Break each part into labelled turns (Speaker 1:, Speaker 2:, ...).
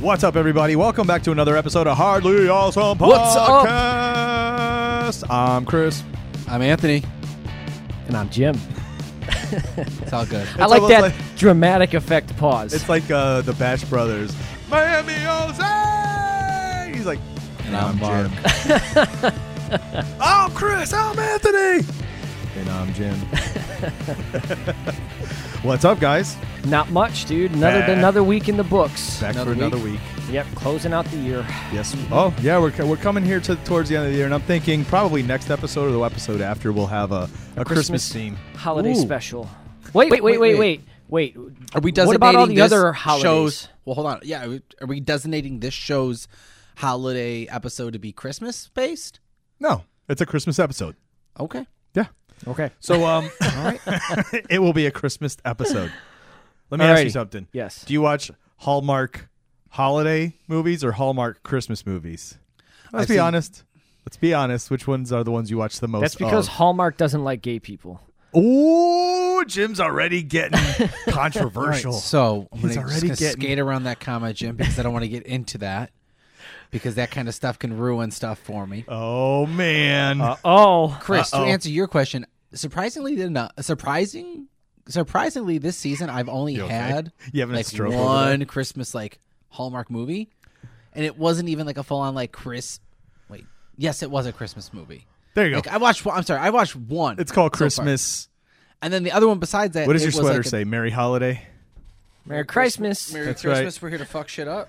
Speaker 1: What's up, everybody? Welcome back to another episode of Hardly Awesome Podcast.
Speaker 2: What's up?
Speaker 1: I'm Chris.
Speaker 2: I'm Anthony.
Speaker 3: And I'm Jim.
Speaker 2: It's all good.
Speaker 3: I
Speaker 1: It's
Speaker 3: like
Speaker 1: almost
Speaker 3: that
Speaker 1: like-
Speaker 3: dramatic effect pause.
Speaker 1: It's like uh, the Bash Brothers. Miami Jose! He's like,
Speaker 2: And I'm Mark.
Speaker 1: Jim. I'm Oh, Chris. I'm Anthony. And I'm Jim. What's up, guys?
Speaker 3: Not much, dude. Another
Speaker 1: Back.
Speaker 3: another week in the books.
Speaker 1: Back
Speaker 2: Another
Speaker 1: for another
Speaker 2: week.
Speaker 1: week.
Speaker 3: Yep, closing out the year.
Speaker 1: Yes. Oh, yeah. We're, co- we're coming here to towards the end of the year, and I'm thinking probably next episode or the episode after we'll have a, a, Christmas,
Speaker 3: Christmas
Speaker 1: theme.
Speaker 3: Holiday
Speaker 2: Ooh.
Speaker 3: special. Wait, wait, wait, wait, wait, wait.
Speaker 2: Are we designating
Speaker 3: What about all the
Speaker 2: this
Speaker 3: other holidays?
Speaker 2: shows? Well, hold on. Yeah, are we- are we designating this show's holiday episode to be Christmas based?
Speaker 1: No, it's a Christmas episode.
Speaker 2: Okay.
Speaker 1: Yeah.
Speaker 3: Okay.
Speaker 1: So um, it will be a Christmas episode. Let me ask you
Speaker 3: Alrighty.
Speaker 1: something.
Speaker 3: Yes.
Speaker 1: Do you watch Hallmark holiday movies or Hallmark Christmas movies? Let's
Speaker 2: I've
Speaker 1: be
Speaker 2: seen-
Speaker 1: honest. Let's be honest. Which ones are the ones you watch the most?
Speaker 3: That's because
Speaker 1: of?
Speaker 3: Hallmark doesn't like gay people.
Speaker 1: Ooh, Jim's already getting controversial.
Speaker 2: So I'm
Speaker 1: He's
Speaker 2: gonna, just
Speaker 1: already
Speaker 2: gonna
Speaker 1: getting-
Speaker 2: skate around that comment, Jim, because I don't want to get into that because that kind of stuff can ruin stuff for me.
Speaker 1: Oh man.
Speaker 2: Uh,
Speaker 3: Oh,
Speaker 2: Chris,
Speaker 1: Uh-oh.
Speaker 2: to answer your question, surprisingly enough, surprising, surprisingly, this season I've only
Speaker 1: okay?
Speaker 2: had
Speaker 1: You having a
Speaker 2: like
Speaker 1: stroke over
Speaker 2: one Christmas like Hallmark movie, and it wasn't even like a full on like Chris. Wait, yes, it was a Christmas movie.
Speaker 1: there you go.
Speaker 2: Like I watched. one- I'm sorry, I watched one.
Speaker 1: it's called
Speaker 2: so far.
Speaker 1: Christmas.
Speaker 2: and then the other one besides that.
Speaker 1: what does
Speaker 2: it
Speaker 1: your
Speaker 2: was,
Speaker 1: sweater
Speaker 2: like, a-
Speaker 1: say? Merry holiday.
Speaker 3: Merry Christmas.
Speaker 2: Merry
Speaker 1: That's
Speaker 2: Christmas. We're here to fuck shit up.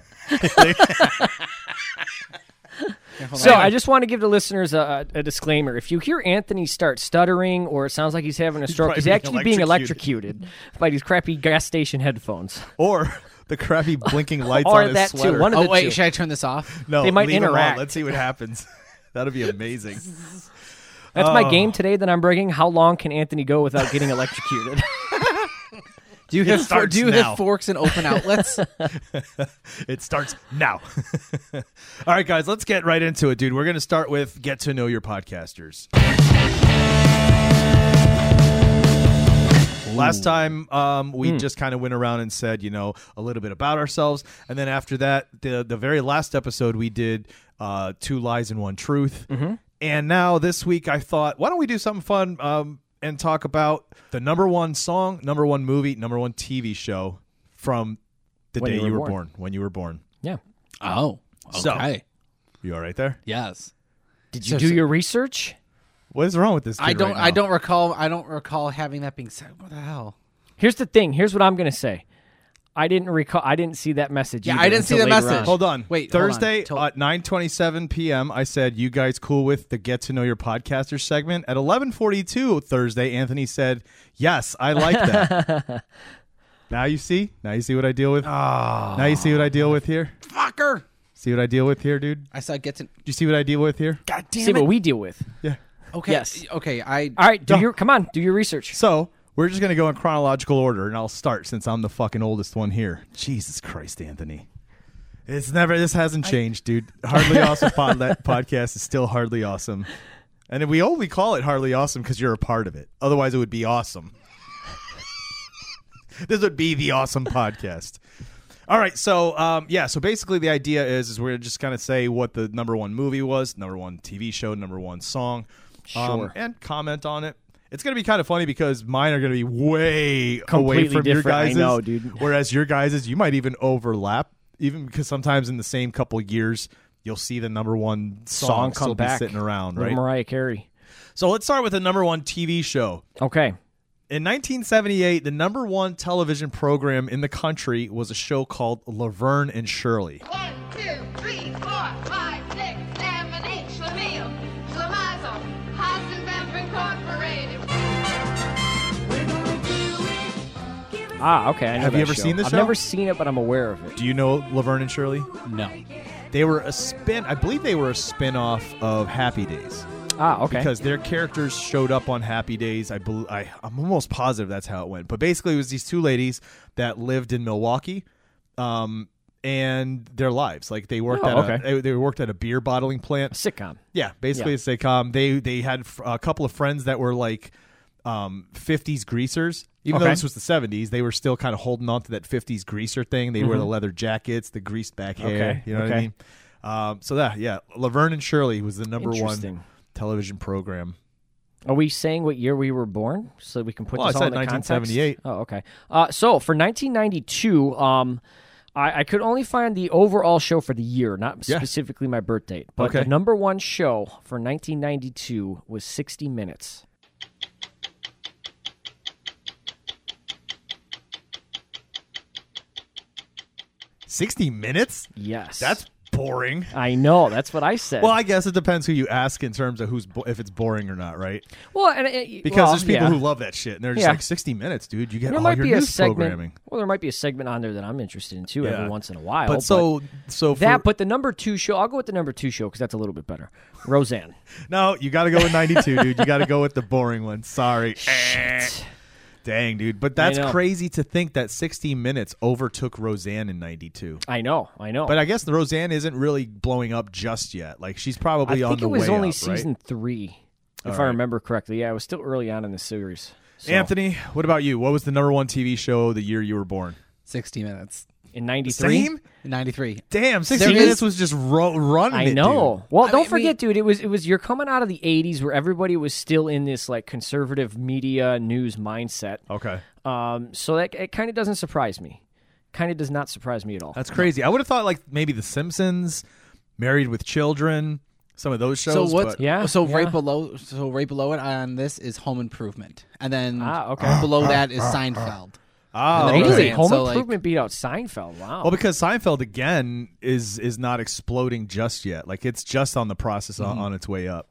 Speaker 2: Here, hold
Speaker 3: So
Speaker 2: on.
Speaker 3: I just want to give the listeners a, a disclaimer. If you hear Anthony start stuttering or it sounds like he's having a stroke, he's,
Speaker 1: probably
Speaker 3: actually being electrocuted by these crappy gas station headphones.
Speaker 1: Or the crappy blinking lights
Speaker 3: Or
Speaker 1: on his
Speaker 3: that too.
Speaker 1: sweater.
Speaker 3: One of
Speaker 2: Oh
Speaker 3: the
Speaker 2: wait,
Speaker 3: two.
Speaker 2: should I turn this off?
Speaker 1: no,
Speaker 3: they might
Speaker 1: leave him on.
Speaker 3: interact.
Speaker 1: Let's see what happens. That'll be amazing.
Speaker 3: That's my game today that I'm bringing. How long can Anthony go without getting electrocuted?
Speaker 2: Do you have
Speaker 1: starts
Speaker 2: do you
Speaker 1: now.
Speaker 2: have forks and open outlets?
Speaker 1: It starts now. All right, guys, let's get right into it, dude. We're going to start with Get to Know Your Podcasters. Last time, um,
Speaker 3: Hmm.
Speaker 1: we just kind of went around and said, you know, a little bit about ourselves. And then after that, the, the very last episode, we did uh, Two Lies and One Truth.
Speaker 3: Mm-hmm.
Speaker 1: And now this week, I thought, why don't we do something fun um, and talk about the number one song, number one movie, number one TV show from the
Speaker 3: When
Speaker 1: day
Speaker 3: you were born.
Speaker 1: When you were born.
Speaker 3: yeah.
Speaker 2: oh,
Speaker 1: So-
Speaker 2: okay.
Speaker 1: You all right there?
Speaker 2: yes.
Speaker 3: Did
Speaker 2: So-
Speaker 3: you do
Speaker 2: so-
Speaker 3: your research?
Speaker 1: What is wrong with this? Kid
Speaker 2: I don't.
Speaker 1: right now?
Speaker 2: I don't recall. I don't recall having that being said. What the hell?
Speaker 3: Here's the thing. Here's what I'm going to say. I didn't recall. I didn't see that message.
Speaker 2: Yeah,
Speaker 3: either
Speaker 2: I didn't see
Speaker 3: until
Speaker 2: that
Speaker 3: later
Speaker 2: message.
Speaker 1: Hold on.
Speaker 2: Wait, hold on.
Speaker 1: Thursday
Speaker 2: Till-
Speaker 1: at nine twenty-seven p.m. I said, "You guys cool with the get to know your podcaster segment?" At eleven forty-two Thursday, Anthony said, "Yes, I like that." now you see. Now you see what I deal with.
Speaker 2: Ah.
Speaker 1: now you see what I deal with here.
Speaker 2: Fucker!
Speaker 1: See what I deal with here, dude.
Speaker 2: I saw get to.
Speaker 1: Do you see what I deal with here?
Speaker 2: God
Speaker 3: See
Speaker 2: damn
Speaker 3: what we deal with.
Speaker 1: Yeah.
Speaker 2: Okay.
Speaker 3: Yes.
Speaker 2: Okay. I.
Speaker 3: All right, do your come on, do your research.
Speaker 1: So we're just gonna go in chronological order, and I'll start since I'm the fucking oldest one here. Jesus Christ, Anthony. It's never. This hasn't changed, dude. Hardly awesome pod, that podcast is still hardly awesome, and we only call it hardly awesome because you're a part of it. Otherwise, it would be awesome. this would be the awesome podcast. All right, so um, yeah, so basically the idea is is we're just gonna say what the number one movie was, number one TV show, number one song, um,
Speaker 3: Sure.
Speaker 1: and comment on it. It's gonna be kind of funny because mine are gonna be way away
Speaker 3: Completely
Speaker 1: from your
Speaker 3: different, I
Speaker 1: guys's.
Speaker 3: know, dude.
Speaker 1: Whereas your guys's, you might even overlap, even because sometimes in the same couple years, you'll see the number one song,
Speaker 3: Song
Speaker 1: still
Speaker 3: come
Speaker 1: be
Speaker 3: back.
Speaker 1: sitting around,
Speaker 3: Little
Speaker 1: right?
Speaker 3: Mariah Carey.
Speaker 1: So let's start with the number one TV show.
Speaker 3: Okay.
Speaker 1: In 1978, the number one television program in the country was a show called Laverne and Shirley.
Speaker 4: One, two, three, four, five, six, seven, eight. Schlemiel, Schlemazel, Heisenberg Incorporated. We're gonna do it. Give it
Speaker 3: Ah, okay. I know
Speaker 1: Have you
Speaker 3: that
Speaker 1: ever seen the
Speaker 3: I've
Speaker 1: show?
Speaker 3: never seen it, but I'm aware of it.
Speaker 1: Do you know Laverne and Shirley?
Speaker 2: No.
Speaker 1: They were a spin. I believe they were a spin off of Happy Days.
Speaker 3: Ah, okay.
Speaker 1: because their characters showed up on Happy Days. I, bel I I'm almost positive that's how it went. But basically, it was these two ladies that lived in Milwaukee, um, and their lives like they worked
Speaker 3: Oh,
Speaker 1: at
Speaker 3: okay.
Speaker 1: a, they, they worked at a beer bottling plant.
Speaker 3: sitcom.
Speaker 1: Yeah, basically
Speaker 3: Yeah.
Speaker 1: it's like um they they had f- a couple of friends that were like um 50s greasers. Even though
Speaker 3: Okay.
Speaker 1: this was the 70s, they were still kind of holding on to that 50s greaser thing. They wear the leather jackets, the greased back hair.
Speaker 3: Mm-hmm. Okay,
Speaker 1: You know what I
Speaker 3: okay.
Speaker 1: mean? Um, so that yeah, Laverne and Shirley was the number one
Speaker 3: Interesting.
Speaker 1: television program.
Speaker 3: Are we saying what year we were born so we can put
Speaker 1: Well, I
Speaker 3: this all
Speaker 1: said
Speaker 3: in the context?
Speaker 1: 1978.
Speaker 3: Oh, okay. Uh, so for 1992, um, I, I could only find the overall show for the year, not
Speaker 1: Yeah.
Speaker 3: specifically my birth date. But
Speaker 1: Okay.
Speaker 3: the number one show for 1992 was 60 Minutes.
Speaker 1: Sixty Minutes?
Speaker 3: Yes,
Speaker 1: That's boring.
Speaker 3: I know. That's what I said.
Speaker 1: Well, I guess it depends who you ask in terms of who's bo- if it's boring or not, right?
Speaker 3: Well, and it,
Speaker 1: Because
Speaker 3: well,
Speaker 1: there's people
Speaker 3: yeah.
Speaker 1: who love that shit, and they're just
Speaker 3: Yeah.
Speaker 1: like sixty minutes, dude. You get
Speaker 3: There
Speaker 1: all
Speaker 3: might
Speaker 1: your
Speaker 3: be a
Speaker 1: news
Speaker 3: segment.
Speaker 1: programming.
Speaker 3: Well, there might be a segment on there that I'm interested in too
Speaker 1: Yeah.
Speaker 3: every once in a while.
Speaker 1: But so so for,
Speaker 3: that, but the number two show, I'll go with the number two show because that's a little bit better. Roseanne.
Speaker 1: No, you got to go with 92, dude. You got to go with the boring one. Sorry. Dang, dude. But that's
Speaker 3: know.
Speaker 1: crazy to think that 60 Minutes overtook Roseanne in 92.
Speaker 3: I know, I know.
Speaker 1: But I guess the Roseanne isn't really blowing up just yet. Like she's probably
Speaker 3: I
Speaker 1: on
Speaker 3: think
Speaker 1: the
Speaker 3: it was
Speaker 1: way
Speaker 3: only
Speaker 1: up,
Speaker 3: season three, if
Speaker 1: right.
Speaker 3: I remember correctly. Yeah, it was still early on in the series. So,
Speaker 1: right? Anthony, what about you? What was the number one TV show the year you were born?
Speaker 2: 60 minutes.
Speaker 3: in '93.
Speaker 1: Same?
Speaker 2: 93.
Speaker 1: Damn, 60
Speaker 2: There
Speaker 1: Minutes
Speaker 2: is-
Speaker 1: was just ro- running.
Speaker 3: I
Speaker 1: it,
Speaker 3: know.
Speaker 1: dude.
Speaker 3: Well,
Speaker 2: I
Speaker 3: don't
Speaker 2: mean, we-
Speaker 3: forget, dude. It was it was you're coming out of the '80s where everybody was still in this like conservative media news mindset.
Speaker 1: Okay.
Speaker 3: Um, so that it kind of doesn't surprise me. Kind of does not surprise me at all.
Speaker 1: That's crazy. I would have thought like maybe The Simpsons, Married with Children, some of those shows.
Speaker 2: So what's
Speaker 1: but-
Speaker 3: Yeah,
Speaker 2: So
Speaker 3: yeah.
Speaker 2: right below, so right below it on this is Home Improvement, and then
Speaker 3: Ah, okay.
Speaker 2: below that
Speaker 1: ah,
Speaker 2: is Seinfeld.
Speaker 1: Oh,
Speaker 2: And then
Speaker 1: okay.
Speaker 3: Really,
Speaker 2: Roseanne,
Speaker 3: Home
Speaker 2: so, like-
Speaker 3: Improvement beat out Seinfeld. Wow.
Speaker 1: Well, because Seinfeld again is is not exploding just yet. Like it's just on the process
Speaker 3: Mm-hmm.
Speaker 1: on, on its way up.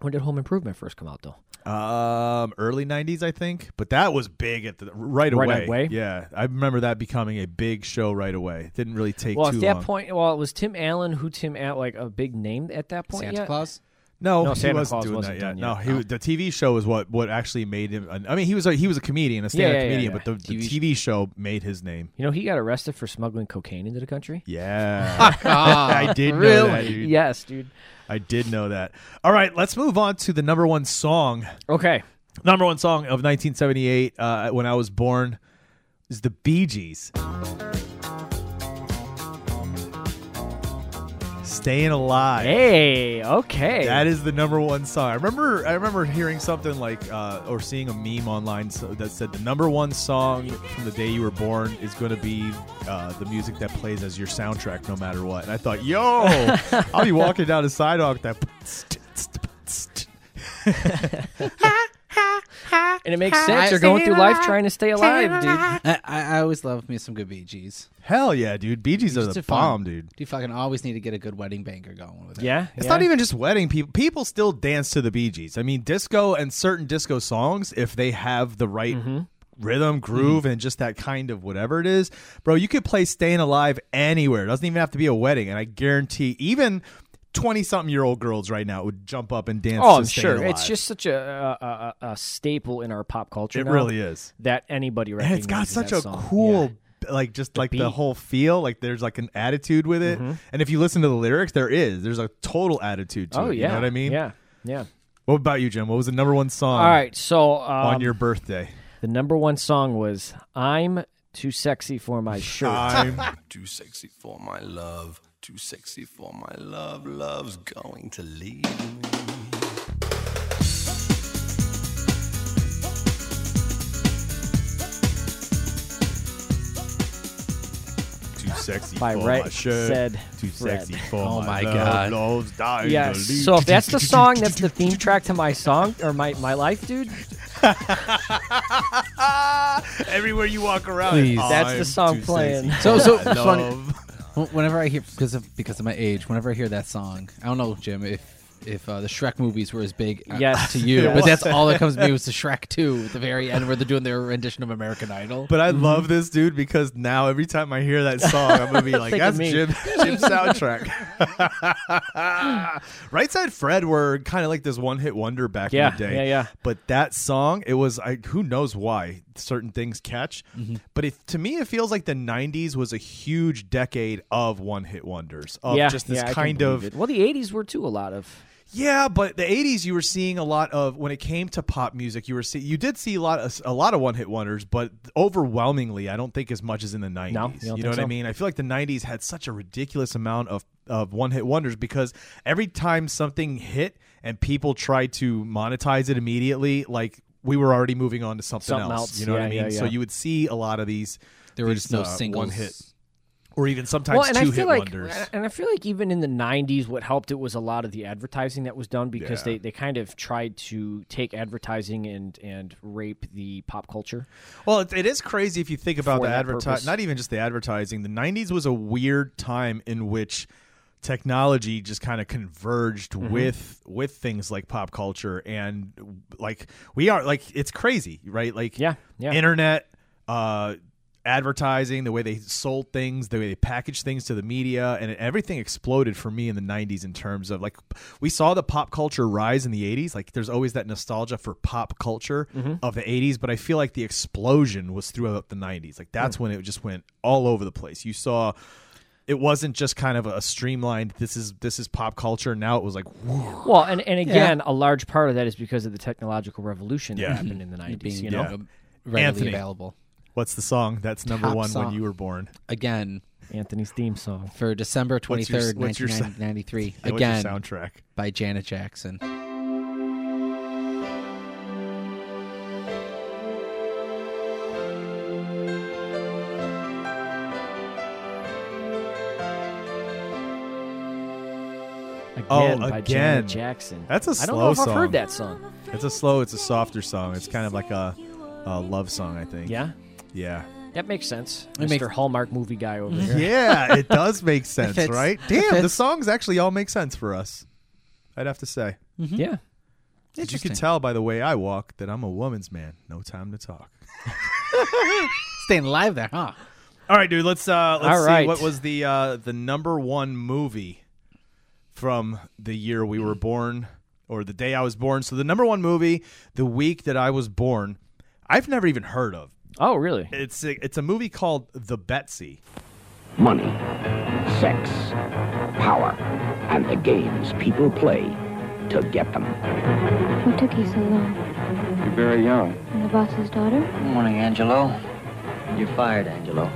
Speaker 3: when did Home Improvement first come out, though?
Speaker 1: Um, early '90s, I think, but that was big at the right away.
Speaker 3: Right away?
Speaker 1: Yeah, I remember that becoming a big show right away. It didn't really take
Speaker 3: Well,
Speaker 1: too
Speaker 3: at that
Speaker 1: long.
Speaker 3: point, well, it was Tim Allen who Tim Allen like a big name at that point.
Speaker 2: Santa
Speaker 3: yet?
Speaker 2: Claus.
Speaker 1: no,
Speaker 3: No,
Speaker 1: he
Speaker 3: Santa
Speaker 1: wasn't
Speaker 3: Claus
Speaker 1: doing
Speaker 3: wasn't
Speaker 1: that
Speaker 3: done
Speaker 1: No,
Speaker 3: yet.
Speaker 1: he was, the TV show is what what actually made him. an- I mean, he was a, he was a comedian, a stand-up
Speaker 3: yeah, yeah,
Speaker 1: comedian,
Speaker 3: yeah.
Speaker 1: but the, the
Speaker 2: TV
Speaker 1: TV show made his name.
Speaker 3: You know, he got arrested for smuggling cocaine into the country.
Speaker 1: Yeah,
Speaker 2: Ah.
Speaker 1: I did know that. dude.
Speaker 3: Yes, dude.
Speaker 1: I did know that. All right, let's move on to the number one song
Speaker 3: Okay.
Speaker 1: number one song of 1978 uh, when I was born is the Bee Gees. Staying alive.
Speaker 3: Hey. Okay.
Speaker 1: That is the number one song. I remember. I remember hearing something like, uh, or seeing a meme online so, that said the number one song from the day you were born is going to be uh, the music that plays as your soundtrack, no matter what. And I thought, yo, I'll be walking down the sidewalk that.
Speaker 3: and it makes sense. You're going through life trying to stay alive, dude.
Speaker 2: I, I I always love me some good Bee Gees.
Speaker 1: Hell yeah, dude! Bee Gees are
Speaker 2: Just
Speaker 1: the
Speaker 2: a fun-
Speaker 1: bomb, dude.
Speaker 2: You fucking always need to get a good wedding banger going with it.
Speaker 3: Yeah.
Speaker 1: It's
Speaker 3: yeah.
Speaker 1: not even just wedding people. People still dance to the Bee Gees. I mean, disco and certain disco songs, if they have the right
Speaker 3: Mm-hmm.
Speaker 1: rhythm, groove, and just that kind of whatever it is, bro, you could play Staying Alive anywhere. It doesn't even have to be a wedding. And I guarantee even 20 something year old girls right now would jump up and dance
Speaker 3: Oh,
Speaker 1: to
Speaker 3: I'm
Speaker 1: Stayin'
Speaker 3: sure.
Speaker 1: Alive.
Speaker 3: It's just such a, a, a, a staple in our pop culture.
Speaker 1: It
Speaker 3: now
Speaker 1: really is.
Speaker 3: That anybody
Speaker 1: And
Speaker 3: recognizes.
Speaker 1: it's got such
Speaker 3: that
Speaker 1: a
Speaker 3: song.
Speaker 1: cool. Like just like the
Speaker 3: beat. Mm-hmm.
Speaker 1: whole feel, like there's like an attitude with it, and if you listen to the lyrics, there is there's a total attitude to
Speaker 3: Yeah. Oh
Speaker 1: it.
Speaker 3: yeah.
Speaker 1: You know what I mean? Um,
Speaker 3: Yeah. Yeah.
Speaker 1: What about you, Jim? What was the number one song?
Speaker 3: All right. So um,
Speaker 1: on your birthday.
Speaker 3: the number one song was "I'm Too Sexy for My Shirt."
Speaker 1: I'm
Speaker 5: Too sexy for my love. Too sexy for my love. Love's going to leave me.
Speaker 1: too sexy
Speaker 3: By
Speaker 1: for my
Speaker 3: right
Speaker 1: shirt.
Speaker 3: said
Speaker 1: too
Speaker 3: Fred.
Speaker 1: sexy for
Speaker 2: Oh
Speaker 1: my,
Speaker 2: my
Speaker 1: love.
Speaker 2: God.
Speaker 1: Love's dying
Speaker 3: Yes.
Speaker 1: to leave.
Speaker 3: So if that's the song, that's the theme track to my song or my, my life, dude.
Speaker 1: everywhere you walk around,
Speaker 2: Please.
Speaker 3: That's the
Speaker 1: I'm
Speaker 3: song
Speaker 1: too
Speaker 3: playing.
Speaker 1: sexy
Speaker 2: So
Speaker 1: for my
Speaker 2: so funny.
Speaker 1: love.
Speaker 2: Wh- Whenever I hear because of because of my age, whenever I hear that song, I don't know, Jim, if if uh, the Shrek movies were as big uh,
Speaker 3: Yes.
Speaker 2: to you,
Speaker 1: It
Speaker 2: but
Speaker 1: was.
Speaker 2: that's all that comes to me was the Shrek 2 at the very end where they're doing their rendition of American Idol.
Speaker 1: But I
Speaker 3: Mm-hmm.
Speaker 1: love this dude because now every time I hear that song, I'm gonna be like,
Speaker 3: Think of
Speaker 1: "That's
Speaker 3: me."
Speaker 1: Jim Jim's soundtrack." right Side Fred were kind of like this one hit wonder back
Speaker 3: Yeah,
Speaker 1: in the day.
Speaker 3: yeah, yeah.
Speaker 1: But that song, it was I who knows why certain things catch,
Speaker 3: Mm-hmm.
Speaker 1: but it, to me it feels like the '90s was a huge decade of one hit wonders of
Speaker 3: yeah,
Speaker 1: just this
Speaker 3: yeah, I can
Speaker 1: kind
Speaker 3: believe
Speaker 1: of
Speaker 3: it. Well, the '80s were too a lot of.
Speaker 1: yeah, but the '80s, you were seeing a lot of when it came to pop music. You were see, you did see a lot of a lot of one hit wonders, but overwhelmingly, I don't think as much as in the '90s.
Speaker 3: don't
Speaker 1: you know
Speaker 3: think
Speaker 1: what I
Speaker 3: so?
Speaker 1: mean? I feel like the '90s had such a ridiculous amount of of one hit wonders because every time something hit and people tried to monetize it immediately, like we were already moving on to something,
Speaker 3: Something else.
Speaker 1: You know what I mean?
Speaker 3: Yeah, yeah,
Speaker 1: So
Speaker 3: yeah.
Speaker 1: you would see a lot of these.
Speaker 2: there were
Speaker 1: these,
Speaker 2: just no
Speaker 1: uh,
Speaker 2: singles.
Speaker 1: one hit, or even sometimes
Speaker 3: Well, and
Speaker 1: two
Speaker 3: I
Speaker 1: hit
Speaker 3: feel like,
Speaker 1: wonders.
Speaker 3: and I feel like even in the '90s, what helped it was a lot of the advertising that was done because they, they kind of tried to take advertising and and rape the pop culture.
Speaker 1: Well, it, it is crazy if you think about
Speaker 3: For
Speaker 1: the
Speaker 3: that purpose.
Speaker 1: advertising. Not even just the advertising. The '90s was a weird time in which technology just kind of converged
Speaker 3: Mm-hmm.
Speaker 1: with with things like pop culture and like we are like it's crazy, right? Like
Speaker 3: Yeah, yeah.
Speaker 1: internet. uh advertising the way they sold things the way they packaged things to the media and everything exploded for me in the 90s in terms of like we saw the pop culture rise in the 80s like there's always that nostalgia for pop culture
Speaker 2: Mm-hmm.
Speaker 1: of the 80s but i feel like the explosion was throughout the 90s like
Speaker 2: Mm.
Speaker 1: that's when it just went all over the place you saw it wasn't just kind of a streamlined this is this is pop culture now it was like whoa.
Speaker 3: Well, and, and again, a large part of that is because of the technological revolution
Speaker 1: Yeah.
Speaker 3: that happened in the '90s.
Speaker 2: being
Speaker 3: you know,
Speaker 1: Yeah.
Speaker 2: readily
Speaker 1: Anthony.
Speaker 2: available.
Speaker 1: what's the song that's number
Speaker 2: Top
Speaker 1: one when
Speaker 2: song.
Speaker 1: you were born
Speaker 2: Again,
Speaker 3: Anthony's theme song.
Speaker 2: for December
Speaker 1: What's your-
Speaker 2: 23rd,
Speaker 1: what's your sa-
Speaker 2: 1993.
Speaker 1: Yeah, what's your
Speaker 2: Again,
Speaker 1: soundtrack
Speaker 2: by Janet Jackson.
Speaker 3: Again
Speaker 1: Oh,
Speaker 3: by
Speaker 1: again.
Speaker 3: Janet Jackson.
Speaker 1: That's a
Speaker 3: I don't
Speaker 1: slow
Speaker 3: know if I've
Speaker 1: song.
Speaker 3: heard that song.
Speaker 1: It's a slow, it's a softer song. It's kind of like a, a love song, I think.
Speaker 3: Yeah,
Speaker 1: Yeah.
Speaker 3: that makes sense. Mr.
Speaker 2: It makes- Mm-hmm.
Speaker 3: Hallmark movie guy over here.
Speaker 1: Yeah, it does make sense,
Speaker 2: fits.
Speaker 1: right?
Speaker 2: It
Speaker 1: Damn, the
Speaker 2: fits.
Speaker 1: songs actually all make sense for us. I'd have to say.
Speaker 2: Mm-hmm.
Speaker 3: Yeah.
Speaker 1: As you
Speaker 2: Interesting.
Speaker 1: can tell by the way I walk that I'm a woman's man. No time to talk.
Speaker 2: Staying live there, huh?
Speaker 1: All right, dude, let's uh let's
Speaker 3: All
Speaker 1: see
Speaker 3: right.
Speaker 1: what was the uh the number 1 movie from the year we were born or the day I was born. So the number 1 movie the week that I was born, I've never even heard of.
Speaker 3: Oh, really?
Speaker 1: It's a, it's a movie called The Betsy.
Speaker 6: money, sex, power, and the games people play to get them.
Speaker 7: What took you so long?
Speaker 8: You're very young.
Speaker 7: And the boss's daughter?
Speaker 9: Morning, Angelo. You're fired, Angelo.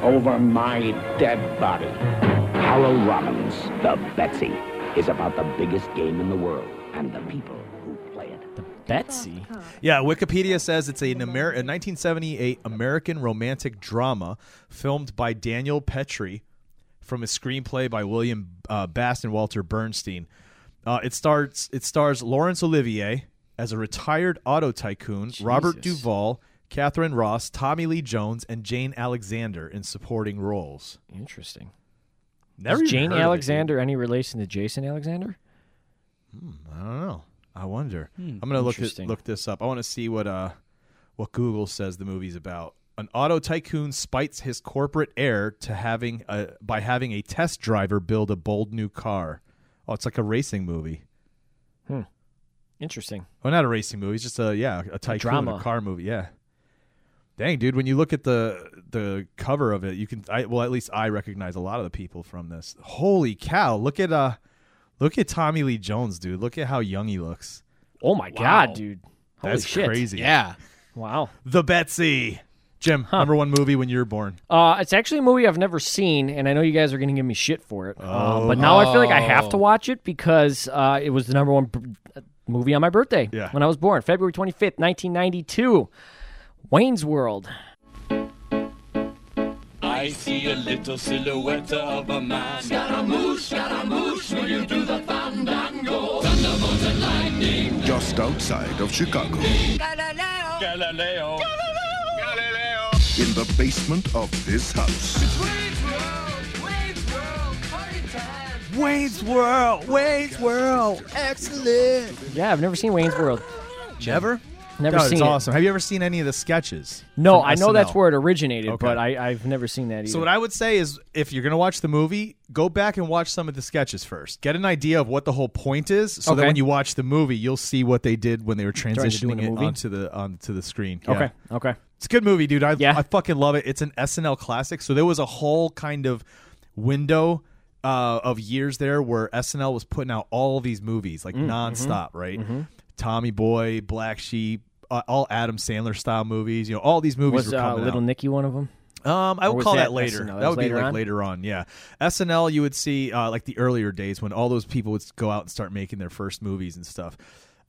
Speaker 6: Over my dead body. Harlow Robbins, the Betsy, is about the biggest game in the world and the people who play it.
Speaker 3: Betsy.
Speaker 1: Yeah, Wikipedia says it's an Amer- a 1978 American romantic drama filmed by Daniel Petrie from a screenplay by William uh, Bast and Walter Bernstein. Uh, it starts. It stars Laurence Olivier as a retired auto tycoon, Robert Duvall, Catherine Ross, Tommy Lee Jones, and Jane Alexander in supporting roles.
Speaker 3: Interesting.
Speaker 1: Never
Speaker 3: Is
Speaker 1: even
Speaker 3: Jane
Speaker 1: heard of it, dude.
Speaker 3: Alexander any relation to Jason Alexander?
Speaker 1: I don't know. I wonder. I'm gonna look it,
Speaker 3: Hmm, Interesting.
Speaker 1: look this up. I want to see what uh what Google says the movie's about. An auto tycoon spites his corporate heir to having a, by having a test driver build a bold new car. Oh, it's like a racing movie.
Speaker 3: Interesting.
Speaker 1: Well, not a racing movie. It's just a yeah, a tycoon, a,
Speaker 3: drama.
Speaker 1: car movie. Yeah. Dang, dude. When you look at the the cover of it, you can. I, well, at least I recognize a lot of the people from this. Holy cow! Look at uh, look at Tommy Lee Jones, dude. Look at how young he looks.
Speaker 3: Oh my
Speaker 2: Wow.
Speaker 3: god, dude. Holy
Speaker 1: That's
Speaker 3: shit.
Speaker 1: crazy.
Speaker 2: Yeah.
Speaker 3: Wow.
Speaker 1: The Betsy. Jim, number one movie when you were born.
Speaker 3: Uh, it's actually a movie I've never seen, and I know you guys are going to give me shit for it. Um, but now I feel like I have
Speaker 1: Oh.
Speaker 3: to watch it because uh, it was the number one b- uh, movie on my birthday
Speaker 1: Yeah.
Speaker 3: when I was born, February 25th, 1992. Wayne's World.
Speaker 8: Just outside of Chicago. Galileo. Galileo. In the basement of this house.
Speaker 1: Wayne's World. Wayne's World. Excellent.
Speaker 3: Yeah, I've never seen Wayne's World.
Speaker 1: Never.
Speaker 3: Never
Speaker 1: no,
Speaker 3: seen
Speaker 1: it's
Speaker 3: it.
Speaker 1: awesome. Have you ever seen any of the sketches?
Speaker 3: No,
Speaker 1: from
Speaker 3: I know that's
Speaker 1: SNL?
Speaker 3: where it originated,
Speaker 1: Okay.
Speaker 3: but I, I've never seen that either.
Speaker 1: So what I would say is, if you're gonna watch the movie, go back and watch some of the sketches first. Get an idea of what the whole point is, so that
Speaker 3: Okay.
Speaker 1: when you watch the movie, you'll see what they did when they were
Speaker 3: During the doing
Speaker 1: transitioning
Speaker 3: the
Speaker 1: it
Speaker 3: movie?
Speaker 1: onto the onto the screen. Yeah.
Speaker 3: okay, okay,
Speaker 1: it's a good movie, dude. I
Speaker 3: Yeah.
Speaker 1: I fucking love it. It's an SNL classic. So there was a whole kind of window. Uh, of years there where SNL was putting out all these movies
Speaker 3: Mm,
Speaker 1: like
Speaker 3: mm-hmm.
Speaker 1: nonstop, right? Tommy Boy, Black Sheep, uh, all Adam Sandler style movies. You know, all these movies
Speaker 3: was
Speaker 1: were
Speaker 3: uh,
Speaker 1: coming out.
Speaker 3: Little Nicky one of them?
Speaker 1: Um, I
Speaker 3: Or
Speaker 1: would
Speaker 3: was
Speaker 1: call that,
Speaker 3: that
Speaker 1: later.
Speaker 3: SNL? That
Speaker 1: That
Speaker 3: was
Speaker 1: would be
Speaker 3: later
Speaker 1: like
Speaker 3: on?
Speaker 1: later on. Yeah, SNL. You would see uh, like the earlier days when all those people would go out and start making their first movies and stuff.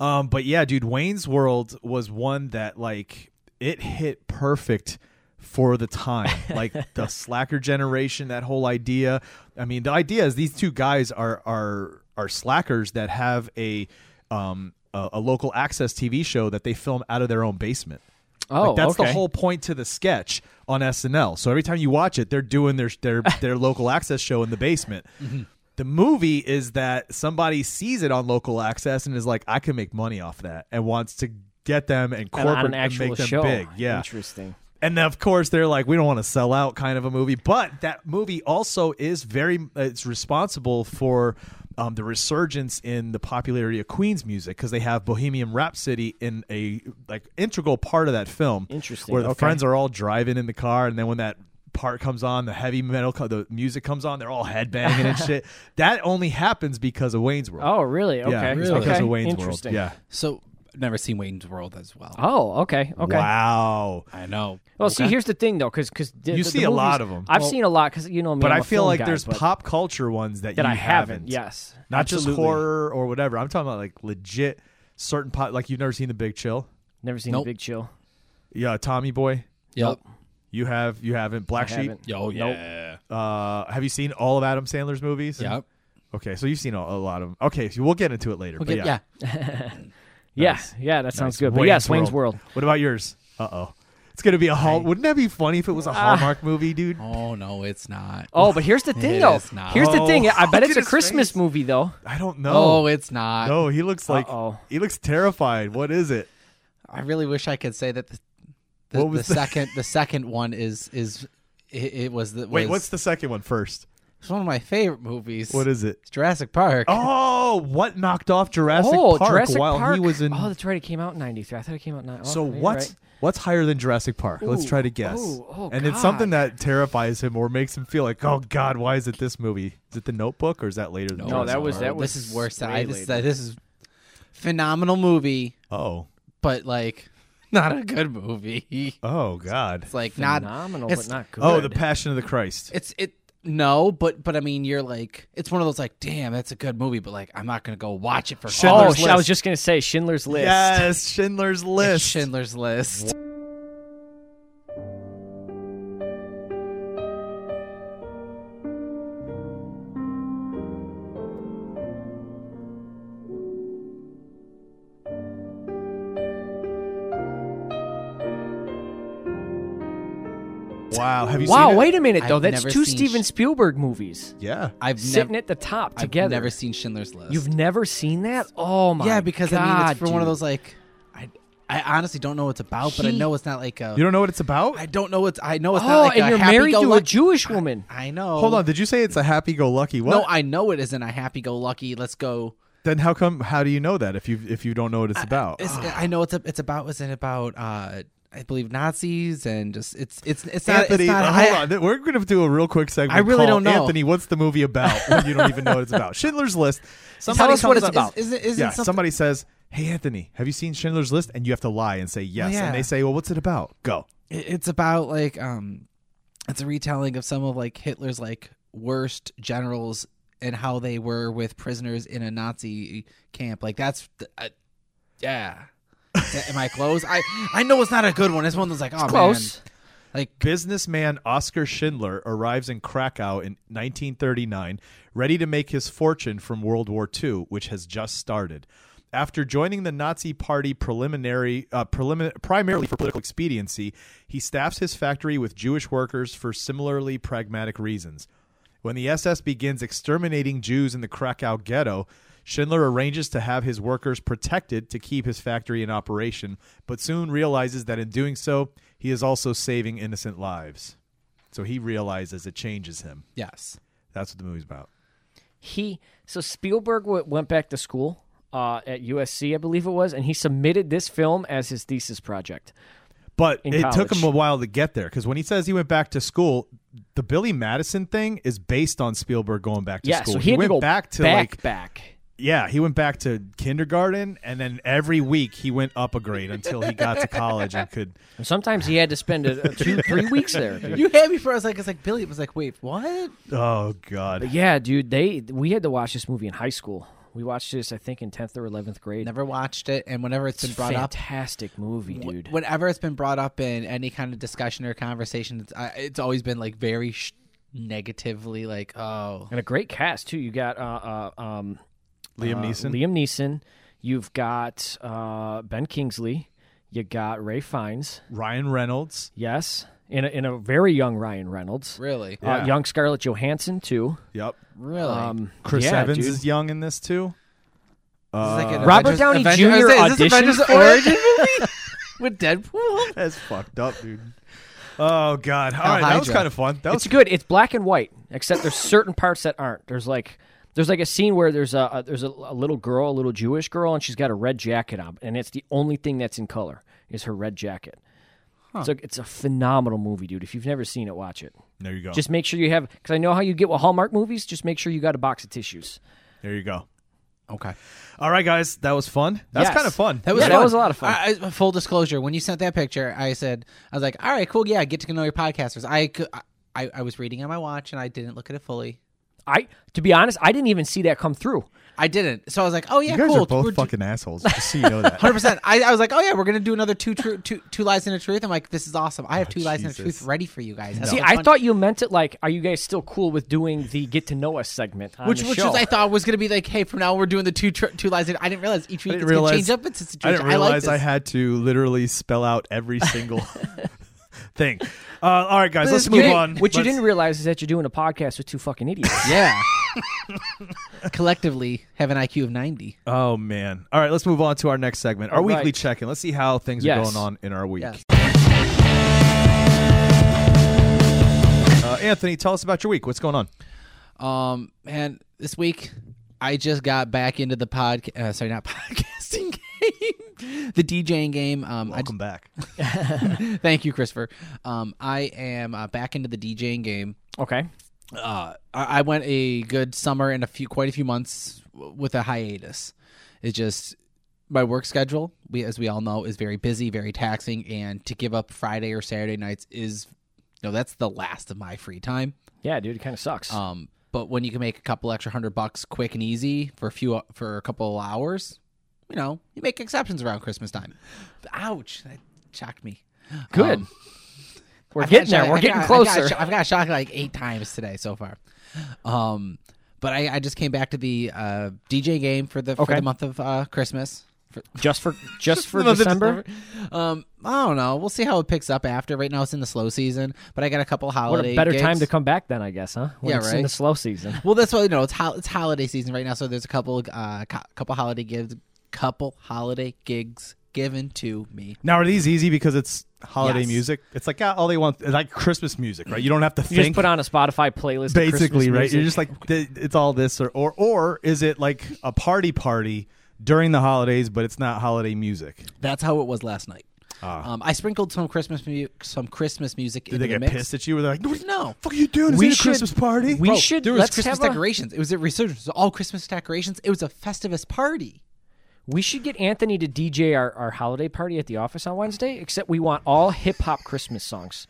Speaker 1: Um, but yeah, dude, Wayne's World was one that like it hit perfect for the time, like the slacker generation. That whole idea. I mean, the idea is these two guys are are are slackers that have a um a, a local access TV show that they film out of their own basement.
Speaker 3: Oh,
Speaker 1: Like, that's
Speaker 3: okay.
Speaker 1: the whole point to the sketch on SNL. So every time you watch it, they're doing their their their local access show in the basement.
Speaker 3: Mm-hmm.
Speaker 1: The movie is that somebody sees it on local access and is like, I can make money off that, and wants to get them and
Speaker 3: And
Speaker 1: corporate
Speaker 3: on an actual
Speaker 1: and make them
Speaker 3: show.
Speaker 1: big. Yeah,
Speaker 3: interesting.
Speaker 1: and then, of course they're like we don't want to sell out kind of a movie but that movie also is very uh, it's responsible for um, the resurgence in the popularity of queen's music because they have bohemian rhapsody in a like integral part of that film
Speaker 3: Interesting,
Speaker 1: where the
Speaker 3: okay.
Speaker 1: friends are all driving in the car and then when that part comes on the heavy metal co- the music comes on they're all headbanging and shit that only happens because of wayne's world
Speaker 3: Oh, really? Okay,
Speaker 1: yeah it's
Speaker 3: okay.
Speaker 1: because of wayne's world
Speaker 3: Interesting.
Speaker 1: yeah
Speaker 2: So I've never seen Wayne's World as well.
Speaker 1: Uh-huh.
Speaker 3: Oh, okay, okay.
Speaker 1: wow
Speaker 2: I know.
Speaker 3: Well, see, here's the thing though, because because
Speaker 1: You see a lot of 'em.
Speaker 3: I've
Speaker 1: Well-
Speaker 3: seen a lot because you know me.
Speaker 1: but i
Speaker 3: I'm a
Speaker 1: feel
Speaker 3: film
Speaker 1: like
Speaker 3: guy,
Speaker 1: there's
Speaker 3: but
Speaker 1: pop culture ones that,
Speaker 3: that
Speaker 1: you
Speaker 3: I haven't. Yes,
Speaker 1: not just
Speaker 3: Absolutely.
Speaker 1: horror or whatever. I'm talking about like legit certain pot. Like you've never seen The Big Chill.
Speaker 3: Never seen
Speaker 2: Nope.
Speaker 3: the Big Chill.
Speaker 1: Yeah, Tommy Boy.
Speaker 2: Yep.
Speaker 1: You have you haven't Black Sheep.
Speaker 3: haven't.
Speaker 2: Yo, yeah.
Speaker 1: Uh, have you seen all of Adam Sandler's movies?
Speaker 2: Yep.
Speaker 1: Okay, so you've seen a, a lot of them. Okay, so we'll get into it later.
Speaker 2: We'll
Speaker 1: but
Speaker 2: get, yeah.
Speaker 3: Yeah,
Speaker 1: Nice.
Speaker 3: yeah, that sounds
Speaker 1: Nice.
Speaker 3: good. But yes, Wayne's World.
Speaker 1: What about yours? Uh oh, it's gonna be a hall. Wouldn't that be funny if it
Speaker 3: Ah.
Speaker 1: was a Hallmark movie, dude?
Speaker 2: Oh no, it's not.
Speaker 3: Oh, but here's the thing
Speaker 2: It
Speaker 3: though.
Speaker 2: is not.
Speaker 3: Here's the thing.
Speaker 1: Oh,
Speaker 3: I bet
Speaker 1: look
Speaker 3: it's
Speaker 1: at
Speaker 3: a
Speaker 1: his
Speaker 3: Christmas
Speaker 1: face.
Speaker 3: movie though.
Speaker 1: I don't
Speaker 2: Oh,
Speaker 1: know.
Speaker 2: it's not.
Speaker 1: no, he looks like
Speaker 3: Uh-oh.
Speaker 1: he looks terrified. What is it?
Speaker 2: I really wish I could say that the the,
Speaker 1: What was
Speaker 2: the
Speaker 1: the-
Speaker 2: second the second one is is it, it was the
Speaker 1: Wait,
Speaker 2: was-
Speaker 1: what's the second one first?
Speaker 2: it's one of my favorite movies.
Speaker 1: What is it?
Speaker 2: It's Jurassic Park?
Speaker 1: Oh, what knocked off Jurassic
Speaker 3: oh,
Speaker 1: Park
Speaker 3: Jurassic
Speaker 1: while
Speaker 3: Park.
Speaker 1: he was in?
Speaker 3: Oh, that's right. It came out in '93. I thought it came out in. 90
Speaker 1: So
Speaker 3: oh, you're
Speaker 1: what's
Speaker 3: right.
Speaker 1: what's higher than Jurassic Park? Let's
Speaker 3: Ooh,
Speaker 1: try to guess.
Speaker 3: oh, oh,
Speaker 1: and it's something
Speaker 3: God.
Speaker 1: that terrifies him or makes him feel like, oh God, why is it this movie? Is it The Notebook or is that later? Than
Speaker 3: No, that was that
Speaker 2: this
Speaker 3: was.
Speaker 2: is worse. than
Speaker 3: way
Speaker 2: I this,
Speaker 3: later.
Speaker 2: this is phenomenal movie,
Speaker 1: Oh,
Speaker 2: but like not a good movie.
Speaker 1: oh God.
Speaker 2: It's like
Speaker 3: phenomenal,
Speaker 2: not it's,
Speaker 3: but not good.
Speaker 1: Oh, The Passion of the Christ.
Speaker 2: It's it no, but but I mean you're like it's one of those like damn that's a good movie, but like I'm not gonna go watch it for
Speaker 1: Schindler's
Speaker 3: oh, sh- I was
Speaker 1: List.
Speaker 3: just gonna say Schindler's List.
Speaker 1: Yes, Schindler's
Speaker 2: It's
Speaker 1: List.
Speaker 2: Schindler's List.
Speaker 1: Wow, have you
Speaker 3: Wow,
Speaker 1: seen
Speaker 3: wait a minute though.
Speaker 2: I've
Speaker 3: That's
Speaker 2: never
Speaker 3: two
Speaker 2: seen
Speaker 3: Steven
Speaker 2: Sch-
Speaker 3: Spielberg movies
Speaker 1: it? Yeah.
Speaker 2: I've
Speaker 3: sitting
Speaker 2: never
Speaker 3: at the top
Speaker 2: I've
Speaker 3: together.
Speaker 2: never seen Schindler's List.
Speaker 3: You've never seen that? Oh my!
Speaker 2: yeah, because
Speaker 3: God,
Speaker 2: I mean it's for one of
Speaker 3: dude.
Speaker 2: those like I I honestly don't know what it's about, but I
Speaker 3: He-
Speaker 2: know it's not like a
Speaker 1: You don't know what it's about?
Speaker 2: I don't know what's I know it's
Speaker 3: Oh,
Speaker 2: not like
Speaker 3: and
Speaker 2: a
Speaker 3: you're
Speaker 2: happy
Speaker 3: married
Speaker 2: go
Speaker 3: to a
Speaker 2: lucky.
Speaker 3: Jewish woman.
Speaker 2: I know.
Speaker 1: Hold on. Did you say it's a happy-go-lucky? What?
Speaker 2: No, I know it isn't a happy go lucky. Let's go.
Speaker 1: then how come? How do you know that if you if you don't know what it's about?
Speaker 2: It's, I know it's a, it's about isn't it about uh I believe Nazis and just it's it's it's not
Speaker 1: Anthony,
Speaker 2: it's not
Speaker 1: uh,
Speaker 2: I-
Speaker 1: hold on. Th- We're going to do a real quick segment.
Speaker 2: I really
Speaker 1: called
Speaker 2: don't know.
Speaker 1: Anthony, what's the movie about when you don't even know what it's about? Schindler's List. Somebody
Speaker 2: us what
Speaker 1: comes
Speaker 2: it's
Speaker 1: up-
Speaker 2: about. Is- is- isn't
Speaker 1: yeah,
Speaker 2: something-
Speaker 1: somebody says, "Hey, Anthony, have you seen Schindler's List?" And you have to lie and say yes.
Speaker 2: Oh, yeah.
Speaker 1: And they say, "Well, what's it about?" Go.
Speaker 2: it- it's about like um it's a retelling of some of like hitler's like worst generals and how they were with prisoners in a nazi camp like that's th- uh, yeah A- am i close i i know it's not a good one it's one that's like oh
Speaker 3: Close.
Speaker 2: man like
Speaker 1: Businessman Oscar Schindler arrives in Krakow in 1939, ready to make his fortune from World War II, which has just started. After joining the Nazi Party preliminary, uh, prelimin- primarily for political expediency, he staffs his factory with Jewish workers for similarly pragmatic reasons. When the SS begins exterminating Jews in the Krakow ghetto, Schindler arranges to have his workers protected to keep his factory in operation, but soon realizes that in doing so, he is also saving innocent lives. So he realizes it changes him.
Speaker 2: Yes.
Speaker 1: That's what the movie's about.
Speaker 3: he so Spielberg w- went back to school uh, at USC, I believe it was, and he submitted this film as his thesis project.
Speaker 1: But
Speaker 3: In
Speaker 1: it took
Speaker 3: college.
Speaker 1: him a while to get there because when he says he went back to school, the Billy Madison thing is based on Spielberg going back to
Speaker 3: yeah,
Speaker 1: school.
Speaker 3: so he, had
Speaker 1: went
Speaker 3: to go
Speaker 1: back to
Speaker 3: back
Speaker 1: like
Speaker 3: back.
Speaker 1: yeah, he went back to kindergarten and then every week he went up a grade until he got to college and could
Speaker 3: And sometimes he had to spend a, a two three weeks there. dude.
Speaker 2: You had me for I was like, it's like Billy was like, wait, what?
Speaker 1: oh
Speaker 3: But
Speaker 1: god.
Speaker 3: yeah, dude, they we had to watch this movie in high school. We watched this, I think, in tenth or eleventh grade.
Speaker 2: Never watched it, and whenever it's been
Speaker 3: It's
Speaker 2: brought up,
Speaker 3: fantastic movie, dude.
Speaker 2: whenever it's been brought up in any kind of discussion or conversation, it's, I, it's always been like very sh- negatively, like, oh,
Speaker 3: and a great cast too. You got uh, uh, um,
Speaker 1: Liam
Speaker 3: uh,
Speaker 1: Neeson.
Speaker 3: Liam Neeson. You've got uh, Ben Kingsley. You got Ray Fiennes.
Speaker 1: Ryan Reynolds.
Speaker 3: Yes, in a, in a very young Ryan Reynolds.
Speaker 2: really,
Speaker 1: Yeah.
Speaker 3: Uh, young Scarlett Johansson too.
Speaker 1: Yep.
Speaker 2: really.
Speaker 3: Um,
Speaker 1: Chris
Speaker 3: yeah,
Speaker 1: Evans
Speaker 3: dude.
Speaker 1: is young in this too. Uh,
Speaker 2: This is like an
Speaker 3: Robert Downey
Speaker 2: Avengers- I was
Speaker 3: Jr.
Speaker 2: gonna say, is this
Speaker 3: auditions
Speaker 2: Avengers
Speaker 3: for it?
Speaker 2: origin movie with Deadpool.
Speaker 1: that's fucked up, dude. Oh god. All right, that was
Speaker 2: Hydra.
Speaker 1: kind of fun. That was
Speaker 3: It's good. It's black and white, except there's certain parts that aren't. There's like there's like a scene where there's a, a there's a, a little girl, a little Jewish girl, and she's got a red jacket on, and it's the only thing that's in color is her red jacket. So it's a phenomenal movie, dude. If you've never seen it, watch
Speaker 2: Oh.
Speaker 3: it.
Speaker 1: There you go.
Speaker 3: Just make sure you have, because I know how you get with Hallmark movies. Just make sure you got a box of tissues.
Speaker 1: there you go.
Speaker 2: Okay,
Speaker 1: All right, guys, that was fun. That's
Speaker 3: Yes.
Speaker 1: kind of fun.
Speaker 2: that was
Speaker 3: Yeah, that
Speaker 2: fun.
Speaker 3: was a lot of fun.
Speaker 2: I, I- full disclosure, when you sent that picture, I said, I was like, all right, cool, yeah, get to know your podcasters. I cou- I- I, I was reading on my watch and I didn't look at it fully.
Speaker 3: I, to be honest, I didn't even see that come through.
Speaker 2: I didn't. So I was like, oh yeah,
Speaker 1: you guys
Speaker 2: cool.
Speaker 1: are both
Speaker 2: We're
Speaker 1: fucking assholes. Just so you know that.
Speaker 2: Hundred percent. I, I was like, oh yeah, we're gonna do another two true two two lies and a truth. I'm like, this is awesome. I have two lies and a
Speaker 1: Jesus.
Speaker 2: truth ready for you guys. That's
Speaker 3: See,
Speaker 2: so
Speaker 3: I
Speaker 2: fun.
Speaker 3: thought you meant it like, are you guys still cool with doing the get to know us segment? On
Speaker 2: which
Speaker 3: the
Speaker 2: which
Speaker 3: show?
Speaker 2: was, I thought was gonna be like, hey, from now on, we're doing the two tr- two lies. And I didn't realize each
Speaker 1: I
Speaker 2: week
Speaker 1: didn't
Speaker 2: it's
Speaker 1: realize.
Speaker 2: gonna change up its situation.
Speaker 1: I didn't
Speaker 2: like
Speaker 1: realize
Speaker 2: this.
Speaker 1: I, had to literally spell out every single thing. Uh, all right, guys,
Speaker 2: But
Speaker 1: let's
Speaker 2: it's
Speaker 1: move
Speaker 2: great.
Speaker 1: on.
Speaker 3: What you
Speaker 1: Let's-
Speaker 3: didn't realize is that you're doing a podcast with two fucking idiots.
Speaker 2: yeah. Collectively have an IQ of ninety.
Speaker 1: Oh man! All right, let's move on to our next segment, our
Speaker 3: All right.
Speaker 1: weekly check-in. Let's see how things are
Speaker 3: Yes.
Speaker 1: going on in our week.
Speaker 2: Yes.
Speaker 1: Uh, Anthony, tell us about your week. What's going on?
Speaker 2: Um, man, this week I just got back into the podcast. Uh, sorry, not podcasting game, the DJing game. Um, I
Speaker 1: Welcome back.
Speaker 2: Thank you, Christopher. Um, I am uh, back into the DJing game.
Speaker 3: Okay.
Speaker 2: Uh, I, I went a good summer and a few, quite a few months w- with a hiatus. It's just my work schedule, we, as we all know, is very busy, very taxing, and to give up Friday or Saturday nights is no, that's the last of my free time.
Speaker 3: Yeah, dude, it kind of sucks.
Speaker 1: Uh,
Speaker 2: Um, but when you can make a couple extra hundred bucks quick and easy for a few for a couple of hours, you know, you make exceptions around Christmas time. Ouch, that shocked me.
Speaker 3: Good.
Speaker 2: Um,
Speaker 3: We're
Speaker 2: I've
Speaker 3: getting
Speaker 2: got
Speaker 3: there.
Speaker 2: shot-
Speaker 3: We're
Speaker 2: I've
Speaker 3: getting
Speaker 2: got- I've
Speaker 3: closer.
Speaker 2: got, sho- I've got shocked like eight times today so far. Um, but I, I just came back to the uh, DJ game for the for
Speaker 3: Okay.
Speaker 2: the month of uh, Christmas. For,
Speaker 3: just for just for
Speaker 2: month of
Speaker 3: December.
Speaker 2: um, I don't know. We'll see how it picks up after. Right now it's in the slow season, but I got a couple
Speaker 3: What
Speaker 2: holiday.
Speaker 3: a better time
Speaker 2: gigs.
Speaker 3: to come back then, I guess, huh? When
Speaker 2: Yeah,
Speaker 3: it's in
Speaker 2: right.
Speaker 3: the slow season.
Speaker 2: Well, that's what you know. It's ho- it's holiday season right now, so there's a couple uh co- couple holiday gigs, couple holiday gigs given to me.
Speaker 1: Now, are these easy because it's holiday
Speaker 2: Yes.
Speaker 1: music? It's like yeah, all they want, like Christmas music, right? You don't have to
Speaker 3: You
Speaker 1: think.
Speaker 3: just put on a Spotify playlist. of Christmas
Speaker 1: basically right
Speaker 3: music.
Speaker 1: you're just like th- it's all this or, or or is it like a party party during the holidays but it's not holiday music
Speaker 2: That's how it was last night.
Speaker 3: Ah.
Speaker 2: Um, I sprinkled some Christmas mu- some Christmas music.
Speaker 1: did they get pissed at you were they like what
Speaker 2: No.
Speaker 1: the fuck are you doing is
Speaker 3: We
Speaker 1: it a
Speaker 3: should-
Speaker 1: christmas party
Speaker 3: we
Speaker 2: Bro,
Speaker 3: should
Speaker 2: There was
Speaker 3: let's
Speaker 2: Christmas
Speaker 3: have a-
Speaker 2: decorations. It was a resurgence. It was all Christmas decorations. It was a festivus party.
Speaker 3: we should get Anthony to DJ our, our holiday party at the office on Wednesday. Except we want all hip hop Christmas songs.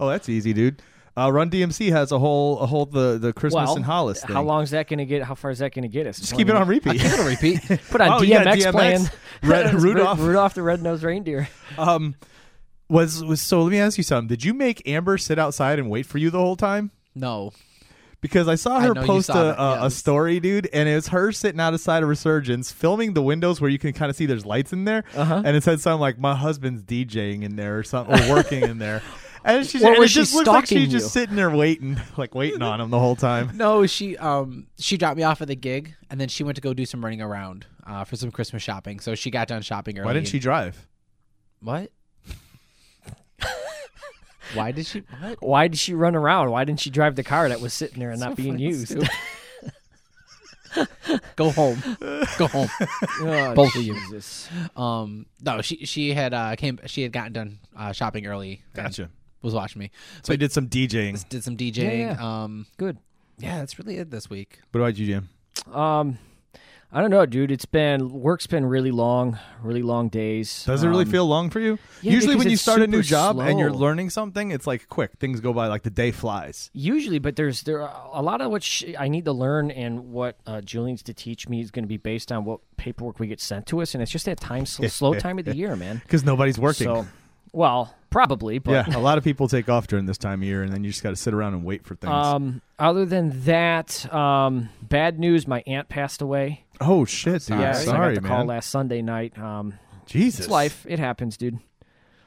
Speaker 1: oh that's easy dude uh, run dmc has a whole a whole the the christmas
Speaker 3: well,
Speaker 1: and hollis thing
Speaker 3: how long is that going to get? How far is that going to get us?
Speaker 1: just keep it on repeat
Speaker 2: I don't repeat.
Speaker 3: Put on
Speaker 1: Oh, you got
Speaker 3: DMX,
Speaker 1: DMX,
Speaker 3: playing
Speaker 1: Red- Rudolph.
Speaker 3: Rudolph the Red Nosed Reindeer.
Speaker 1: um was was so let me ask you something did you make amber sit outside and wait for you the whole time
Speaker 2: No.
Speaker 1: because I saw her
Speaker 2: know you
Speaker 1: post
Speaker 2: saw
Speaker 1: a,
Speaker 2: that,
Speaker 1: a, a
Speaker 2: yes.
Speaker 1: story, dude, and it's her sitting outside of Resurgence, filming the windows where you can kind of see there's lights in there, uh-huh. and it said something like "My husband's DJing in there" or something, or working in there. And, she's,
Speaker 3: Or
Speaker 1: and it
Speaker 3: was she
Speaker 1: just looks like
Speaker 3: stalking
Speaker 1: she's
Speaker 3: you?
Speaker 1: just sitting there waiting, like waiting on him the whole time.
Speaker 2: No, she um she dropped me off at the gig, and then she went to go do some running around uh, for some Christmas shopping. So she got done shopping early.
Speaker 1: Why didn't
Speaker 2: and-
Speaker 1: she drive?
Speaker 2: What? Why did she? What?
Speaker 3: Why did she run around? Why didn't she drive the car that was sitting there and not being
Speaker 2: fucking
Speaker 3: used?
Speaker 2: stupid. Go home. Go home.
Speaker 3: Both of you.
Speaker 2: Um, no, she she had uh came she had gotten done uh, shopping early. and
Speaker 1: Gotcha.
Speaker 2: Was watching me.
Speaker 1: So he did some DJing.
Speaker 2: Did some DJing.
Speaker 3: Yeah,
Speaker 2: Um,
Speaker 3: Good.
Speaker 2: yeah, that's really it this week.
Speaker 1: But why'd you jam?
Speaker 3: Um, I don't know, dude. It's been work's been really long, really long days.
Speaker 1: Does it really
Speaker 3: Um,
Speaker 1: feel long for you?
Speaker 3: yeah,
Speaker 1: Usually,
Speaker 3: because
Speaker 1: when you
Speaker 3: it's
Speaker 1: start a new
Speaker 3: super
Speaker 1: job and you're
Speaker 3: slow.
Speaker 1: learning something, it's like quick. Things go by like the day flies.
Speaker 3: Usually, but there's there are a lot of what sh- I need to learn and what uh, Julian's to teach me is going to be based on what paperwork we get sent to us, and it's just that time slow, slow time of the year, man.
Speaker 1: Because nobody's working.
Speaker 3: So, well, probably, but
Speaker 1: yeah, a lot of people take off during this time of year, and then you just got to sit around and wait for things.
Speaker 3: um, other than that, um, bad news. My aunt passed away.
Speaker 1: oh shit, dude!
Speaker 3: Yeah, so I
Speaker 1: Sorry,
Speaker 3: got the
Speaker 1: man.
Speaker 3: call last Sunday night. Um,
Speaker 1: Jesus,
Speaker 3: it's life. It happens, dude.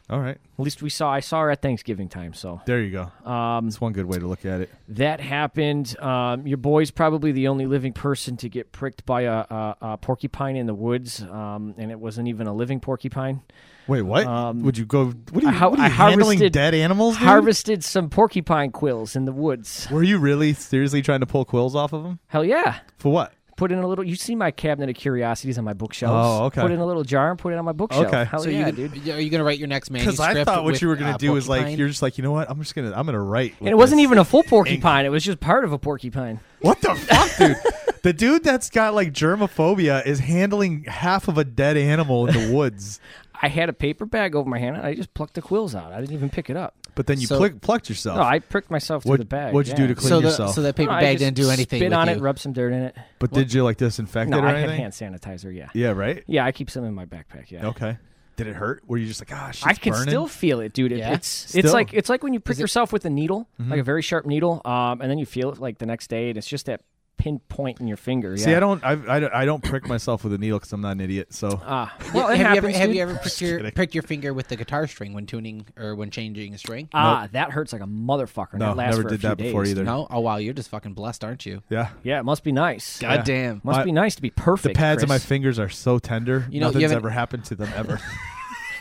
Speaker 1: All right,
Speaker 3: At least we saw. I saw her at Thanksgiving time, so
Speaker 1: there you go.
Speaker 3: um,
Speaker 1: That's one good way to look at it.
Speaker 3: that happened. Um, your boy's probably the only living person to get pricked by a, a, a porcupine in the woods, um, and it wasn't even a living porcupine.
Speaker 1: Wait, what?
Speaker 3: Um,
Speaker 1: would you go? What are you,
Speaker 3: I har-
Speaker 1: what are
Speaker 3: I
Speaker 1: you handling
Speaker 3: harvested-
Speaker 1: dead animals? Dude?
Speaker 3: Harvested some porcupine quills in the woods.
Speaker 1: Were you really seriously trying to pull quills off of them?
Speaker 3: Hell yeah!
Speaker 1: For what?
Speaker 3: Put in a little. You see my cabinet of curiosities on my bookshelves.
Speaker 1: Oh, okay.
Speaker 3: Put in a little jar and put it on my bookshelf.
Speaker 1: Okay.
Speaker 3: Hell
Speaker 2: So
Speaker 3: yeah,
Speaker 2: you
Speaker 3: dude.
Speaker 2: dude. Are you gonna write your next manuscript?
Speaker 1: Because I thought what
Speaker 2: with,
Speaker 1: you were gonna
Speaker 2: uh,
Speaker 1: do is like
Speaker 2: porcupine?
Speaker 1: you're just like you know what I'm just gonna I'm gonna write.
Speaker 3: And it wasn't even a full porcupine. It was just part of a porcupine.
Speaker 1: What the fuck, dude? The dude that's got like germophobia is handling half of a dead animal in the woods.
Speaker 3: I had a paper bag over my hand, and I just plucked the quills out. I didn't even pick it up.
Speaker 1: But then you
Speaker 2: So-
Speaker 1: pluck- plucked yourself.
Speaker 3: No, I pricked myself through
Speaker 1: What-
Speaker 3: the bag.
Speaker 1: Oh. what'd you do
Speaker 3: yeah.
Speaker 1: to clean
Speaker 2: so the
Speaker 1: yourself?
Speaker 2: so that paper
Speaker 3: I
Speaker 2: bag
Speaker 3: just
Speaker 2: didn't do anything.
Speaker 3: Spit
Speaker 2: with
Speaker 3: on
Speaker 2: you.
Speaker 3: it, rub some dirt in it.
Speaker 1: but did you like disinfect
Speaker 3: No,
Speaker 1: it or
Speaker 3: I had
Speaker 1: anything?
Speaker 3: hand sanitizer. Yeah.
Speaker 1: Yeah, right.
Speaker 3: yeah, I keep some in my backpack. Yeah,
Speaker 1: Okay. Did it hurt? Were you just like, ah, shit's
Speaker 3: I can
Speaker 1: burning?
Speaker 3: still feel it, dude. It,
Speaker 2: Yeah?
Speaker 3: It's
Speaker 1: Still. Mm-hmm.
Speaker 3: it's like it's like when you prick yourself with a needle, like a very sharp needle, um, and then you feel it like the next day, and it's just that pinpoint in your finger.
Speaker 1: See,
Speaker 3: yeah.
Speaker 1: I don't, I, I, don't- I don't prick myself with a needle because I'm not an idiot. So
Speaker 3: Ah, well,
Speaker 2: Well,
Speaker 3: it
Speaker 2: have,
Speaker 3: happens.
Speaker 2: you ever, have
Speaker 3: dude.
Speaker 2: you ever pricked your,
Speaker 1: kidding.
Speaker 2: pricked your finger with the guitar string when tuning or when changing a string?
Speaker 3: Ah, that hurts like a motherfucker. and
Speaker 1: no,
Speaker 3: that lasts
Speaker 1: never
Speaker 3: for a
Speaker 1: did
Speaker 3: few
Speaker 1: that before
Speaker 3: days.
Speaker 1: either.
Speaker 2: No. Oh wow, you're just fucking blessed, aren't you?
Speaker 1: Yeah,
Speaker 3: Yeah, it must be nice.
Speaker 1: God Yeah.
Speaker 2: damn.
Speaker 3: Must
Speaker 1: My-
Speaker 3: be nice to be
Speaker 1: the
Speaker 3: perfect.
Speaker 1: pads of my
Speaker 3: Chris.
Speaker 1: fingers are so tender.
Speaker 2: You know, you
Speaker 1: Nothing's
Speaker 2: haven't-
Speaker 1: ever happened to them ever.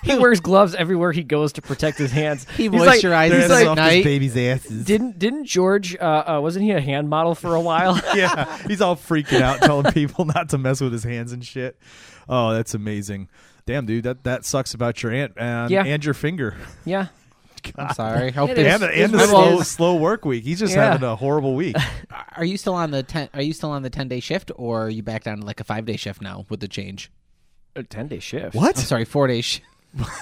Speaker 3: he wears gloves everywhere he goes to protect his hands.
Speaker 2: He
Speaker 3: He's like-
Speaker 2: moisturizes
Speaker 1: They're
Speaker 2: He's
Speaker 1: as
Speaker 2: like-
Speaker 1: soft as
Speaker 2: night-
Speaker 1: babies' asses.
Speaker 3: Didn't didn't George? Uh, uh, wasn't he a hand model for a while?
Speaker 1: yeah, he's all freaking out, telling people not to mess with his hands and shit. Oh, that's amazing. Damn, dude, that, that sucks about your aunt and,
Speaker 3: Yeah.
Speaker 1: and your finger.
Speaker 3: yeah.
Speaker 2: I'm sorry. I hope
Speaker 3: It
Speaker 2: there's-
Speaker 1: and the, and the
Speaker 3: it's
Speaker 1: slow,
Speaker 3: ridiculous.
Speaker 1: slow work week. He's just
Speaker 3: Yeah.
Speaker 1: having a horrible week.
Speaker 2: Are you still on the ten? Are you still on the ten day shift, or are you back down to like a five day shift now with the change?
Speaker 3: A ten day shift.
Speaker 2: I'm
Speaker 1: What?
Speaker 2: sorry, four day shift.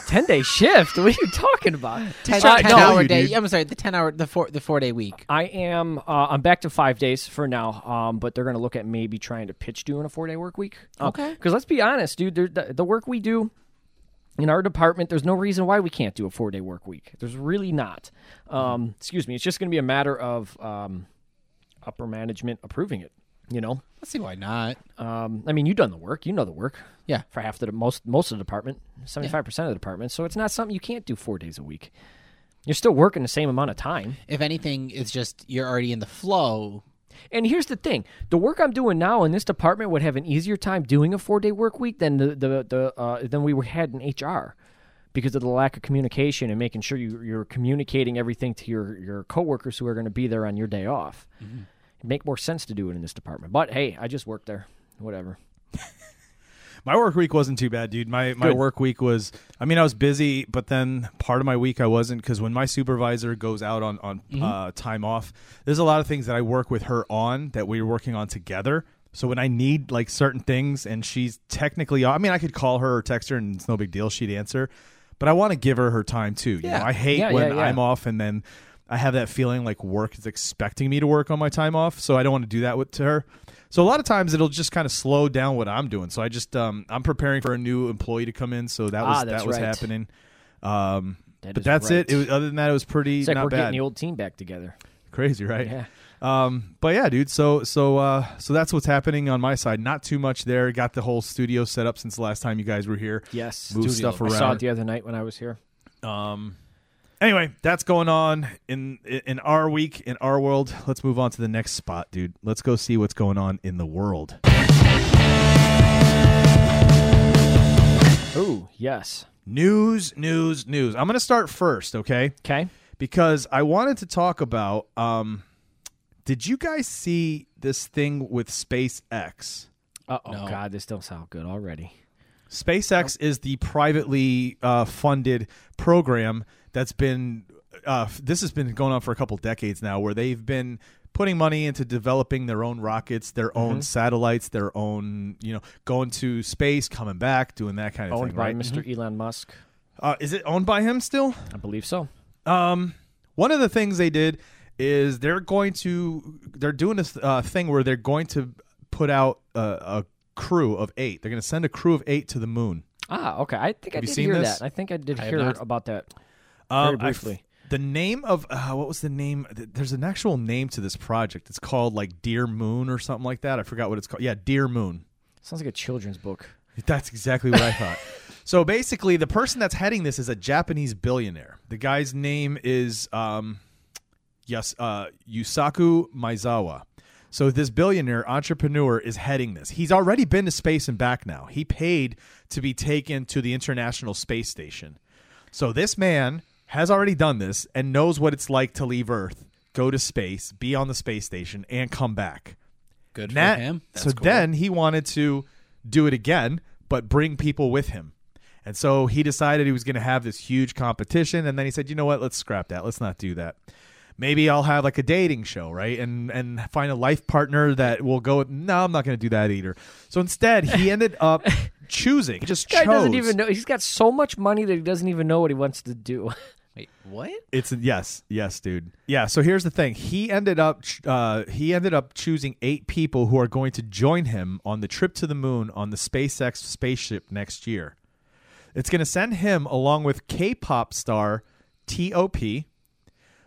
Speaker 3: Ten day shift? What are you talking about?
Speaker 2: Ten,
Speaker 3: Uh,
Speaker 2: ten
Speaker 3: no,
Speaker 2: hour
Speaker 1: you,
Speaker 2: day.
Speaker 1: dude.
Speaker 2: I'm sorry, the ten hour, the four, the four day week.
Speaker 3: I am. Uh, I'm back to five days for now. Um, but they're going to look at maybe trying to pitch doing a four day work week.
Speaker 2: Okay.
Speaker 3: Because let's be honest, dude. there- The, the work we do in our department, there's no reason why we can't do a four day work week. There's really not. Um, excuse me. It's just going to be a matter of um, upper management approving it. You know.
Speaker 2: Let's see why not.
Speaker 3: Um, I mean, you've done the work. You know the work.
Speaker 2: Yeah.
Speaker 3: For half the most most of the department, seventy five percent of the department. So it's not something you can't do four days a week. You're still working the same amount of time.
Speaker 2: If anything, it's just you're already in the flow.
Speaker 3: And here's the thing: the work I'm doing now in this department would have an easier time doing a four day work week than the the, the uh, than we had in HR, because of the lack of communication and making sure you, you're communicating everything to your your coworkers who are going to be there on your day off.
Speaker 1: Mm-hmm.
Speaker 3: It'd make more sense to do it in this department. But hey, I just work there. Whatever.
Speaker 1: My work week wasn't too bad, dude. My my
Speaker 3: Good.
Speaker 1: work week was I mean, I was busy, but then part of my week I wasn't cuz when my supervisor goes out on on
Speaker 3: Mm-hmm.
Speaker 1: uh, time off, there's a lot of things that I work with her on that we're working on together. So when I need like certain things and she's technically I mean, I could call her or text her and it's no big deal, she'd answer. But I want to give her her time too. You know, I hate
Speaker 3: Yeah, yeah,
Speaker 1: when
Speaker 3: yeah.
Speaker 1: I'm off and then I have that feeling like work is expecting me to work on my time off, so I don't want to do that with to her. So a lot of times it'll just kind of slow down what I'm doing. So I just um, I'm preparing for a new employee to come in, so that was
Speaker 3: Ah, that's
Speaker 1: that was
Speaker 3: right.
Speaker 1: happening. Um,
Speaker 3: That
Speaker 1: but
Speaker 3: is
Speaker 1: that's
Speaker 3: right.
Speaker 1: it. it was, other than that, it was pretty
Speaker 3: It's like
Speaker 1: not
Speaker 3: we're
Speaker 1: bad.
Speaker 3: getting the old team back together.
Speaker 1: Crazy, right?
Speaker 3: Yeah.
Speaker 1: Um, but yeah, dude. So so uh, so that's what's happening on my side. Not too much there. Got the whole studio set up since the last time you guys were here.
Speaker 3: Yes.
Speaker 1: move
Speaker 2: Studio.
Speaker 1: stuff
Speaker 3: I
Speaker 1: around.
Speaker 3: saw it the other night when I was here.
Speaker 1: Um, Anyway, that's going on in in our week in our world. Let's move on to the next spot, dude. Let's go see what's going on in the world.
Speaker 3: Ooh, yes.
Speaker 1: News, news, news. I'm going to start first, okay?
Speaker 3: Okay.
Speaker 1: Because I wanted to talk about um did you guys see this thing with SpaceX?
Speaker 3: Uh oh, God, this don't sound good already.
Speaker 1: SpaceX is the privately uh, funded program that's been. Uh, f- this has been going on for a couple decades now, where they've been putting money into developing their own rockets, their
Speaker 3: Mm-hmm.
Speaker 1: own satellites, their own, you know, going to space, coming back, doing that kind of
Speaker 3: Owned
Speaker 1: thing.
Speaker 3: by
Speaker 1: right?
Speaker 3: Mr. Elon Musk.
Speaker 1: Uh, is it owned by him still?
Speaker 3: I believe so.
Speaker 1: Um, one of the things they did is they're going to they're doing this uh, thing where they're going to put out a, a crew of eight. They're going to send a crew of eight to the moon.
Speaker 3: Ah, okay. I think I
Speaker 1: Have you
Speaker 3: did
Speaker 1: seen
Speaker 3: hear
Speaker 1: this?
Speaker 3: that. I think I did
Speaker 2: I have
Speaker 3: hear
Speaker 2: not.
Speaker 3: about that.
Speaker 1: Um,
Speaker 3: Very
Speaker 1: I f-
Speaker 3: briefly.
Speaker 1: the name of uh, what was the name? th- There's an actual name to this project. It's called like Dear Moon or something like that. I forgot what it's called. Yeah, Dear Moon.
Speaker 3: Sounds like a children's book.
Speaker 1: That's exactly what I thought. so basically, the person that's heading this is a Japanese billionaire. The guy's name is um, yes, uh, Yusaku Maizawa. So this billionaire entrepreneur is heading this. He's already been to space and back now. He paid to be taken to the International Space Station. So this man has already done this and knows what it's like to leave Earth, go to space, be on the space station, and come back.
Speaker 2: Good for
Speaker 1: Nat-
Speaker 2: him.
Speaker 1: so then he wanted to do it again, but bring people with him. And so he decided he was going to have this huge competition. And then he said, you know what? Let's scrap that. Let's not do that. Maybe I'll have like a dating show, right? And and find a life partner that will go. With, no, I'm not going to do that either. So instead, he ended up choosing. He Just
Speaker 3: Guy
Speaker 1: chose.
Speaker 3: doesn't even know. He's got so much money that he doesn't even know what he wants to do.
Speaker 2: Wait, what?
Speaker 1: It's yes, yes, dude. Yeah. So here's the thing. He ended up uh, he ended up choosing eight people who are going to join him on the trip to the moon on the SpaceX spaceship next year. It's going to send him along with K-pop star T.O.P.,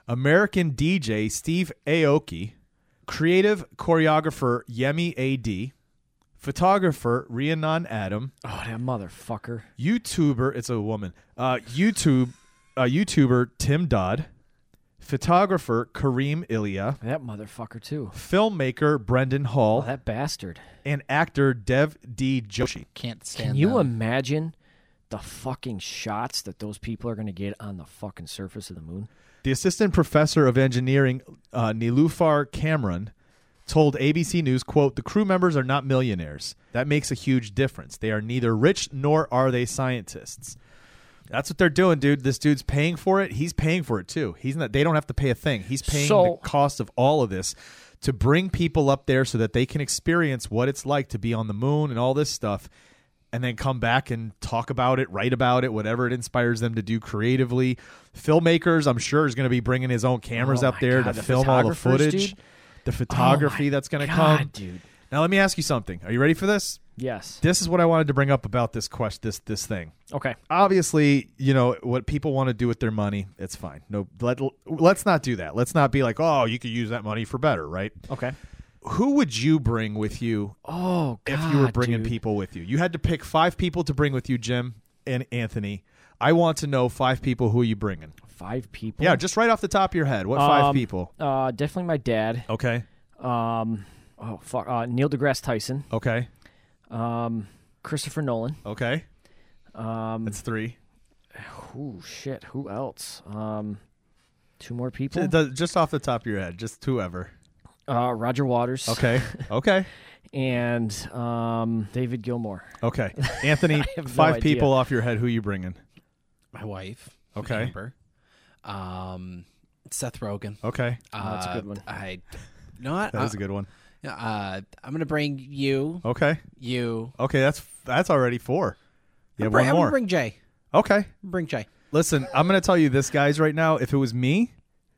Speaker 1: American DJ Steve Aoki, creative choreographer Yemi A.D., photographer Rhiannon Adam,
Speaker 3: Oh, that motherfucker.
Speaker 1: YouTuber, it's a woman. Uh, YouTube, uh, YouTuber Tim Dodd, photographer Kareem Ilya,
Speaker 3: That motherfucker, too.
Speaker 1: filmmaker Brendan Hall,
Speaker 3: Oh, that bastard.
Speaker 1: and actor Dev D Joshi.
Speaker 2: Can't stand.
Speaker 3: Can uh, you
Speaker 2: them.
Speaker 3: imagine the fucking shots that those people are going to get on the fucking surface of the moon?
Speaker 1: The assistant professor of engineering uh, Nilufar Cameron told ABC News, "quote The crew members are not millionaires. That makes a huge difference. They are neither rich nor are they scientists." That's what they're doing, dude. This dude's paying for it. He's paying for it too. He's not. They don't have to pay a thing. He's paying
Speaker 3: So-
Speaker 1: the cost of all of this to bring people up there so that they can experience what it's like to be on the moon and all this stuff, and then come back and talk about it, write about it, whatever it inspires them to do creatively. Filmmakers, I'm sure, is going to be bringing his own cameras
Speaker 3: Oh
Speaker 1: up
Speaker 3: my
Speaker 1: there
Speaker 3: God,
Speaker 1: to
Speaker 3: the
Speaker 1: film all the
Speaker 3: photographers,
Speaker 1: footage,
Speaker 3: dude.
Speaker 1: the photography that's going to
Speaker 3: Oh God,
Speaker 1: come.
Speaker 3: dude.
Speaker 1: Now, let me ask you something. Are you ready for this?
Speaker 3: Yes.
Speaker 1: This is what I wanted to bring up about this quest, this this thing
Speaker 3: Okay.
Speaker 1: obviously, you know what people want to do with their money. It's fine. No, let let's not do that. Let's not be like, oh, you could use that money for better, right?
Speaker 3: Okay.
Speaker 1: Who would you bring with you
Speaker 3: Oh, God.
Speaker 1: if you were bringing
Speaker 3: dude.
Speaker 1: people with you? You had to pick five people to bring with you, Jim and Anthony. I want to know five people. Who are you bringing?
Speaker 3: Five people.
Speaker 1: Yeah, just right off the top of your head, what five
Speaker 3: Um,
Speaker 1: people?
Speaker 3: Uh, definitely my dad.
Speaker 1: Okay,
Speaker 3: Um, oh fuck. Uh, Neil deGrasse Tyson.
Speaker 1: okay,
Speaker 3: Um, Christopher Nolan.
Speaker 1: okay.
Speaker 3: Um,
Speaker 1: That's three.
Speaker 3: oh shit. Who else? Um, two more people.
Speaker 1: J- th- Just off the top of your head, just whoever.
Speaker 3: Uh, Roger Waters.
Speaker 1: Okay, okay,
Speaker 3: And um, David Gilmore.
Speaker 1: okay. Anthony,
Speaker 3: have no
Speaker 1: five
Speaker 3: idea.
Speaker 1: people off your head. Who you bringing?
Speaker 2: My wife.
Speaker 1: Okay.
Speaker 2: Amber. Um, Seth Rogen.
Speaker 1: Okay,
Speaker 2: Uh,
Speaker 3: that's a good one.
Speaker 2: I. Not.
Speaker 1: that was a good one.
Speaker 2: Uh, I'm gonna bring you.
Speaker 1: Okay.
Speaker 2: You.
Speaker 1: Okay, that's that's already four. You have
Speaker 2: Bring-
Speaker 1: one
Speaker 2: I'm
Speaker 1: more.
Speaker 2: gonna bring Jay.
Speaker 1: okay.
Speaker 2: Bring Jay.
Speaker 1: Listen, I'm going to tell you this, guys, right now. If it was me,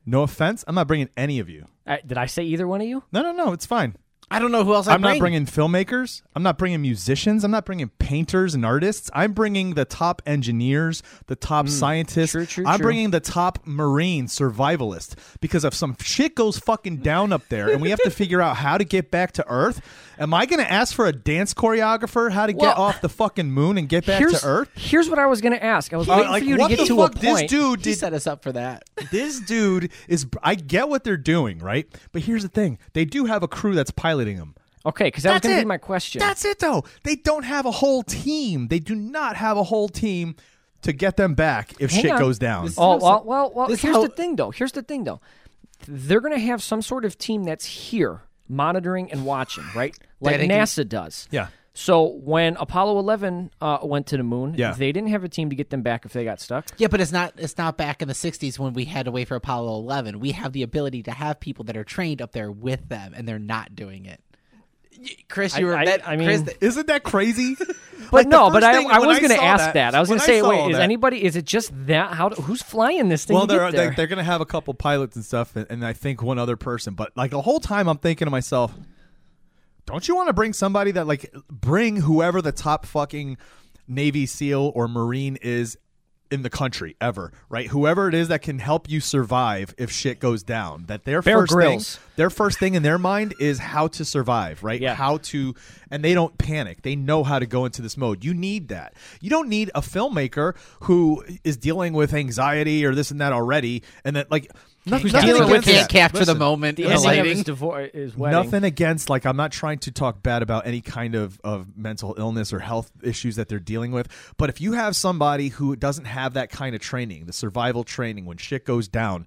Speaker 1: no offense, I'm not bringing any of you.
Speaker 3: I, did I say either one of you?
Speaker 1: No, no, no. It's fine.
Speaker 2: I don't know who else I
Speaker 1: I'm not bringing filmmakers. I'm not bringing musicians. I'm not bringing painters and artists. I'm bringing the top engineers, the top scientists.
Speaker 3: Hmm. True, true,
Speaker 1: I'm
Speaker 3: true.
Speaker 1: bringing the top marine survivalists because if some shit goes fucking down up there and we have to figure out how to get back to Earth, am I going to ask for a dance choreographer how to
Speaker 3: Well,
Speaker 1: get off the fucking moon and get back
Speaker 3: here's,
Speaker 1: to Earth?
Speaker 3: Here's what I was going to ask. I was
Speaker 1: Uh,
Speaker 3: waiting
Speaker 1: like,
Speaker 3: for you to
Speaker 1: what
Speaker 3: get
Speaker 1: the
Speaker 3: to
Speaker 1: fuck?
Speaker 3: a
Speaker 1: This
Speaker 3: point.
Speaker 1: dude
Speaker 2: He
Speaker 1: did
Speaker 2: set us up for that.
Speaker 1: this dude is i get what they're doing right but here's the thing they do have a crew that's piloting them
Speaker 3: okay, because that was going to be my question.
Speaker 1: that's it though they don't have a whole team they do not have a whole team to get them back if
Speaker 3: Hang
Speaker 1: shit
Speaker 3: on.
Speaker 1: goes down
Speaker 3: Oh well, well, well.
Speaker 2: this
Speaker 3: Here's
Speaker 2: is how-
Speaker 3: the thing, though. Here's the thing, though. They're going to have some sort of team that's here monitoring and watching, right? Like
Speaker 2: Dedicated-
Speaker 3: NASA does.
Speaker 1: Yeah.
Speaker 3: So when Apollo 11 uh, went to the moon,
Speaker 1: Yeah.
Speaker 3: they didn't have a team to get them back if they got stuck.
Speaker 2: Yeah, but it's not it's not back in the '60s when we had to wait for Apollo 11. We have the ability to have people that are trained up there with them, and they're not doing it. Y- Chris, you
Speaker 3: I-
Speaker 2: were
Speaker 3: I-
Speaker 2: that,
Speaker 3: I
Speaker 2: Chris,
Speaker 3: mean-
Speaker 2: th-
Speaker 1: isn't that crazy
Speaker 3: But no, but I, I was
Speaker 1: going to
Speaker 3: ask that. I was
Speaker 1: going
Speaker 3: going
Speaker 1: to
Speaker 3: to say, wait, is anybody? Is it just that? How? do- Who's flying this thing?
Speaker 1: well
Speaker 3: to
Speaker 1: they're,
Speaker 3: get there?
Speaker 1: they're, they're going to have a couple pilots and stuff and, and i think one other person but like the whole time i'm thinking to myself don't you want to bring somebody that like bring whoever the top fucking navy seal or marine is in the country ever right whoever it is that can help you survive if shit goes down that their
Speaker 3: Bear
Speaker 1: first
Speaker 3: Grylls.
Speaker 1: thing their first thing in their mind is how to survive right
Speaker 3: Yeah.
Speaker 1: how to and they don't panic they know how to go into this mode you need that you don't need a filmmaker who is dealing with anxiety or this and that already and that like nothing,
Speaker 2: who's
Speaker 1: nothing
Speaker 2: dealing with
Speaker 1: against that.
Speaker 2: can't capture
Speaker 1: Listen,
Speaker 2: the moment,
Speaker 3: the
Speaker 2: the,
Speaker 3: ending of
Speaker 2: lighting.
Speaker 3: his divorce is wedding.
Speaker 1: Nothing against like I'm not trying to talk bad about any kind of, of mental illness or health issues that they're dealing with, but if you have somebody who doesn't have that kind of training, the survival training when shit goes down,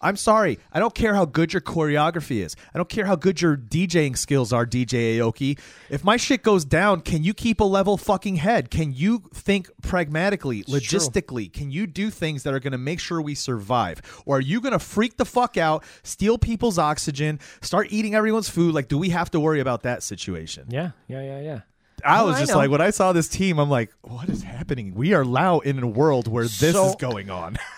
Speaker 1: I'm sorry. I don't care how good your choreography is. I don't care how good your DJing skills are, DJ Aoki. If my shit goes down, can you keep a level fucking head? Can you think pragmatically, logistically? Can you do things that are going to make sure we survive? Or are you going to freak the fuck out, steal people's oxygen, start eating everyone's food? Like, do we have to worry about that situation?
Speaker 3: Yeah, yeah, yeah, yeah.
Speaker 1: Oh, I
Speaker 3: No,
Speaker 1: was
Speaker 3: I
Speaker 1: just
Speaker 3: know.
Speaker 1: like, when I saw this team, I'm like, what is happening? We are now in a world where this
Speaker 3: So-
Speaker 1: is going on.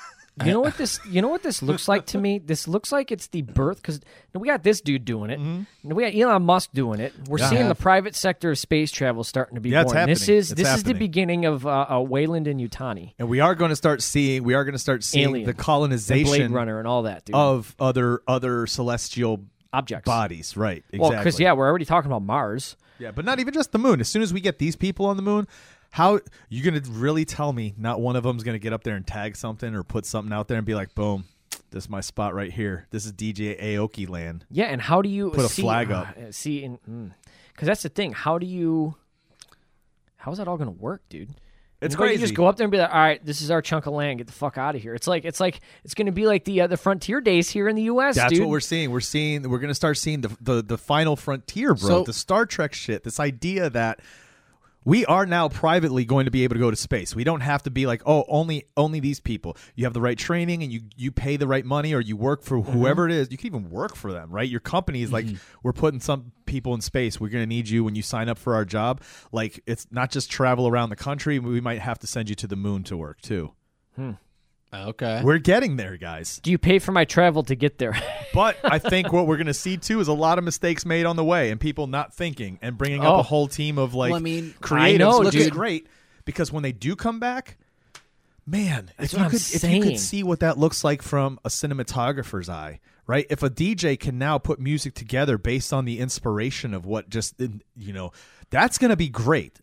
Speaker 3: You know what this? You know what this looks like to me? This looks like it's the birth because we got this dude doing it.
Speaker 1: Mm-hmm.
Speaker 3: and We got Elon Musk doing it. We're seeing the private sector of space travel starting to be
Speaker 1: Yeah, it's
Speaker 3: born. This
Speaker 1: happening.
Speaker 3: is
Speaker 1: It's
Speaker 3: this is the
Speaker 1: happening.
Speaker 3: beginning of uh, uh, Wayland and Utani,
Speaker 1: and we are going to start seeing, we are going to start seeing
Speaker 3: Alien.
Speaker 1: the
Speaker 3: and
Speaker 1: colonization
Speaker 3: Blade Runner, and all that dude.
Speaker 1: of other other celestial
Speaker 3: Objects.
Speaker 1: bodies, right? Exactly.
Speaker 3: well, Chris, yeah, we're already talking about Mars.
Speaker 1: yeah, but not even just the moon. As soon as we get these people on the moon, how you gonna really tell me not one of them's gonna get up there and tag something or put something out there and be like, boom, this is my spot right here. This is DJ Aoki land.
Speaker 3: Yeah, and how do you
Speaker 1: Put a
Speaker 3: see,
Speaker 1: flag up.
Speaker 3: uh, see, because that's the thing. How do you? How's that all going to work, dude?
Speaker 1: It's
Speaker 3: Anybody
Speaker 1: crazy.
Speaker 3: Just go up there and be like, "All right, this is our chunk of land. Get the fuck out of here." It's like it's like it's going to be like the uh, the frontier days here in the U.S.
Speaker 1: That's
Speaker 3: dude.
Speaker 1: what we're seeing. We're seeing we're gonna start seeing the the, the final frontier, bro.
Speaker 2: So-
Speaker 1: the Star Trek shit. This idea that we are now privately going to be able to go to space. We don't have to be like, oh, only only these people. You have the right training and you you pay the right money or you work for whoever it is. You can even work for them, right? Your company is like, we're putting some people in space. We're going to need you when you sign up for our job. Like it's not just travel around the country. We might have to send you to the moon to work too.
Speaker 2: Okay.
Speaker 1: We're getting there, guys.
Speaker 3: do you pay for my travel to get there?
Speaker 1: But I think what we're going to see too is a lot of mistakes made on the way and people not thinking and bringing up
Speaker 3: Oh.
Speaker 1: a whole team of like
Speaker 2: Well, I mean, I
Speaker 1: creatives,
Speaker 3: know,
Speaker 1: which is
Speaker 3: dude.
Speaker 1: great because when they do come back, man, if
Speaker 3: That's
Speaker 1: you,
Speaker 3: what I'm
Speaker 1: could, if you
Speaker 3: saying.
Speaker 1: could see what that looks like from a cinematographer's eye, right? If a DJ can now put music together based on the inspiration of what just, you know, that's going to be great.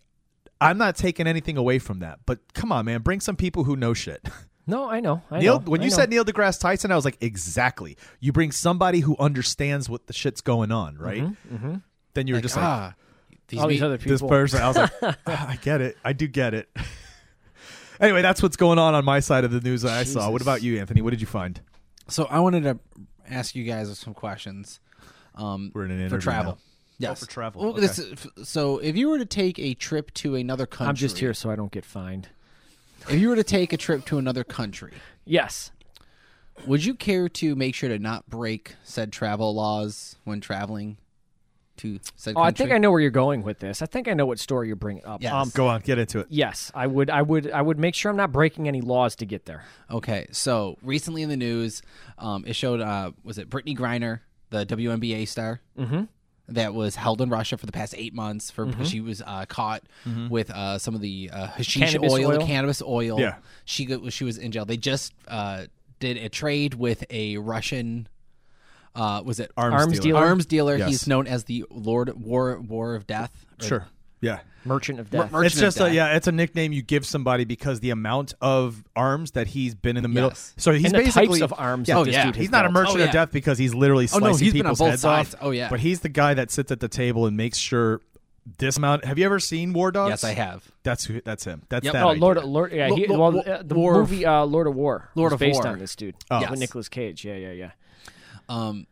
Speaker 1: I'm not taking anything away from that, but come on, man, bring some people who know shit.
Speaker 3: no, I know. I
Speaker 1: Neil,
Speaker 3: know,
Speaker 1: when
Speaker 3: I
Speaker 1: you
Speaker 3: know.
Speaker 1: said Neil deGrasse Tyson, I was like, exactly. You bring somebody who understands what the shit's going
Speaker 3: Mm-hmm,
Speaker 1: on, right? Then you were just like,
Speaker 2: ah, these
Speaker 3: all these
Speaker 2: me-
Speaker 3: other
Speaker 1: this
Speaker 3: people,
Speaker 1: person. I was like, ah, I get it. I do get it. anyway, that's what's going on on my side of the news that I saw. What about you, Anthony? What did you find?
Speaker 2: So I wanted to ask you guys some questions. Um,
Speaker 1: We're in an
Speaker 2: for
Speaker 1: interview
Speaker 2: travel.
Speaker 1: now. Oh,
Speaker 2: Yes,
Speaker 1: for travel.
Speaker 2: Well, this is- so if you were to take a trip to another country,
Speaker 3: I'm just here so I don't get fined.
Speaker 2: If you were to take a trip to another country,
Speaker 3: Yes.
Speaker 2: would you care to make sure to not break said travel laws when traveling to said
Speaker 3: Oh,
Speaker 2: country?
Speaker 3: I think I know where you're going with this. I think I know what story you're bringing up.
Speaker 2: Yes.
Speaker 3: Um,
Speaker 1: Go on, get into it.
Speaker 3: yes, I would. I would. I would make sure I'm not breaking any laws to get there.
Speaker 2: Okay, so recently in the news, um, it showed uh, was it Brittany Griner, the WNBA star, mm-hmm. that was held in Russia for the past eight months for
Speaker 1: Mm-hmm.
Speaker 2: she was uh, caught with uh, some of the uh, hashish
Speaker 3: Cannabis
Speaker 2: oil,
Speaker 3: oil?
Speaker 2: cannabis oil.
Speaker 1: Yeah.
Speaker 2: she go- she was in jail. They just uh, did a trade with a Russian. Uh, was it
Speaker 1: Arms,
Speaker 3: Arms
Speaker 1: dealer.
Speaker 3: dealer.
Speaker 2: arms dealer?
Speaker 1: Yes.
Speaker 2: He's known as the Lord War War of Death. or
Speaker 1: Sure. Yeah.
Speaker 3: Merchant of Death.
Speaker 2: Merchant
Speaker 1: it's just
Speaker 2: of
Speaker 1: a,
Speaker 2: Death.
Speaker 1: yeah, it's a nickname you give somebody because the amount of arms that he's been in the middle.
Speaker 2: Yes.
Speaker 1: So he's
Speaker 3: And the types
Speaker 1: basically
Speaker 3: of arms
Speaker 1: Yeah,
Speaker 3: that
Speaker 1: oh,
Speaker 3: this
Speaker 1: yeah.
Speaker 3: dude has
Speaker 1: he's not a
Speaker 3: dealt.
Speaker 1: merchant
Speaker 2: Oh, yeah.
Speaker 1: of death because he's literally
Speaker 2: Oh,
Speaker 1: slicing
Speaker 2: no, he's been on
Speaker 1: people's
Speaker 2: both
Speaker 1: heads
Speaker 2: sides.
Speaker 1: off.
Speaker 2: Oh, yeah.
Speaker 1: but he's the guy that sits at the table and makes sure this amount. Have you ever seen War Dogs?
Speaker 2: Yes, I have.
Speaker 1: That's who, that's him. That's
Speaker 2: Yep.
Speaker 1: that.
Speaker 3: Oh,
Speaker 1: idea.
Speaker 3: Lord, Lord, yeah,
Speaker 2: Lo-
Speaker 3: he,
Speaker 2: lo-
Speaker 3: well,
Speaker 2: lo-
Speaker 3: uh, the
Speaker 2: War of-
Speaker 3: movie uh, Lord of War,
Speaker 2: Lord
Speaker 3: was
Speaker 2: of
Speaker 3: based
Speaker 2: War.
Speaker 3: on this dude
Speaker 1: Oh.
Speaker 3: with
Speaker 2: Yes.
Speaker 3: Nicolas Cage. Yeah, yeah, yeah.
Speaker 2: Um,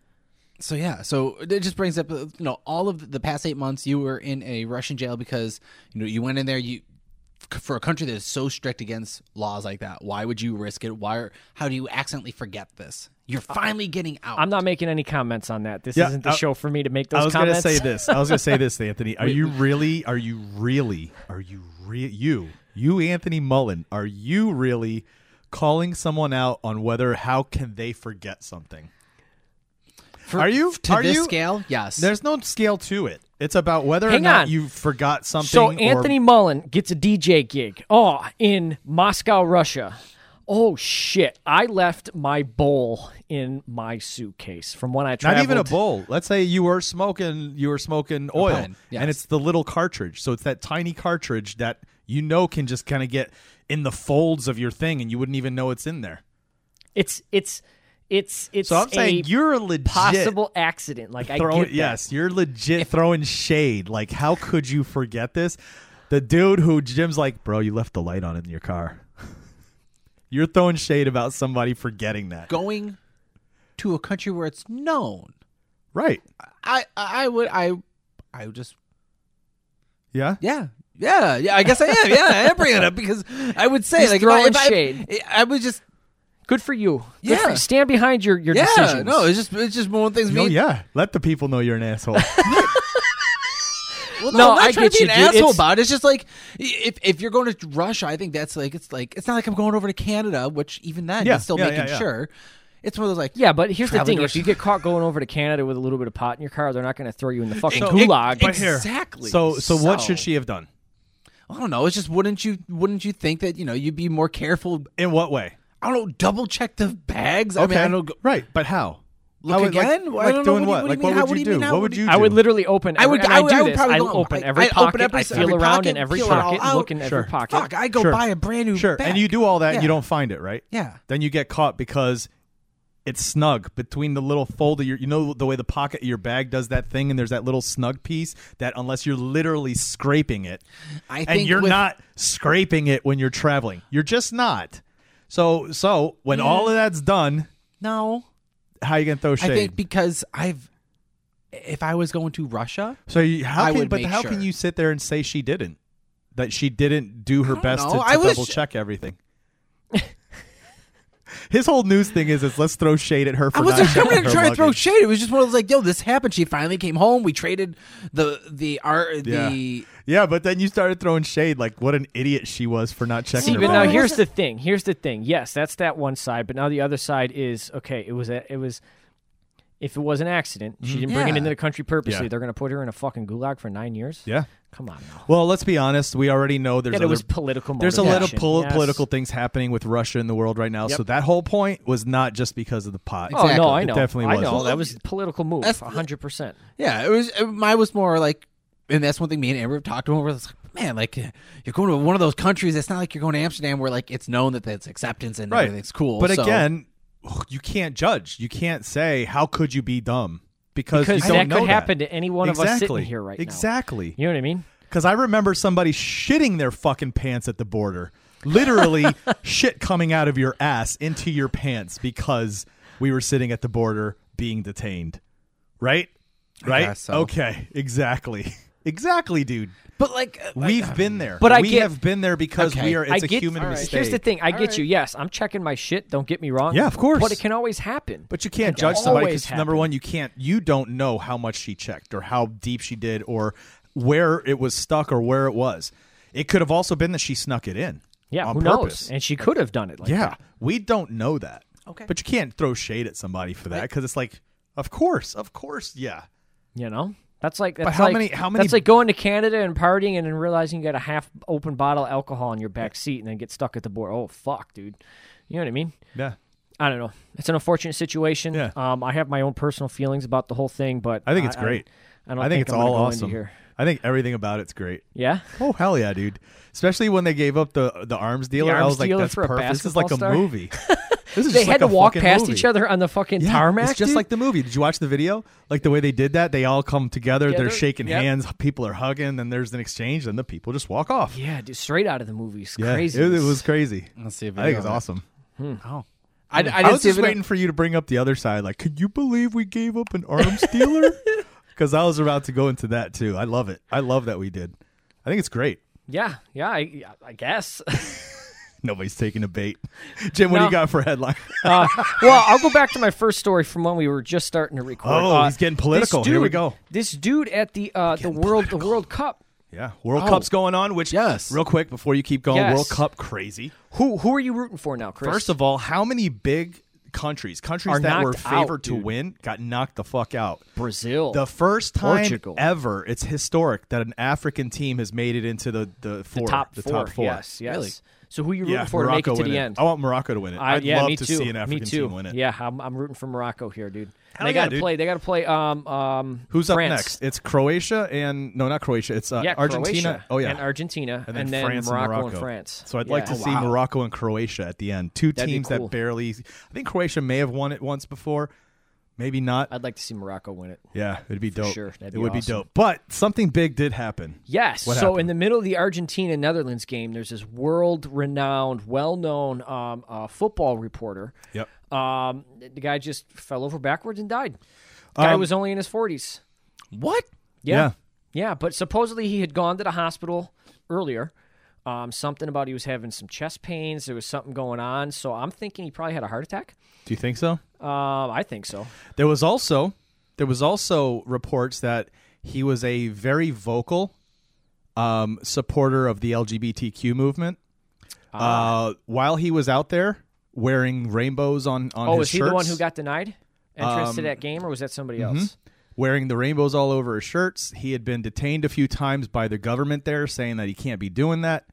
Speaker 2: so yeah, so it just brings up uh, you know all of the past eight months you were in a Russian jail because you know you went in there you for a country that is so strict against laws like that. Why would you risk it? Why? Are, how do you accidentally forget this? You're finally getting out.
Speaker 3: I'm not making any comments on that. This
Speaker 1: Yeah,
Speaker 3: isn't the
Speaker 1: I-
Speaker 3: show for me to make those
Speaker 1: I was
Speaker 3: comments.
Speaker 1: gonna say this. I was gonna say this, Anthony. Are you really? Are you really? Are you re- You you Anthony Mullen? Are you really calling someone out on whether how can they forget something?
Speaker 2: For-
Speaker 1: are you-
Speaker 2: to
Speaker 1: are
Speaker 2: this
Speaker 1: you-
Speaker 2: scale? Yes.
Speaker 1: There's no scale to it. It's about whether or
Speaker 3: Hang
Speaker 1: not
Speaker 3: on.
Speaker 1: you forgot something.
Speaker 3: So
Speaker 1: or-
Speaker 3: Anthony Mullen gets a DJ gig. Oh, in Moscow, Russia. Oh shit! I left my bowl in my suitcase from when I traveled.
Speaker 1: not even a bowl. Let's say you were smoking. You were smoking oil,
Speaker 2: pen, yes.
Speaker 1: and it's the little cartridge. So it's that tiny cartridge that you know can just kind of get in the folds of your thing, and you wouldn't even know it's in there.
Speaker 3: It's it's it's it's.
Speaker 1: So I'm
Speaker 3: a
Speaker 1: saying you're legit
Speaker 3: possible accident. Like I
Speaker 1: throwing
Speaker 3: get that.
Speaker 1: yes you're legit throwing shade like how could you forget this the dude who jim's like bro you left the light on in your car you're throwing shade about somebody forgetting that
Speaker 2: going to a country where it's known.
Speaker 1: right
Speaker 2: I I would I I would just
Speaker 1: yeah
Speaker 2: Yeah. Yeah, yeah, I guess I am. Yeah, I am bringing it up because I would say
Speaker 3: He's
Speaker 2: like if I,
Speaker 3: throwing
Speaker 2: if I-
Speaker 3: shade.
Speaker 2: I would just
Speaker 3: Good for you. Good
Speaker 2: Yeah.
Speaker 3: for you. Stand behind your your
Speaker 2: yeah,
Speaker 3: decisions.
Speaker 2: no, it's just it's just one of the things.
Speaker 1: oh
Speaker 2: me-
Speaker 1: yeah let the people know you're an asshole
Speaker 2: Well,
Speaker 3: No,
Speaker 2: I'm not
Speaker 3: I
Speaker 2: trying
Speaker 3: get
Speaker 2: to be
Speaker 3: you,
Speaker 2: an
Speaker 3: dude.
Speaker 2: asshole
Speaker 3: It's-
Speaker 2: about it. It's just like if if you're going to Russia, I think that's like it's like it's not like I'm going over to Canada, which even then
Speaker 1: Yeah,
Speaker 2: you're still
Speaker 1: yeah,
Speaker 2: making
Speaker 1: yeah, yeah.
Speaker 2: sure. It's one of those like
Speaker 3: Yeah, but here's the
Speaker 2: Traveling
Speaker 3: thing: if
Speaker 2: Russia.
Speaker 3: you get caught going over to Canada with a little bit of pot in your car, they're not going to throw you in the fucking
Speaker 2: So-
Speaker 3: gulag.
Speaker 2: But
Speaker 1: here
Speaker 2: Exactly.
Speaker 1: so so what should
Speaker 2: So-
Speaker 1: she have done
Speaker 2: I don't know. It's just wouldn't you wouldn't you think that you know you'd be more careful?
Speaker 1: in what way
Speaker 2: I don't know. Double check the bags. I
Speaker 1: okay
Speaker 2: mean, I don't. Go,
Speaker 1: right but how
Speaker 2: Look
Speaker 1: How would- like-
Speaker 2: again? I
Speaker 1: like,
Speaker 2: don't know.
Speaker 1: doing
Speaker 2: What
Speaker 1: what,
Speaker 2: do
Speaker 1: like
Speaker 2: you- what do you
Speaker 1: what
Speaker 2: mean? How-
Speaker 1: would
Speaker 2: what do
Speaker 1: you
Speaker 2: you
Speaker 1: do
Speaker 2: mean? How
Speaker 1: what
Speaker 2: would
Speaker 1: would
Speaker 2: you-
Speaker 1: you do
Speaker 3: I would literally open.
Speaker 2: I
Speaker 3: Every,
Speaker 2: would-
Speaker 3: and
Speaker 2: I
Speaker 3: I,
Speaker 2: would-
Speaker 3: do
Speaker 2: I would
Speaker 3: this.
Speaker 2: probably
Speaker 3: I
Speaker 2: go-
Speaker 3: open
Speaker 2: I-
Speaker 3: every
Speaker 2: I
Speaker 3: pocket.
Speaker 2: open every-
Speaker 3: I
Speaker 2: every
Speaker 3: feel around in
Speaker 2: pocket,
Speaker 3: every
Speaker 2: peel it all
Speaker 3: pocket,
Speaker 2: out.
Speaker 3: look in every
Speaker 1: Sure.
Speaker 3: pocket.
Speaker 2: Fuck! I go
Speaker 1: Sure.
Speaker 2: buy a brand new.
Speaker 1: Sure.
Speaker 2: bag.
Speaker 1: And you do all that and you
Speaker 2: Yeah.
Speaker 1: don't find it, right?
Speaker 2: Yeah.
Speaker 1: Then you get caught because it's snug between the little fold of your you know the way the pocket of your bag does that thing and there's that little snug piece that unless you're literally scraping it
Speaker 2: I think
Speaker 1: and you're
Speaker 2: with-
Speaker 1: not scraping it when you're traveling. You're just not. So so when all of that's done,
Speaker 2: No,
Speaker 1: how you gonna throw shade?
Speaker 2: I think because I've, if I was going to Russia,
Speaker 1: so you, how
Speaker 2: I
Speaker 1: can
Speaker 2: would
Speaker 1: but
Speaker 2: make
Speaker 1: how
Speaker 2: sure.
Speaker 1: can you sit there and say she didn't? That she didn't do her best
Speaker 2: know.
Speaker 1: to, to
Speaker 2: I was-
Speaker 1: double check everything. His whole news thing is is let's throw shade at her for
Speaker 2: I
Speaker 1: not
Speaker 2: wasn't
Speaker 1: checking
Speaker 2: coming here
Speaker 1: her
Speaker 2: to try to throw
Speaker 1: luggage.
Speaker 2: shade. It was just one of those like, yo, this happened. She finally came home. We traded the the art
Speaker 1: Yeah.
Speaker 2: the.
Speaker 1: Yeah, but then you started throwing shade like what an idiot she was for not checking
Speaker 3: See,
Speaker 1: her
Speaker 3: but now
Speaker 1: luggage.
Speaker 3: here's the thing. Here's the thing. Yes, that's that one side, but now the other side is okay. It was a, it was. If it was an accident, she didn't bring
Speaker 2: Mm-hmm. Yeah.
Speaker 3: it into the country purposely.
Speaker 1: Yeah.
Speaker 3: They're going to put her in a fucking gulag for nine years.
Speaker 1: Yeah.
Speaker 3: Come on now.
Speaker 1: Well, let's be honest. We already know there's
Speaker 3: That
Speaker 1: other,
Speaker 3: it was political.
Speaker 1: there's a little
Speaker 3: motivation.
Speaker 1: pol-
Speaker 3: Yes.
Speaker 1: political things happening with Russia in the world right now.
Speaker 3: Yep.
Speaker 1: So that whole point was not just because of the pot.
Speaker 3: Oh no,
Speaker 2: Exactly.
Speaker 3: I
Speaker 1: It
Speaker 3: know.
Speaker 1: definitely
Speaker 3: I
Speaker 1: was.
Speaker 3: know
Speaker 1: Well,
Speaker 3: that was a political move.
Speaker 2: that's-
Speaker 3: hundred percent.
Speaker 2: Yeah, it was. it- Mine was more like, and that's one thing me and Amber have talked about. Where it's like, man, like uh, you're going to one of those countries. It's not like you're going to Amsterdam where like it's known that that's acceptance and
Speaker 1: Right.
Speaker 2: everything's cool.
Speaker 1: But
Speaker 2: So-
Speaker 1: again, you can't judge. You can't say how could you be dumb because,
Speaker 3: Because
Speaker 1: you don't
Speaker 3: that
Speaker 1: know
Speaker 3: could happen to any one
Speaker 1: exactly.
Speaker 3: of us sitting here right
Speaker 1: Exactly.
Speaker 3: now. You know what I mean?
Speaker 1: Because I remember somebody shitting their fucking pants at the border. Literally, shit coming out of your ass into your pants because we were sitting at the border being detained. Right? Right?
Speaker 2: guess so.
Speaker 1: Okay. Exactly. Exactly, dude.
Speaker 2: but like uh, like,
Speaker 1: We've been there.
Speaker 3: But I
Speaker 1: we
Speaker 3: get-
Speaker 1: have been there because
Speaker 2: Okay.
Speaker 1: we are. It's
Speaker 3: I
Speaker 1: a
Speaker 3: get,
Speaker 1: human
Speaker 3: all right.
Speaker 1: mistake.
Speaker 3: Here's the thing. I get you. Yes, I'm checking my shit. Don't get me wrong.
Speaker 1: Yeah, of course.
Speaker 3: But it can always happen.
Speaker 1: But you can't
Speaker 3: It
Speaker 1: judge somebody
Speaker 3: always
Speaker 1: because number
Speaker 3: happen.
Speaker 1: one, you can't. You don't know how much she checked or how deep she did or where it was stuck or where it was. It could have also been that she snuck it in.
Speaker 3: yeah,
Speaker 1: on
Speaker 3: who
Speaker 1: purpose.
Speaker 3: knows? And she could have done it. Like
Speaker 1: yeah,
Speaker 3: that.
Speaker 1: we don't know that.
Speaker 2: Okay.
Speaker 1: but you can't throw shade at somebody for that because it's like, of course, of course, yeah.
Speaker 3: you know. That's like that's
Speaker 1: how
Speaker 3: like-
Speaker 1: many- how many-
Speaker 3: That's like going to Canada and partying and then realizing you got a half open bottle of alcohol in your back seat and then get stuck at the board. Oh fuck, dude. You know what I mean?
Speaker 1: Yeah.
Speaker 3: I don't know. It's an unfortunate situation.
Speaker 1: Yeah.
Speaker 3: Um, I have my own personal feelings about the whole thing, but
Speaker 1: I think it's great.
Speaker 3: I, don't
Speaker 1: think, it's
Speaker 3: I'm gonna
Speaker 1: all
Speaker 3: go into
Speaker 1: awesome.
Speaker 3: Here.
Speaker 1: I think everything about it's great.
Speaker 3: Yeah.
Speaker 1: Oh hell yeah, dude! Especially when they gave up the the arms dealer, I
Speaker 3: arms
Speaker 1: was like,
Speaker 3: dealer
Speaker 1: "That's
Speaker 3: for a
Speaker 1: perfect. This is
Speaker 3: basketball
Speaker 1: like a
Speaker 3: star?
Speaker 1: movie." This is
Speaker 3: they
Speaker 1: just
Speaker 3: had
Speaker 1: like
Speaker 3: to
Speaker 1: a
Speaker 3: walk
Speaker 1: fucking
Speaker 3: past
Speaker 1: movie.
Speaker 3: each other on the fucking
Speaker 1: Yeah,
Speaker 3: tarmac.
Speaker 1: It's just
Speaker 3: dude.
Speaker 1: like the movie. Did you watch the video? Like the way they did that, they all come together. they're
Speaker 3: Together,
Speaker 1: shaking
Speaker 3: yep.
Speaker 1: hands. People are hugging. Then there's an exchange. Then the people just walk off.
Speaker 3: yeah, dude, straight out of the movies.
Speaker 1: Yeah,
Speaker 3: Crazy.
Speaker 1: It, it was crazy.
Speaker 2: Let's see
Speaker 1: I
Speaker 2: a
Speaker 1: think
Speaker 2: video
Speaker 1: it's
Speaker 2: of it.
Speaker 1: awesome.
Speaker 2: Oh, I, I didn't
Speaker 1: I was
Speaker 2: see
Speaker 1: just
Speaker 2: a video-
Speaker 1: waiting for you to bring up the other side. Like, could you believe we gave up an arms dealer? Because I was about to go into that too. I love it. I love that we did. I think it's great.
Speaker 3: Yeah, yeah. I, I guess.
Speaker 1: Nobody's taking a bait. Jim, what do
Speaker 3: No.
Speaker 1: you got for a headline?
Speaker 3: Uh, well, I'll go back to my first story from when we were just starting to record.
Speaker 1: Oh,
Speaker 3: Uh,
Speaker 1: he's getting political.
Speaker 3: This dude,
Speaker 1: Here we go.
Speaker 3: This dude at the uh, the world the World Cup.
Speaker 1: yeah, World Cup's going on. Which
Speaker 2: Oh. Yes.
Speaker 1: real quick before you keep going,
Speaker 3: Yes.
Speaker 1: World Cup crazy.
Speaker 3: Who who are you rooting for now, Chris?
Speaker 1: First of all, how many big countries, countries
Speaker 3: Are
Speaker 1: that were
Speaker 3: knocked out,
Speaker 1: favored to
Speaker 3: dude.
Speaker 1: win, got knocked the fuck out?
Speaker 3: Brazil.
Speaker 1: The first time
Speaker 3: Portugal.
Speaker 1: ever, it's historic that an African team has made it into the the, four,
Speaker 3: top
Speaker 1: the
Speaker 3: four.
Speaker 1: top four.
Speaker 3: Yes, yes. So who are you rooting
Speaker 1: Yeah,
Speaker 3: for
Speaker 1: Morocco
Speaker 3: to make it to
Speaker 1: win
Speaker 3: the
Speaker 1: it.
Speaker 3: end?
Speaker 1: I want Morocco to win it.
Speaker 3: I-
Speaker 1: I'd
Speaker 3: yeah,
Speaker 1: love
Speaker 3: me
Speaker 1: to
Speaker 3: too.
Speaker 1: see an African
Speaker 3: me too.
Speaker 1: team win it.
Speaker 3: Yeah, I'm, I'm rooting for Morocco here, dude.
Speaker 1: Hell
Speaker 3: they
Speaker 1: yeah,
Speaker 3: gotta
Speaker 1: dude.
Speaker 3: play. They got to play. Um, um,
Speaker 1: Who's
Speaker 3: France.
Speaker 1: up next? It's Croatia and no, not Croatia. It's uh,
Speaker 3: Yeah,
Speaker 1: Argentina.
Speaker 3: Croatia
Speaker 1: oh yeah,
Speaker 3: and Argentina,
Speaker 1: and then, France
Speaker 3: Morocco,
Speaker 1: and
Speaker 3: and,
Speaker 1: Morocco.
Speaker 3: France.
Speaker 1: So I'd like
Speaker 3: Yeah. Oh,
Speaker 1: to see Morocco and Croatia at the end. Two
Speaker 3: That'd be
Speaker 1: teams
Speaker 3: cool.
Speaker 1: that barely. I think Croatia may have won it once before, maybe not.
Speaker 3: I'd like to see Morocco win it.
Speaker 1: yeah, it'd be dope.
Speaker 3: sure. That'd
Speaker 1: it
Speaker 3: be
Speaker 1: would be
Speaker 3: awesome.
Speaker 1: dope. But something big did happen.
Speaker 3: Yes.
Speaker 1: What
Speaker 3: so in
Speaker 1: happened?
Speaker 3: the middle of the Argentina Netherlands game, there's this world renowned, well known um, uh, football reporter.
Speaker 1: Yep.
Speaker 3: Um, the guy just fell over backwards and died. The guy
Speaker 1: Um,
Speaker 3: was only in his 40s.
Speaker 2: what?
Speaker 3: Yeah. Yeah, but supposedly he had gone to the hospital earlier. Um, something about he was having some chest pains. There was something going on. So I'm thinking he probably had a heart attack.
Speaker 1: Do you think so?
Speaker 3: Um, I think so.
Speaker 1: There was also there was also reports that he was a very vocal um, supporter of the LGBTQ movement.
Speaker 3: Ah.
Speaker 1: Uh, while he was out there wearing rainbows on on
Speaker 3: Oh,
Speaker 1: his
Speaker 3: is he the
Speaker 1: shirts, Um,
Speaker 3: one
Speaker 1: mm-hmm.
Speaker 3: who got denied entrance to that game, or was that somebody else?
Speaker 1: wearing the rainbows all over his shirts, he had been detained a few times by the government there, saying that he can't be doing that.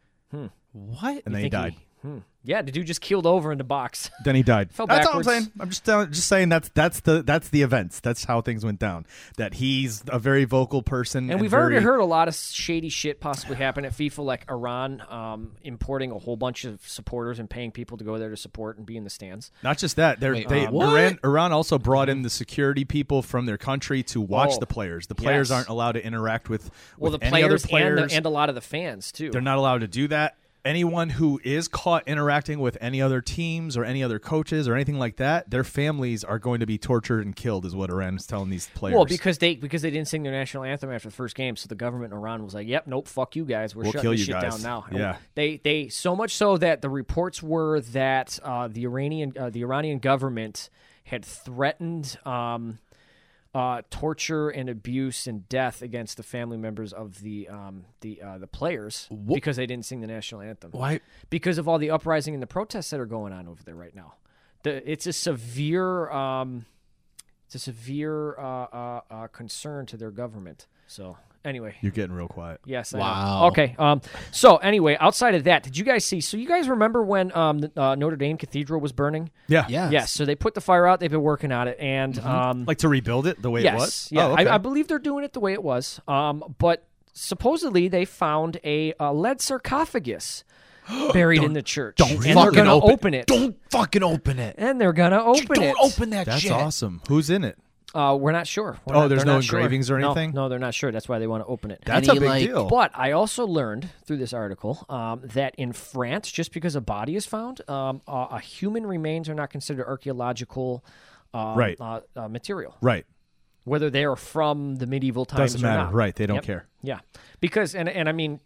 Speaker 2: What?
Speaker 1: And then he
Speaker 3: Hmm. Think he-
Speaker 1: died.
Speaker 3: hmm. Yeah, the dude just keeled over in the box.
Speaker 1: Then he died.
Speaker 3: Fell
Speaker 1: that's all I'm
Speaker 3: backwards.
Speaker 1: saying. I'm just telling, just saying that's that's the that's the events. That's how things went down. That he's a very vocal person,
Speaker 3: And, we've
Speaker 1: very,
Speaker 3: already heard a lot of shady shit possibly happen at FIFA, like Iran um, importing a whole bunch of supporters and paying people to go there to support and be in the stands.
Speaker 1: Not just that, they're,
Speaker 2: Wait,
Speaker 1: they
Speaker 2: uh, what? Mm-hmm.
Speaker 1: Iran, Iran also brought in the security people from their country to watch
Speaker 3: Oh,
Speaker 1: the players. The players
Speaker 3: yes.
Speaker 1: aren't allowed to interact with
Speaker 3: Well,
Speaker 1: with
Speaker 3: the
Speaker 1: any other
Speaker 3: players,
Speaker 1: players.
Speaker 3: And, the, and a lot of the fans too.
Speaker 1: they're not allowed to do that. Anyone who is caught interacting with any other teams or any other coaches or anything like that, their families are going to be tortured and killed, is what Iran is telling these players.
Speaker 3: Well, because they because they didn't sing their national anthem after the first game, so the government in Iran was like, "Yep, nope, fuck you guys. We're
Speaker 1: We'll
Speaker 3: shutting
Speaker 1: kill
Speaker 3: this
Speaker 1: you
Speaker 3: shit
Speaker 1: guys."
Speaker 3: down now."
Speaker 1: Yeah.
Speaker 3: They they so much so that the reports were that uh, the Iranian uh, the Iranian government had threatened um, uh, torture and abuse and death against the family members of the um, the uh, the players because they didn't sing the national anthem.
Speaker 2: Why?
Speaker 3: Because of all the uprising and the protests that are going on over there right now. The, it's a severe um, it's a severe uh, uh, uh, concern to their government. So anyway,
Speaker 1: you're getting real quiet.
Speaker 3: yes. I know.
Speaker 2: Wow.
Speaker 3: Okay. Um. So anyway, outside of that, did you guys see? So you guys remember when um the, uh, Notre Dame Cathedral was burning?
Speaker 1: Yeah.
Speaker 2: Yes.
Speaker 3: Yes. So they put the fire out. They've been working on it, and um.
Speaker 1: Like to rebuild it the way
Speaker 3: yes.
Speaker 1: it was?
Speaker 3: Yeah.
Speaker 1: Oh, okay.
Speaker 3: I, I believe they're doing it the way it was. Um. But supposedly they found a, uh lead sarcophagus buried in the church.
Speaker 2: Don't
Speaker 3: and
Speaker 2: fucking
Speaker 3: they're gonna
Speaker 2: open,
Speaker 3: open, it.
Speaker 2: Don't fucking open it.
Speaker 3: And they're gonna open
Speaker 2: don't
Speaker 3: it.
Speaker 2: open that
Speaker 1: That's
Speaker 2: shit.
Speaker 1: awesome. Who's in it?
Speaker 3: Uh, we're not sure. We're
Speaker 1: Oh,
Speaker 3: not-
Speaker 1: there's
Speaker 3: they're
Speaker 1: no
Speaker 3: not sure.
Speaker 1: engravings or
Speaker 3: No,
Speaker 1: anything?
Speaker 3: No, they're not sure. That's why they want to open it.
Speaker 1: That's
Speaker 2: Any,
Speaker 1: a big
Speaker 2: like,
Speaker 1: deal.
Speaker 3: But I also learned through this article um, that in France, just because a body is found, um, uh, a human remains are not considered archaeological um,
Speaker 1: Right.
Speaker 3: uh, uh, material,
Speaker 1: right.
Speaker 3: whether they are from the medieval times
Speaker 1: Doesn't
Speaker 3: or
Speaker 1: matter.
Speaker 3: not.
Speaker 1: Right. They don't
Speaker 3: Yep.
Speaker 1: care.
Speaker 3: Yeah, because and and I mean,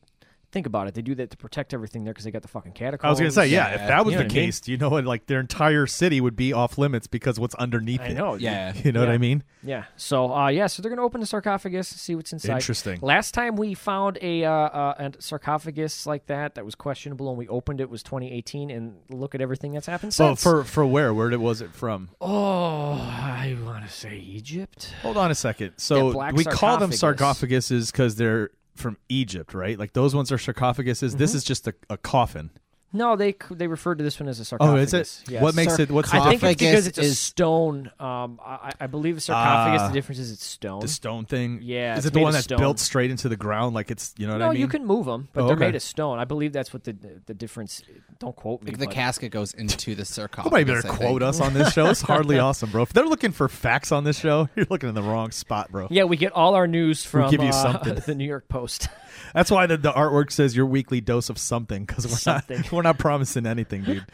Speaker 3: think about it. They do that to protect everything there because they got the fucking catacombs.
Speaker 1: I was gonna say, yeah, if that was
Speaker 3: You know
Speaker 1: the
Speaker 3: what I mean?
Speaker 1: case, you know, what, like their entire city would be off limits because what's underneath
Speaker 3: I
Speaker 1: it.
Speaker 3: know.
Speaker 2: Yeah.
Speaker 1: You know what
Speaker 3: Yeah.
Speaker 1: I mean?
Speaker 3: Yeah. So, uh, yeah. So they're gonna open the sarcophagus, see what's inside.
Speaker 1: Interesting.
Speaker 3: Last time we found a, uh, uh, a sarcophagus like that that was questionable, and we opened it was 2018, and look at everything that's happened
Speaker 1: So
Speaker 3: since.
Speaker 1: for for where? Where did- was it from?
Speaker 3: oh, I want to say Egypt.
Speaker 1: Hold on a second. So
Speaker 3: That black
Speaker 1: we call them
Speaker 3: sarcophagus.
Speaker 1: sarcophaguses because they're from Egypt, right? Like those ones are sarcophaguses. This
Speaker 3: Mm-hmm.
Speaker 1: is just a, a coffin.
Speaker 3: No, they c- they referred to this one as a
Speaker 1: Oh, is
Speaker 3: sarcophagus.
Speaker 1: it?
Speaker 3: Yes.
Speaker 1: What makes it? What's the
Speaker 3: I think
Speaker 1: difference?
Speaker 3: it's because
Speaker 2: Sarcophagus
Speaker 3: it's a
Speaker 2: is-
Speaker 3: stone. Um, I, I- I believe the sarcophagus.
Speaker 1: Ah.
Speaker 3: the difference is it's stone.
Speaker 1: The stone thing.
Speaker 3: Mm-hmm. Yeah,
Speaker 1: Is
Speaker 3: it's
Speaker 1: it the
Speaker 3: made
Speaker 1: one
Speaker 3: of
Speaker 1: that's
Speaker 3: stone.
Speaker 1: built straight into the ground? Like it's you know what
Speaker 3: no,
Speaker 1: I mean?
Speaker 3: you can move them, but
Speaker 1: Oh,
Speaker 3: they're
Speaker 1: okay.
Speaker 3: made of stone. I believe that's what the the difference. Don't quote me.
Speaker 2: Like the
Speaker 3: but-
Speaker 2: casket goes into the sarcophagus.
Speaker 1: Nobody better
Speaker 2: I think.
Speaker 1: quote us on this show. It's hardly awesome, bro. If they're looking for facts on this show, you're looking in the wrong spot, bro.
Speaker 3: Yeah, we get all our news from
Speaker 1: give you
Speaker 3: uh,
Speaker 1: something.
Speaker 3: the New York Post.
Speaker 1: That's why the, the artwork says your weekly dose of something because we're
Speaker 3: Something.
Speaker 1: not we're not promising anything, dude.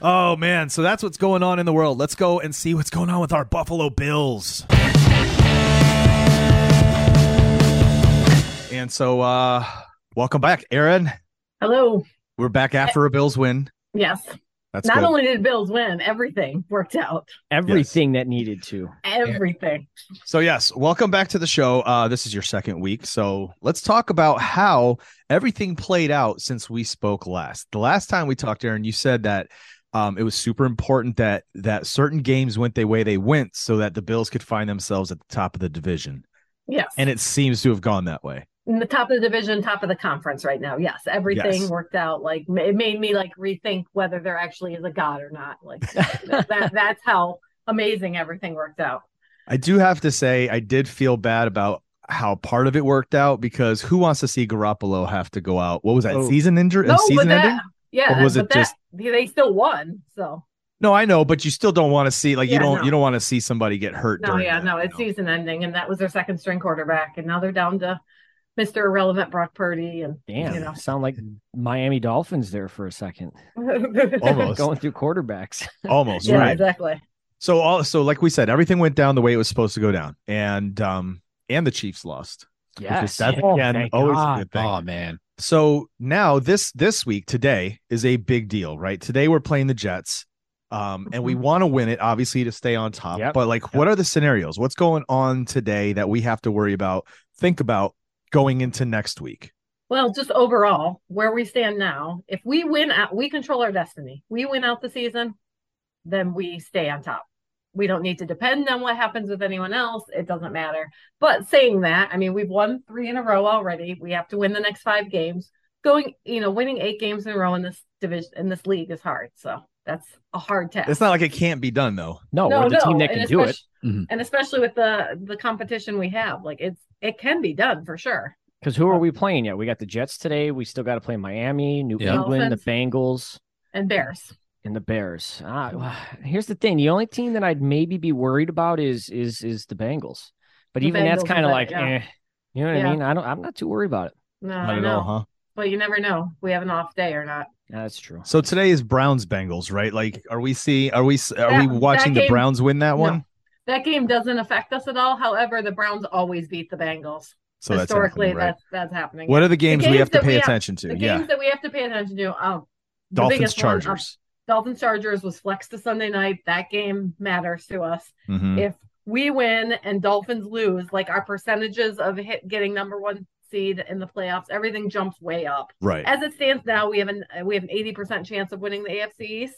Speaker 1: Oh man, so that's what's going on in the world. Let's go and see what's going on with our Buffalo Bills. And so, uh, welcome back, Aaron.
Speaker 10: Hello.
Speaker 1: We're back after a Bills win.
Speaker 10: Yes.
Speaker 1: That's
Speaker 10: Not
Speaker 1: good.
Speaker 10: only did Bills win, everything worked out.
Speaker 3: Everything that needed to.
Speaker 10: Everything.
Speaker 1: So, yes, welcome back to the show. Uh, this is your second week. So, let's talk about how everything played out since we spoke last. The last time we talked, Aaron, you said that um, it was super important that that certain games went the way they went so that the Bills could find themselves at the top of the division.
Speaker 10: Yes.
Speaker 1: And it seems to have gone that way.
Speaker 10: In the top of the division, top of the conference right now. Yes. Everything
Speaker 1: Yes.
Speaker 10: worked out. Like ma- it made me like rethink whether there actually is a God or not. Like that that's how amazing everything worked out.
Speaker 1: I do have to say, I did feel bad about how part of it worked out because who wants to see Garoppolo have to go out? What was that
Speaker 3: Oh.
Speaker 1: season injury?
Speaker 10: No, but
Speaker 1: season
Speaker 10: that
Speaker 1: ending?
Speaker 10: yeah,
Speaker 1: Or was
Speaker 10: but
Speaker 1: it just-
Speaker 10: that they still won. So
Speaker 1: No, I know, but you still don't want to see like you
Speaker 10: Yeah,
Speaker 1: don't
Speaker 10: no.
Speaker 1: you don't want to see somebody get hurt.
Speaker 10: no,
Speaker 1: during
Speaker 10: yeah,
Speaker 1: that,
Speaker 10: no,
Speaker 1: you
Speaker 10: it's
Speaker 1: know?
Speaker 10: season ending, and that was their second string quarterback, and now they're down to Mr. Irrelevant Brock Purdy and
Speaker 3: Damn,
Speaker 10: you know
Speaker 3: sound like Miami Dolphins there for a second.
Speaker 1: Almost.
Speaker 3: Going through quarterbacks.
Speaker 1: almost
Speaker 10: yeah,
Speaker 1: right.
Speaker 10: exactly.
Speaker 1: So all so like we said, everything went down the way it was supposed to go down, and um and the Chiefs lost. which is-
Speaker 3: Yes.
Speaker 1: that's
Speaker 3: Oh,
Speaker 1: again
Speaker 3: thank
Speaker 1: always
Speaker 3: God.
Speaker 1: a good thing.
Speaker 2: Oh man.
Speaker 1: So now this this week today is a big deal, right? Today we're playing the Jets, um, and
Speaker 10: Mm-hmm.
Speaker 1: we want to win it obviously to stay on top.
Speaker 3: Yep.
Speaker 1: But like, what are the scenarios? What's going on today that we have to worry about? Think about going into next week.
Speaker 10: Well, just overall, where we stand now, if we win out, we control our destiny. We win out the season, then we stay on top. We don't need to depend on what happens with anyone else. It doesn't matter. But saying that, I mean, we've won three in a row already. We have to win the next five games. Going, you know, winning eight games in a row in this division, in this league is hard. So that's a hard task.
Speaker 1: It's not like it can't be done though.
Speaker 3: No, oh, we're the team that
Speaker 10: and
Speaker 3: can do it Mm-hmm.
Speaker 10: especially-
Speaker 2: Mhm.
Speaker 10: And especially with the the competition we have, like it's it can be done for sure.
Speaker 3: because who are we playing yet? We got the Jets today. We still got to play Miami, New
Speaker 2: Yeah.
Speaker 3: England, the Bengals,
Speaker 10: And Bears.
Speaker 3: and the Bears. Ah, well, here's the thing: the only team that I'd maybe be worried about is is is the Bengals. But
Speaker 10: The
Speaker 3: even that's
Speaker 10: Bengals,
Speaker 3: kind of
Speaker 10: but,
Speaker 3: like,
Speaker 10: yeah.
Speaker 3: eh, you know what I
Speaker 10: Yeah.
Speaker 3: mean? I don't. I'm not too worried about it.
Speaker 10: No,
Speaker 1: Not
Speaker 10: I
Speaker 1: at
Speaker 10: know.
Speaker 1: all, huh?
Speaker 10: But you never know. We have an off day or not.
Speaker 3: Yeah, that's true.
Speaker 1: So today is Browns Bengals, right? Like, are we seeing? Are we? Are
Speaker 10: That-
Speaker 1: we watching
Speaker 10: that
Speaker 1: the
Speaker 10: game-
Speaker 1: Browns win that one?
Speaker 10: No. That game doesn't affect us at all. However, the Browns always beat the Bengals.
Speaker 1: So that's
Speaker 10: Historically,
Speaker 1: happening, right?
Speaker 10: that's that's happening.
Speaker 1: What are the games, we
Speaker 10: games
Speaker 1: have to
Speaker 10: that
Speaker 1: pay
Speaker 10: we have-
Speaker 1: attention to?
Speaker 10: the
Speaker 1: yeah,
Speaker 10: games that we have to pay attention to? Um, the
Speaker 1: Dolphins
Speaker 10: biggest one, uh,
Speaker 1: Chargers.
Speaker 10: Dolphins Chargers was flexed to Sunday night. That game matters to us.
Speaker 1: Mhm.
Speaker 10: If we win and Dolphins lose, like our percentages of hit getting number one seed in the playoffs, everything jumps way up.
Speaker 1: Right.
Speaker 10: As it stands now, we have an we have an eighty percent chance of winning the AFC East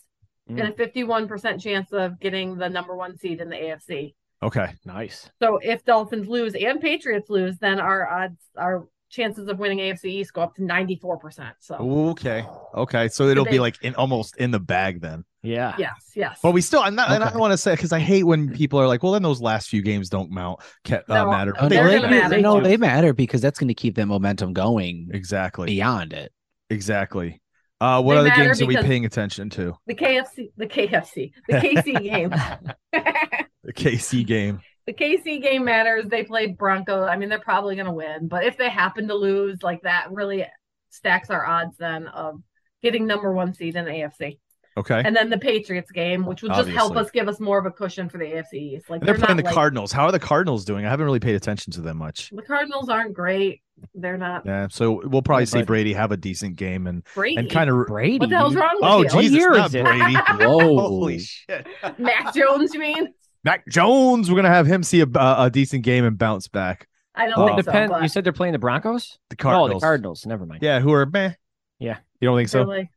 Speaker 1: Mm-hmm.
Speaker 10: and a fifty-one percent chance of getting the number one seed in the AFC.
Speaker 1: Okay.
Speaker 3: Nice.
Speaker 10: So if Dolphins lose and Patriots lose, then our odds, our chances of winning AFC East go up to ninety-four percent. So
Speaker 1: Okay. Okay. So it'll be
Speaker 10: they-
Speaker 1: like in almost in the bag then.
Speaker 3: Yeah.
Speaker 10: yes, yes.
Speaker 1: But we still, I'm not, and I
Speaker 3: Okay.
Speaker 1: don't want to say because I hate when people are like, well, then those last few games don't mount, ca- uh,
Speaker 10: No,
Speaker 1: matter.
Speaker 10: they're
Speaker 1: They
Speaker 10: gonna
Speaker 1: do.
Speaker 10: matter.
Speaker 2: no, they matter because that's going to keep that momentum going
Speaker 1: Exactly.
Speaker 2: beyond it.
Speaker 1: Exactly. Uh, what
Speaker 10: They
Speaker 1: other
Speaker 10: matter
Speaker 1: games are we
Speaker 10: because-
Speaker 1: paying attention to?
Speaker 10: the KFC, the KFC, the KC game,
Speaker 1: The KC game.
Speaker 10: the KC game matters. They play Bronco. I mean, they're probably going to win, but if they happen to lose, like that really stacks our odds then of getting number one seed in the AFC,
Speaker 1: Okay.
Speaker 10: and then the Patriots game, which will just help
Speaker 1: Obviously.
Speaker 10: us give us more of a cushion for the AFC East. Like
Speaker 1: they're, playing
Speaker 10: not
Speaker 1: the
Speaker 10: like-
Speaker 1: Cardinals. How are the Cardinals doing? I haven't really paid attention to them much.
Speaker 10: The Cardinals aren't great. They're not.
Speaker 1: Yeah, so we'll probably see Brady have a decent game and
Speaker 10: Brady?
Speaker 1: and kind of
Speaker 3: Brady.
Speaker 10: What the hell's wrong with
Speaker 1: oh,
Speaker 10: you?
Speaker 1: Jesus,
Speaker 10: What year
Speaker 1: not
Speaker 10: is it?
Speaker 1: Brady.
Speaker 10: Whoa.
Speaker 1: Holy shit.
Speaker 10: Mac Jones, you mean?
Speaker 1: Mac Jones. We're gonna have him see a, a decent game and bounce back.
Speaker 10: I don't
Speaker 1: Well,
Speaker 10: think
Speaker 1: depend-
Speaker 10: so. But
Speaker 3: You said they're playing the Broncos.
Speaker 1: The
Speaker 3: Oh, the
Speaker 1: Cardinals.
Speaker 3: Cardinals. Never mind.
Speaker 1: Yeah, who are meh.
Speaker 3: Yeah.
Speaker 1: You don't think so?
Speaker 10: really,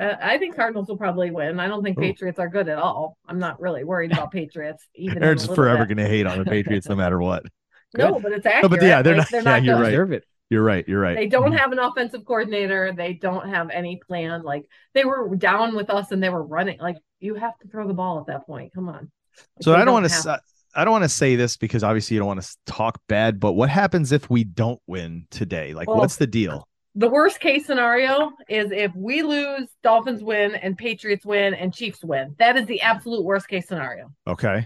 Speaker 10: uh, I think Cardinals will probably win. I don't think
Speaker 1: Ooh.
Speaker 10: Patriots are good at all. I'm not really worried about Patriots. Even in a
Speaker 1: Aaron's
Speaker 10: little
Speaker 1: forever
Speaker 10: bit.
Speaker 1: gonna hate on the Patriots no matter what.
Speaker 10: No, but it's accurate.
Speaker 1: No, but yeah, they're
Speaker 10: Like,
Speaker 1: not. yeah, you're
Speaker 10: good.
Speaker 1: right. You're right. You're right. Mm-hmm.
Speaker 10: They don't have an offensive coordinator. They don't have any plan. Like they were down with us and they were running. Like you have to throw the ball at that point. Come on. Like,
Speaker 1: So
Speaker 10: they
Speaker 1: I don't uh, want
Speaker 10: have-
Speaker 1: to. I don't want to say this because obviously you don't want to talk bad. But what happens if we don't win today? Like,
Speaker 10: Well,
Speaker 1: what's the deal?
Speaker 10: The worst case scenario is if we lose, Dolphins win, and Patriots win, and Chiefs win. That is the absolute worst case scenario
Speaker 1: Okay,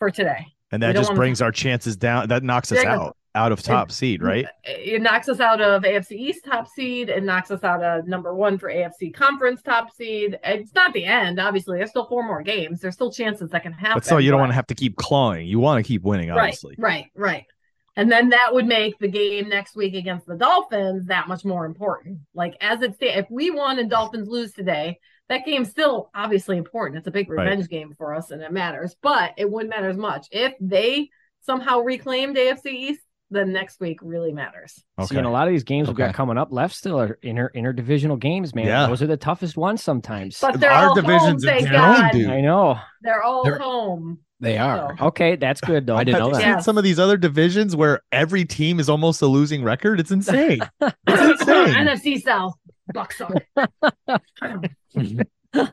Speaker 10: for today.
Speaker 1: and
Speaker 10: We
Speaker 1: that
Speaker 10: don't
Speaker 1: just
Speaker 10: wanna-
Speaker 1: brings our chances down. That knocks us
Speaker 10: Yeah, I know.
Speaker 1: out out of top seed, right?
Speaker 10: It knocks us out of AFC East top seed. It knocks us out of number one for AFC Conference top seed. It's not the end, obviously. There's still four more games. There's still chances that can happen.
Speaker 1: But so you don't
Speaker 10: but-
Speaker 1: want to have to keep clawing. You want to keep winning, obviously.
Speaker 10: Right, right, right. And then that would make the game next week against the Dolphins that much more important. Like as it sta if we won and Dolphins lose today, that game's still obviously important. It's a big
Speaker 1: Right.
Speaker 10: revenge game for us, and it matters. But it wouldn't matter as much if they somehow reclaimed AFC East. Then next week really matters.
Speaker 3: See, and a lot of these games we've
Speaker 1: Okay.
Speaker 3: got coming up left still are inter interdivisional games, man.
Speaker 1: Yeah.
Speaker 3: Those are the toughest ones sometimes.
Speaker 10: But they're all home, thank God.
Speaker 3: I know.
Speaker 10: They're all
Speaker 3: They're-
Speaker 10: home.
Speaker 2: They
Speaker 10: are.
Speaker 3: Okay, that's good though.
Speaker 1: Have you seen some of these other divisions where every team is almost a losing record. It's insane. it's insane.
Speaker 10: NFC South Bucks are. It's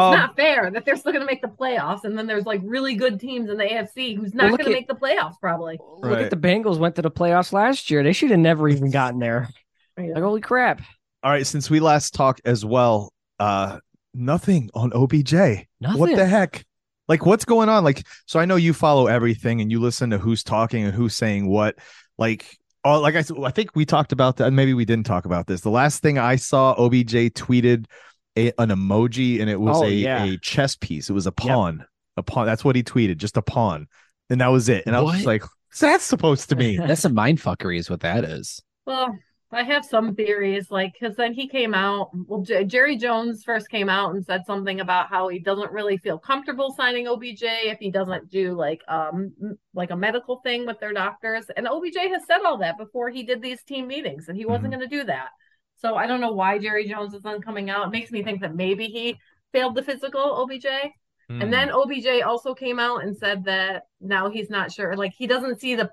Speaker 1: Um,
Speaker 10: not fair that they're still going to make the playoffs, and then there's like really good teams in the AFC who's not
Speaker 3: Well, look
Speaker 10: going to
Speaker 3: at-
Speaker 10: make the playoffs probably.
Speaker 3: Look at the Bengals went to the playoffs last year. They should have never even gotten there. Like holy crap!
Speaker 1: All right, since we last talked as well, uh nothing on OBJ. What
Speaker 3: Nothing.
Speaker 1: the heck? Like what's going on? Like so I know you follow everything and you listen to who's talking and who's saying what. Like oh like I s- I think we talked about that maybe we didn't talk about this. The last thing I saw OBJ tweeted a, an emoji and it was
Speaker 3: Oh,
Speaker 1: a
Speaker 3: yeah.
Speaker 1: a chess piece. It was a pawn. A pawn. That's what he tweeted, just a pawn. And that was it. And I was just
Speaker 2: What?
Speaker 1: like so that's supposed to be.
Speaker 2: That's a mind fuckery, is what that is.
Speaker 10: Well, I have some theories, like because then he came out. Well, J- Jerry Jones first came out and said something about how he doesn't really feel comfortable signing OBJ if he doesn't do like um m- like a medical thing with their doctors. And OBJ has said all that before he did these team meetings, and he wasn't going to do that. So I don't know why Jerry Jones is then coming out. It makes me think that maybe he failed the physical OBJ.
Speaker 1: Hmm.
Speaker 10: And then OBJ also came out and said that now he's not sure. Like he doesn't see the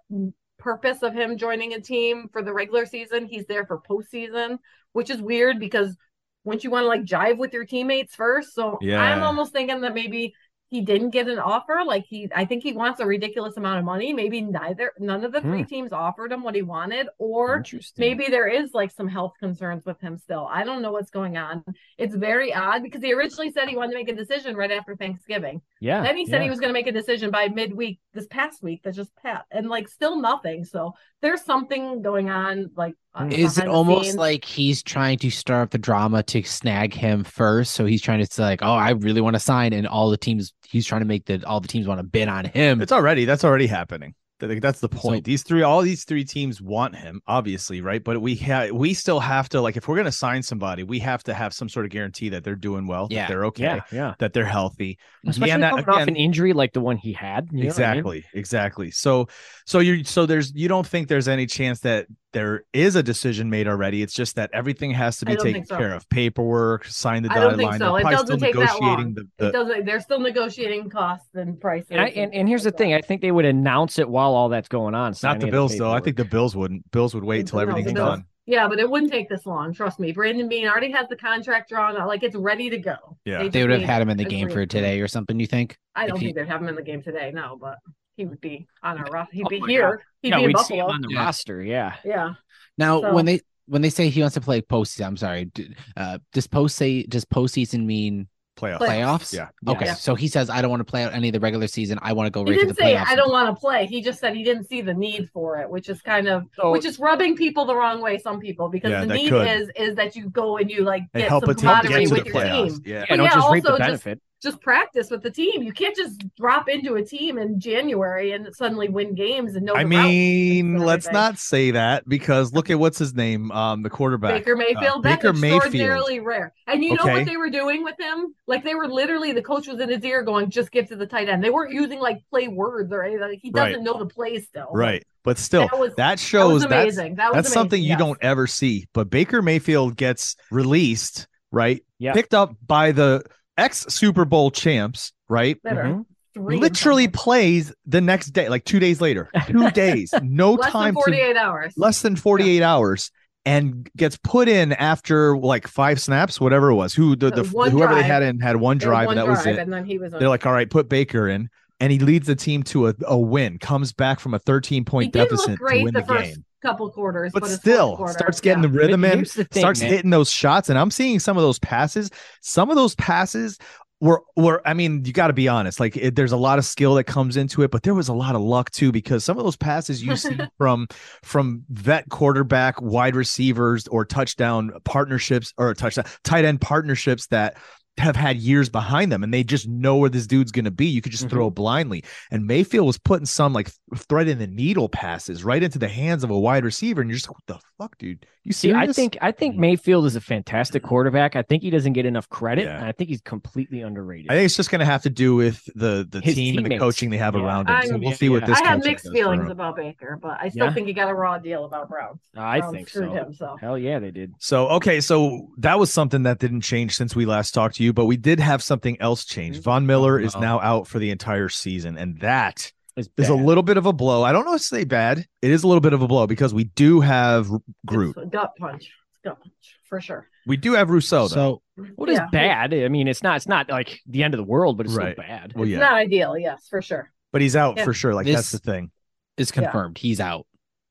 Speaker 10: purpose of him joining a team for the regular season. He's there for postseason, which is weird because once you want to like jive with your teammates first. So I'm
Speaker 1: Yeah.
Speaker 10: almost thinking that maybe he didn't get an offer. Like he I think he wants a ridiculous amount of money. Maybe neither none of the three
Speaker 3: Hmm.
Speaker 10: teams offered him what he wanted or
Speaker 3: Interesting.
Speaker 10: maybe there is like some health concerns with him still. I don't know what's going on. It's very odd because he originally said he wanted to make a decision right after Thanksgiving.
Speaker 3: Yeah.
Speaker 10: Then he said he
Speaker 3: yeah.
Speaker 10: was going to make a decision by midweek this past week that just passed, and like still nothing. So there's something going on. Like, on-
Speaker 2: Is it
Speaker 10: behind the
Speaker 2: almost
Speaker 10: scenes.
Speaker 2: like he's trying to stir up the drama to snag him first? So he's trying to say like, oh, I really want to sign, and all the teams he's trying to make the all the teams want to bid on
Speaker 10: Hmm.
Speaker 2: him.
Speaker 1: It's already that's already happening. Th- like, That's the point. these three, all these three teams want him, obviously, right? But we ha- we still have to like if we're gonna sign somebody, we have to have some sort of guarantee that they're doing well,
Speaker 2: Yeah.
Speaker 1: that they're okay,
Speaker 3: Yeah, yeah.
Speaker 1: that they're healthy.
Speaker 3: Especially
Speaker 1: And that-
Speaker 3: coming off
Speaker 1: again-
Speaker 3: an injury like the one he had. you know what I mean?
Speaker 1: exactly, exactly. So, so you so there's you don't think there's any chance that there is a decision made already. It's just that everything has to
Speaker 10: I
Speaker 1: be
Speaker 10: don't
Speaker 1: taken
Speaker 10: think so.
Speaker 1: care of, paperwork, sign the
Speaker 10: I don't
Speaker 1: dotted
Speaker 10: think
Speaker 1: line.
Speaker 10: so.
Speaker 1: They're
Speaker 10: It
Speaker 1: probably
Speaker 10: doesn't
Speaker 1: still
Speaker 10: take that
Speaker 1: negotiating
Speaker 10: long.
Speaker 1: the,
Speaker 10: it
Speaker 1: the
Speaker 10: doesn't. They're still negotiating costs and prices.
Speaker 3: And, I, and and here's the thing. I think they would announce it while all that's going on.
Speaker 1: not
Speaker 3: signing
Speaker 1: the
Speaker 3: of
Speaker 1: Bills though. I
Speaker 3: paperwork.
Speaker 1: think the Bills wouldn't. Bills would wait till
Speaker 10: No,
Speaker 1: everything's
Speaker 10: the Bills-
Speaker 1: done.
Speaker 10: yeah, but it wouldn't take this long. Trust me. Brandon Bean already has the contract drawn. out, Like it's ready to go.
Speaker 1: Yeah.
Speaker 10: just
Speaker 2: They would have
Speaker 10: need
Speaker 2: had him in the
Speaker 10: a
Speaker 2: game
Speaker 10: three-
Speaker 2: for today or something. You think?
Speaker 10: I don't
Speaker 2: If he-
Speaker 10: think they'd have him in the game today. No, but he would be on our roster. He'd
Speaker 3: Oh
Speaker 10: be
Speaker 3: my
Speaker 10: here.
Speaker 3: God.
Speaker 10: He'd
Speaker 3: yeah,
Speaker 10: be in
Speaker 3: we'd
Speaker 10: Buffalo.
Speaker 3: see him on the
Speaker 2: Yeah.
Speaker 3: roster. Yeah.
Speaker 10: Yeah.
Speaker 2: Now,
Speaker 10: So-
Speaker 2: when they when they say he wants to play postseason, I'm sorry. d- Uh, does post say does postseason mean
Speaker 1: Playoffs.
Speaker 2: playoffs?
Speaker 1: Yeah.
Speaker 2: Okay.
Speaker 10: Yeah.
Speaker 2: So he says I don't want to play out any of the regular season. I want to go
Speaker 10: He
Speaker 2: right to the
Speaker 10: didn't say
Speaker 2: playoffs.
Speaker 10: I don't want to play. He just said he didn't see the need for it, which is kind of
Speaker 3: So-
Speaker 10: which is rubbing people the wrong way. Some people because
Speaker 1: Yeah,
Speaker 10: the
Speaker 1: that
Speaker 10: need
Speaker 1: could.
Speaker 10: is is that you go and you like
Speaker 1: And
Speaker 10: get
Speaker 1: help
Speaker 10: some
Speaker 1: a team get
Speaker 10: camaraderie
Speaker 1: to the
Speaker 10: with your
Speaker 1: playoffs.
Speaker 10: team.
Speaker 1: Yeah.
Speaker 3: Yeah, don't
Speaker 10: yeah,
Speaker 3: just reap the
Speaker 10: also just-
Speaker 3: benefit.
Speaker 10: just practice with the team. You can't just drop into a team in January and suddenly win games and no.
Speaker 1: I mean, let's not say that because look at what's his name, um, the quarterback
Speaker 10: Baker Mayfield.
Speaker 1: Uh,
Speaker 10: that's
Speaker 1: Baker Mayfield.
Speaker 10: extraordinarily rare. And you know
Speaker 1: Okay.
Speaker 10: what they were doing with him? Like they were literally the coach was in his ear going, "Just give to the tight end." They weren't using like play words or anything. Like, he doesn't
Speaker 1: Right.
Speaker 10: know the play still.
Speaker 1: Right, but still,
Speaker 10: That
Speaker 1: that,
Speaker 10: was-
Speaker 1: shows
Speaker 10: that was
Speaker 1: that's-
Speaker 10: amazing.
Speaker 1: that's
Speaker 10: That was amazing,
Speaker 1: something you
Speaker 10: yes.
Speaker 1: don't ever see. But Baker Mayfield gets released, right?
Speaker 3: Yeah,
Speaker 1: picked up by the ex Super Bowl champs, right?
Speaker 10: That are three and
Speaker 1: Mm-hmm. Literally plays the next day, like two days later. Two days, no
Speaker 10: less
Speaker 1: time
Speaker 10: than forty-eight
Speaker 1: to
Speaker 10: hours.
Speaker 1: less than 48 hours and gets put in after like five snaps whatever it was who the, the
Speaker 10: Uh, one
Speaker 1: whoever they
Speaker 10: drive.
Speaker 1: had in had one
Speaker 10: They had
Speaker 1: drive
Speaker 10: one
Speaker 1: and that was
Speaker 10: drive,
Speaker 1: it
Speaker 10: and then he was on-
Speaker 1: they're like all right put baker in and he leads the team to a, a win comes back from a 13
Speaker 10: He
Speaker 1: point
Speaker 10: did
Speaker 1: deficit
Speaker 10: look
Speaker 1: to
Speaker 10: great
Speaker 1: win
Speaker 10: the,
Speaker 1: the,
Speaker 10: first
Speaker 1: game
Speaker 10: couple quarters,
Speaker 1: but
Speaker 10: his fourth
Speaker 1: still
Speaker 10: quarter,
Speaker 1: starts getting
Speaker 10: yeah.
Speaker 1: the rhythm
Speaker 3: But
Speaker 1: in
Speaker 3: here's the thing,
Speaker 1: starts
Speaker 3: man.
Speaker 1: hitting those shots and i'm seeing some of those passes some of those passes were were i mean you got to be honest like it, there's a lot of skill that comes into it but there was a lot of luck too because some of those passes you see from from vet quarterback wide receivers or touchdown partnerships or touchdown tight end partnerships that have had years behind them and they just know where this dude's going to be. You could just
Speaker 3: Mm-hmm.
Speaker 1: throw blindly. And Mayfield was putting some like th- thread in the needle passes right into the hands of a wide receiver. And you're just, what the fuck, dude? You
Speaker 3: See, I
Speaker 1: serious?
Speaker 3: think I think Mayfield is a fantastic quarterback. I think he doesn't get enough credit.
Speaker 1: Yeah.
Speaker 3: And I think he's completely underrated.
Speaker 1: I think it's just going to have to do with the the
Speaker 3: His
Speaker 1: team and the
Speaker 3: teammates.
Speaker 1: coaching they have
Speaker 3: Yeah.
Speaker 1: around
Speaker 10: I-
Speaker 1: him. So we'll see what
Speaker 3: yeah.
Speaker 1: this.
Speaker 10: I had
Speaker 1: coaching
Speaker 10: mixed
Speaker 1: does for
Speaker 10: feelings
Speaker 1: him.
Speaker 10: about Baker, but I still
Speaker 3: Yeah?
Speaker 10: think he got a raw deal about Brown.
Speaker 3: I
Speaker 10: Brown
Speaker 3: think
Speaker 10: screwed
Speaker 3: so.
Speaker 10: him, so.
Speaker 3: Hell yeah, they did.
Speaker 1: So okay, so that was something that didn't change since we last talked to you, but we did have something else
Speaker 3: Mm-hmm.
Speaker 1: change. Von Miller is now out for the entire season, and that
Speaker 3: It's
Speaker 1: is a
Speaker 3: bad.
Speaker 1: little bit of a blow. I don't know if say bad. It is a little bit of a blow because we do have Groot,
Speaker 10: It's a gut punch. It's a gut punch for sure.
Speaker 1: we do have Rousseau. Though.
Speaker 2: So
Speaker 3: What is
Speaker 10: Yeah.
Speaker 3: bad? I mean, it's not it's not like the end of the world, but it's
Speaker 1: Right.
Speaker 3: still bad.
Speaker 1: well, yeah,
Speaker 10: Not ideal, yes, for sure.
Speaker 1: but he's out
Speaker 10: Yeah.
Speaker 1: for sure. Like that's
Speaker 2: This-
Speaker 1: the thing.
Speaker 2: is confirmed. He's out.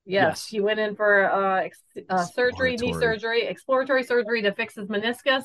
Speaker 10: Yes,
Speaker 3: Yes.
Speaker 10: he went in for uh, ex- uh surgery, knee
Speaker 1: Exploratory.
Speaker 10: surgery, exploratory surgery to fix his meniscus.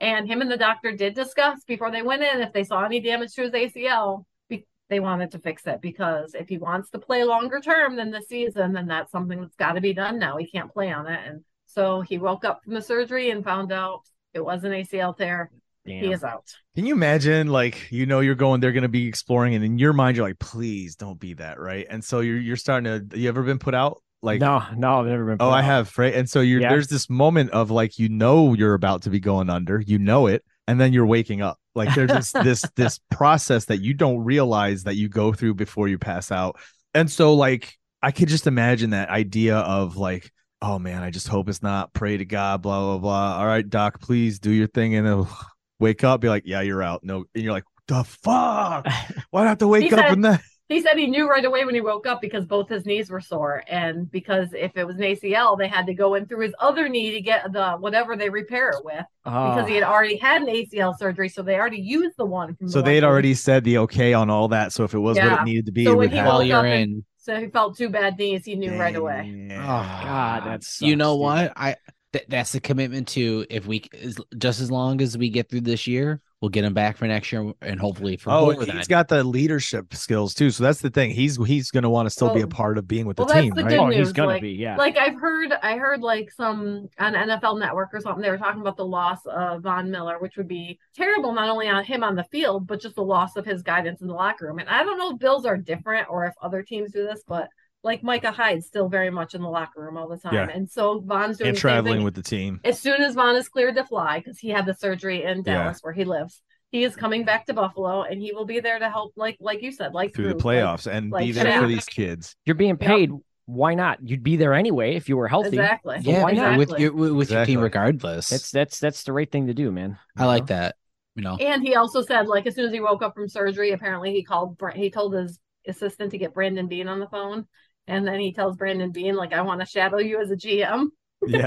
Speaker 10: And him and the doctor did discuss before they went in if they saw any damage to his ACL, be- they wanted to fix it because if he wants to play longer term than the season, then that's something that's got to be done now. He can't play on it. And so he woke up from the surgery and found out it was an ACL tear.
Speaker 3: Damn.
Speaker 10: He is out.
Speaker 1: Can you imagine, like, you know, you're going, they're going to be exploring, and in your mind, you're like, please don't be that, right? And so you're you're starting to. You ever been put out? Like,
Speaker 3: no, no, I've never been.
Speaker 1: Oh,
Speaker 3: put
Speaker 1: I
Speaker 3: out.
Speaker 1: have, right? And so you're
Speaker 3: Yeah.
Speaker 1: there's this moment of like you know you're about to be going under, you know it, and then you're waking up. Like there's this this this process that you don't realize that you go through before you pass out. And so like I could just imagine that idea of like, oh man, I just hope it's not. Pray to God, blah blah blah. All right, doc, please do your thing, and then wake up, be like, yeah, you're out. No, and you're like, the fuck? Why have to wake
Speaker 10: He
Speaker 1: up
Speaker 10: said-
Speaker 1: and then?
Speaker 10: He said he knew right away when he woke up because both his knees were sore, and because if it was an ACL, they had to go in through his other knee to get the whatever they repair it with because
Speaker 3: Ah.
Speaker 10: he had already had an ACL surgery, so they already used the one. From the
Speaker 1: So
Speaker 10: left
Speaker 1: they'd
Speaker 10: knee.
Speaker 1: already said the okay on all that. So if it was what
Speaker 10: Yeah.
Speaker 1: it needed to be,
Speaker 10: So
Speaker 1: it
Speaker 10: when
Speaker 1: would
Speaker 10: he
Speaker 1: happen.
Speaker 10: woke
Speaker 2: While you're
Speaker 10: up and-
Speaker 2: in,
Speaker 10: So he felt two bad knees. He knew right away.
Speaker 1: Oh,
Speaker 3: God, that
Speaker 2: you
Speaker 3: sucks,
Speaker 2: know
Speaker 3: dude.
Speaker 2: what? I th- that's the commitment to if we is, just as long as we get through this year, we'll get him back for next year and hopefully for
Speaker 1: Oh,
Speaker 2: more
Speaker 1: and
Speaker 2: than
Speaker 1: he's got the leadership skills too. So that's the thing. He's he's going to want to still be a
Speaker 10: Well-
Speaker 1: part of being with the
Speaker 10: well, that's
Speaker 1: team,
Speaker 10: the
Speaker 1: right?
Speaker 10: good
Speaker 3: Oh, he's
Speaker 10: news,
Speaker 3: gonna
Speaker 10: like-
Speaker 3: be. Yeah.
Speaker 10: Like I've heard, I heard like some on NFL Network or something. They were talking about the loss of Von Miller, which would be terrible not only on him on the field, but just the loss of his guidance in the locker room. And I don't know if Bills are different or if other teams do this, but like Micah Hyde's still very much in the locker room all the time,
Speaker 1: Yeah.
Speaker 10: and so Von's doing
Speaker 1: and
Speaker 10: the same
Speaker 1: traveling
Speaker 10: thing.
Speaker 1: with the team.
Speaker 10: As soon as Von is cleared to fly, because he had the surgery in
Speaker 1: Yeah.
Speaker 10: Dallas where he lives, he is coming back to Buffalo, and he will be there to help, like like you said, like
Speaker 1: Through the
Speaker 10: Drew, like-
Speaker 1: playoffs and be
Speaker 10: like
Speaker 1: there for
Speaker 10: Shaq.
Speaker 1: these kids.
Speaker 3: You're being paid. Why not? You'd be there anyway if you were healthy.
Speaker 10: exactly.
Speaker 2: that. Yeah,
Speaker 3: why
Speaker 2: yeah,
Speaker 3: not?
Speaker 2: with your with your
Speaker 1: Exactly.
Speaker 2: team regardless.
Speaker 3: That's that's that's the right thing to do, man.
Speaker 2: I like that. You know,
Speaker 10: And he also said, like, as soon as he woke up from surgery, apparently he called, Bra- he told his assistant to get Brandon Bean on the phone. And then he tells Brandon Bean, like, I want to shadow you as a GM.
Speaker 1: Yeah.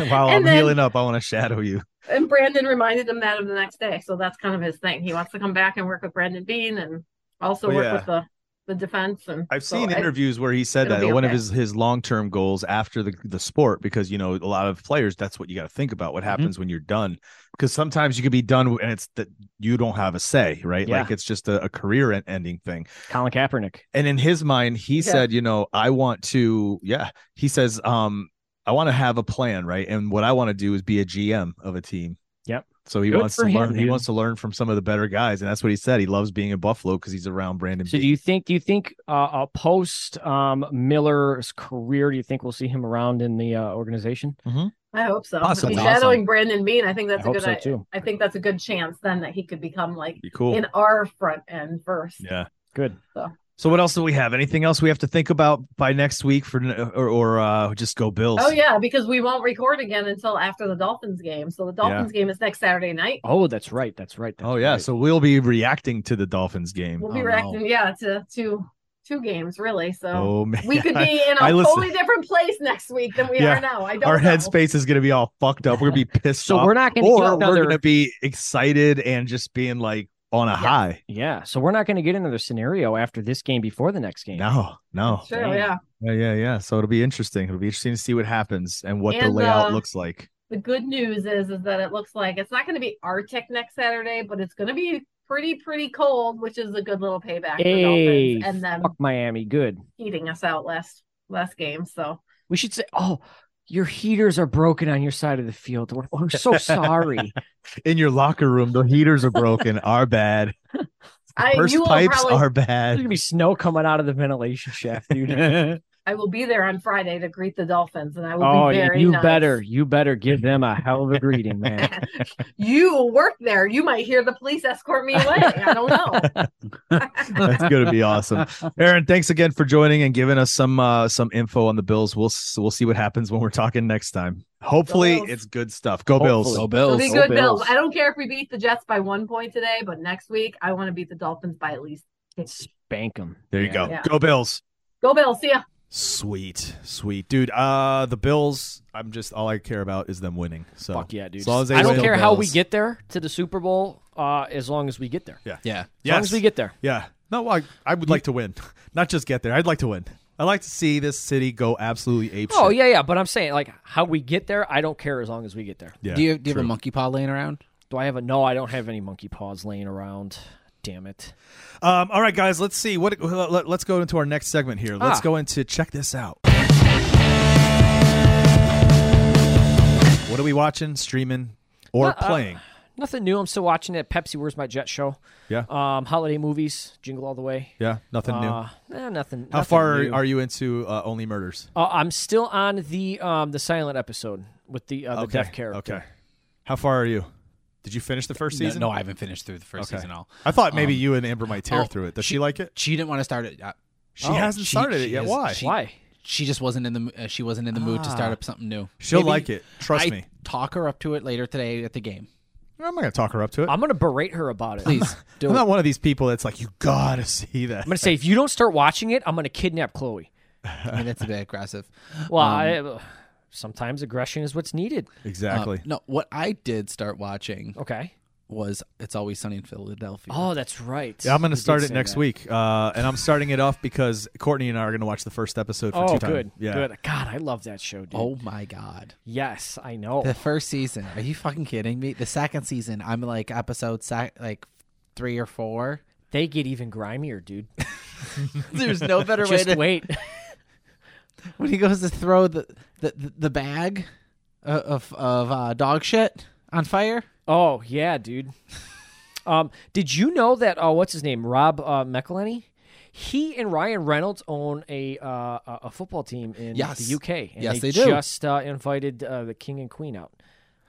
Speaker 3: Yeah.
Speaker 1: While
Speaker 10: And
Speaker 1: I'm
Speaker 10: then-
Speaker 1: healing up, I want to shadow you.
Speaker 10: And Brandon reminded him that of the next day. So that's kind of his thing. He wants to come back and work with Brandon Bean and also
Speaker 1: Well,
Speaker 10: work
Speaker 1: yeah.
Speaker 10: with the, the defense. And
Speaker 1: I've
Speaker 10: so
Speaker 1: seen
Speaker 10: I-
Speaker 1: interviews where he said
Speaker 10: it'll
Speaker 1: that
Speaker 10: be
Speaker 1: one of
Speaker 10: okay.
Speaker 1: his his long term goals after the the sport, because you know a lot of players, that's what you got to think about. What happens when you're done? Because sometimes you could be done, and it's that you don't have a say, right?
Speaker 3: Yeah.
Speaker 1: Like it's just a, a career en- ending thing.
Speaker 3: Colin Kaepernick.
Speaker 1: and in his mind he
Speaker 10: Yeah.
Speaker 1: said you know i want to yeah he says um i want to have a plan right and what i want to do is be a gm of a team
Speaker 3: Yep.
Speaker 1: So he
Speaker 3: Good
Speaker 1: wants to
Speaker 3: for him,
Speaker 1: learn. He
Speaker 3: dude.
Speaker 1: wants to learn from some of the better guys, and that's what he said. He loves being in Buffalo because he's around Brandon.
Speaker 3: So do you think do you think uh, a post um, Miller's career? Do you think we'll see him around in the uh, organization?
Speaker 1: Mm-hmm.
Speaker 10: I hope so.
Speaker 3: Awesome.
Speaker 10: If he's
Speaker 3: Awesome.
Speaker 10: shadowing Brandon Bean, I think that's
Speaker 3: I
Speaker 10: a
Speaker 3: hope
Speaker 10: good.
Speaker 3: so,
Speaker 10: I-
Speaker 3: too.
Speaker 10: I, think that's a good chance then that he could become like
Speaker 1: Be cool.
Speaker 10: in our front end first.
Speaker 1: Yeah.
Speaker 3: Good.
Speaker 10: So
Speaker 1: So what else do we have? Anything else we have to think about by next week for or, or uh, just go Bills?
Speaker 10: Oh yeah, because we won't record again until after the Dolphins game. So the Dolphins game is next Saturday night.
Speaker 3: Oh, that's right. That's right.
Speaker 1: oh yeah. So we'll be reacting to the Dolphins game.
Speaker 10: We'll be reacting, yeah, to two two games really. So
Speaker 1: Oh, man.
Speaker 10: we could be in a
Speaker 1: I listen-
Speaker 10: totally different place next week than we
Speaker 1: Yeah.
Speaker 10: are now. I don't
Speaker 1: Our
Speaker 10: know.
Speaker 1: headspace is going to be all fucked up. We're going to be pissed
Speaker 3: So
Speaker 1: off.
Speaker 3: we're not gonna
Speaker 1: or
Speaker 3: get
Speaker 1: we're
Speaker 3: another-
Speaker 1: going to be excited and just being like on a high.
Speaker 3: Yeah. So we're not going to get another scenario after this game before the next game.
Speaker 1: No, no.
Speaker 10: Sure, yeah.
Speaker 1: Yeah, yeah, yeah. So it'll be interesting. It'll be interesting to see what happens and what the
Speaker 10: And,
Speaker 1: layout
Speaker 10: uh,
Speaker 1: looks like.
Speaker 10: The good news is is that it looks like it's not going to be Arctic next Saturday, but it's going to be pretty pretty cold, which is a good little payback for
Speaker 3: Hey,
Speaker 10: Dolphins and them
Speaker 3: fuck Miami. Good.
Speaker 10: heating us out last last game. So
Speaker 3: We should say, oh, your heaters are broken on your side of the field. We're, we're so sorry.
Speaker 1: In your locker room, the heaters are broken. are bad.
Speaker 10: I
Speaker 1: Burst
Speaker 10: Uh, you will
Speaker 1: pipes
Speaker 10: probably
Speaker 1: are
Speaker 3: There's
Speaker 1: bad.
Speaker 3: gonna be snow coming out of the ventilation shaft, dude.
Speaker 10: I will be there on Friday to greet the Dolphins, and I will
Speaker 3: oh,
Speaker 10: be
Speaker 3: yeah,
Speaker 10: very
Speaker 3: you
Speaker 10: nice.
Speaker 3: better, you better give them a hell of a greeting, man.
Speaker 10: You work there. You might hear the police escort me away. I don't know.
Speaker 1: That's going to be awesome. Aaron, thanks again for joining and giving us some uh, some info on the Bills. We'll s- we'll see what happens when we're talking next time. Hopefully,
Speaker 10: Bills.
Speaker 1: it's good stuff. Go Bills.
Speaker 3: Hopefully.
Speaker 10: It'll
Speaker 2: Bills.
Speaker 10: be good, Bills. I don't care if we beat the Jets by one point today, but next week I want to beat the Dolphins by at least. 50.
Speaker 3: Bank them.
Speaker 1: There you go.
Speaker 10: Yeah.
Speaker 1: Go Bills.
Speaker 10: Go Bills. See ya.
Speaker 1: Sweet, sweet, dude. Uh, the Bills. I'm just all I care about is them winning. So
Speaker 3: Fuck yeah, dude.
Speaker 1: As long as they
Speaker 3: I don't
Speaker 1: win,
Speaker 3: care how we
Speaker 1: Bills.
Speaker 3: get there to the Super Bowl, uh, as long as we get there.
Speaker 1: Yeah.
Speaker 2: Yeah.
Speaker 3: As long as
Speaker 1: Yes.
Speaker 3: we get there.
Speaker 1: Yeah. No, I I would like to win, not just get there. I'd like to win. I like to see this city go absolutely ape.
Speaker 3: Oh
Speaker 1: shit.
Speaker 3: yeah, yeah. But I'm saying like how we get there, I don't care as long as we get there.
Speaker 1: yeah.
Speaker 2: do you do you have
Speaker 1: true.
Speaker 2: a monkey paw laying around?
Speaker 3: Do I have a no? I don't have any monkey paws laying around. Damn it.
Speaker 1: Um, all right, guys. Let's see what. Let, us go into our next segment here. Let's
Speaker 3: Ah.
Speaker 1: go into check this out. What are we watching, streaming, or
Speaker 3: Uh, uh,
Speaker 1: playing?
Speaker 3: Nothing new. I'm still watching that Pepsi Where's My Jet show.
Speaker 1: Yeah.
Speaker 3: Um, holiday movies, Jingle All the Way.
Speaker 1: yeah, nothing new.
Speaker 3: Uh, eh, nothing.
Speaker 1: How far are you into uh, Only Murders?
Speaker 3: Uh, I'm still on the um the silent episode with the uh, the deaf character.
Speaker 1: Okay. How far are you? Did you finish the first season?
Speaker 2: No, no, I haven't finished through the first
Speaker 1: Okay.
Speaker 2: season. All
Speaker 1: I thought maybe
Speaker 2: Um,
Speaker 1: you and Amber might tear
Speaker 2: oh,
Speaker 1: through it. Does she, like it?
Speaker 2: she didn't want to start it. Uh,
Speaker 1: She hasn't started it yet.
Speaker 2: is-
Speaker 1: Why?
Speaker 2: she-
Speaker 3: Why?
Speaker 2: She just wasn't in the mo- uh, she wasn't in the mood to
Speaker 1: Ah.
Speaker 2: start up something new.
Speaker 1: She'll
Speaker 2: Maybe
Speaker 1: like it. Trust
Speaker 2: I
Speaker 1: me.
Speaker 2: Talk her up to it later today at the game,
Speaker 1: I'm not gonna talk her up to it.
Speaker 3: I'm gonna berate her about it.
Speaker 2: please.
Speaker 3: do
Speaker 1: I'm
Speaker 3: it.
Speaker 1: not one of these people that's like, you gotta see that.
Speaker 3: I'm gonna say if you don't start watching it, I'm gonna kidnap Chloe.
Speaker 2: I mean, that's a bit aggressive.
Speaker 3: Well, I, uh, sometimes aggression is what's needed.
Speaker 2: Um,
Speaker 1: Exactly.
Speaker 2: no, what I did start watching
Speaker 3: Okay.
Speaker 2: was It's Always Sunny in Philadelphia.
Speaker 3: Oh, that's right.
Speaker 1: yeah, I'm
Speaker 3: You
Speaker 1: gonna
Speaker 3: did
Speaker 1: start it
Speaker 3: say
Speaker 1: next
Speaker 3: that.
Speaker 1: week, uh, and I'm starting it off because Courtney and I are gonna watch the first episode for two
Speaker 3: Oh,
Speaker 1: time.
Speaker 3: good.
Speaker 1: Yeah.
Speaker 3: Good. God, I love that show, dude.
Speaker 2: Oh my god.
Speaker 3: Yes, I know.
Speaker 2: The first season. Are you fucking kidding me? The second season, I'm like episode sec- like 3 or 4.
Speaker 3: They get even grimier, dude.
Speaker 2: There's no better way
Speaker 3: Just
Speaker 2: to
Speaker 3: wait.
Speaker 2: when he goes to throw the the, the, the bag of of, of uh, dog shit on fire.
Speaker 3: oh yeah, dude. Um, did you know that? Oh, what's his name? Rob uh, McElhenney. He and Ryan Reynolds own a uh, a a football team in
Speaker 2: Yes.
Speaker 3: the UK. And
Speaker 2: Yes,
Speaker 3: they,
Speaker 2: they do.
Speaker 3: Just uh, invited uh, the king and queen out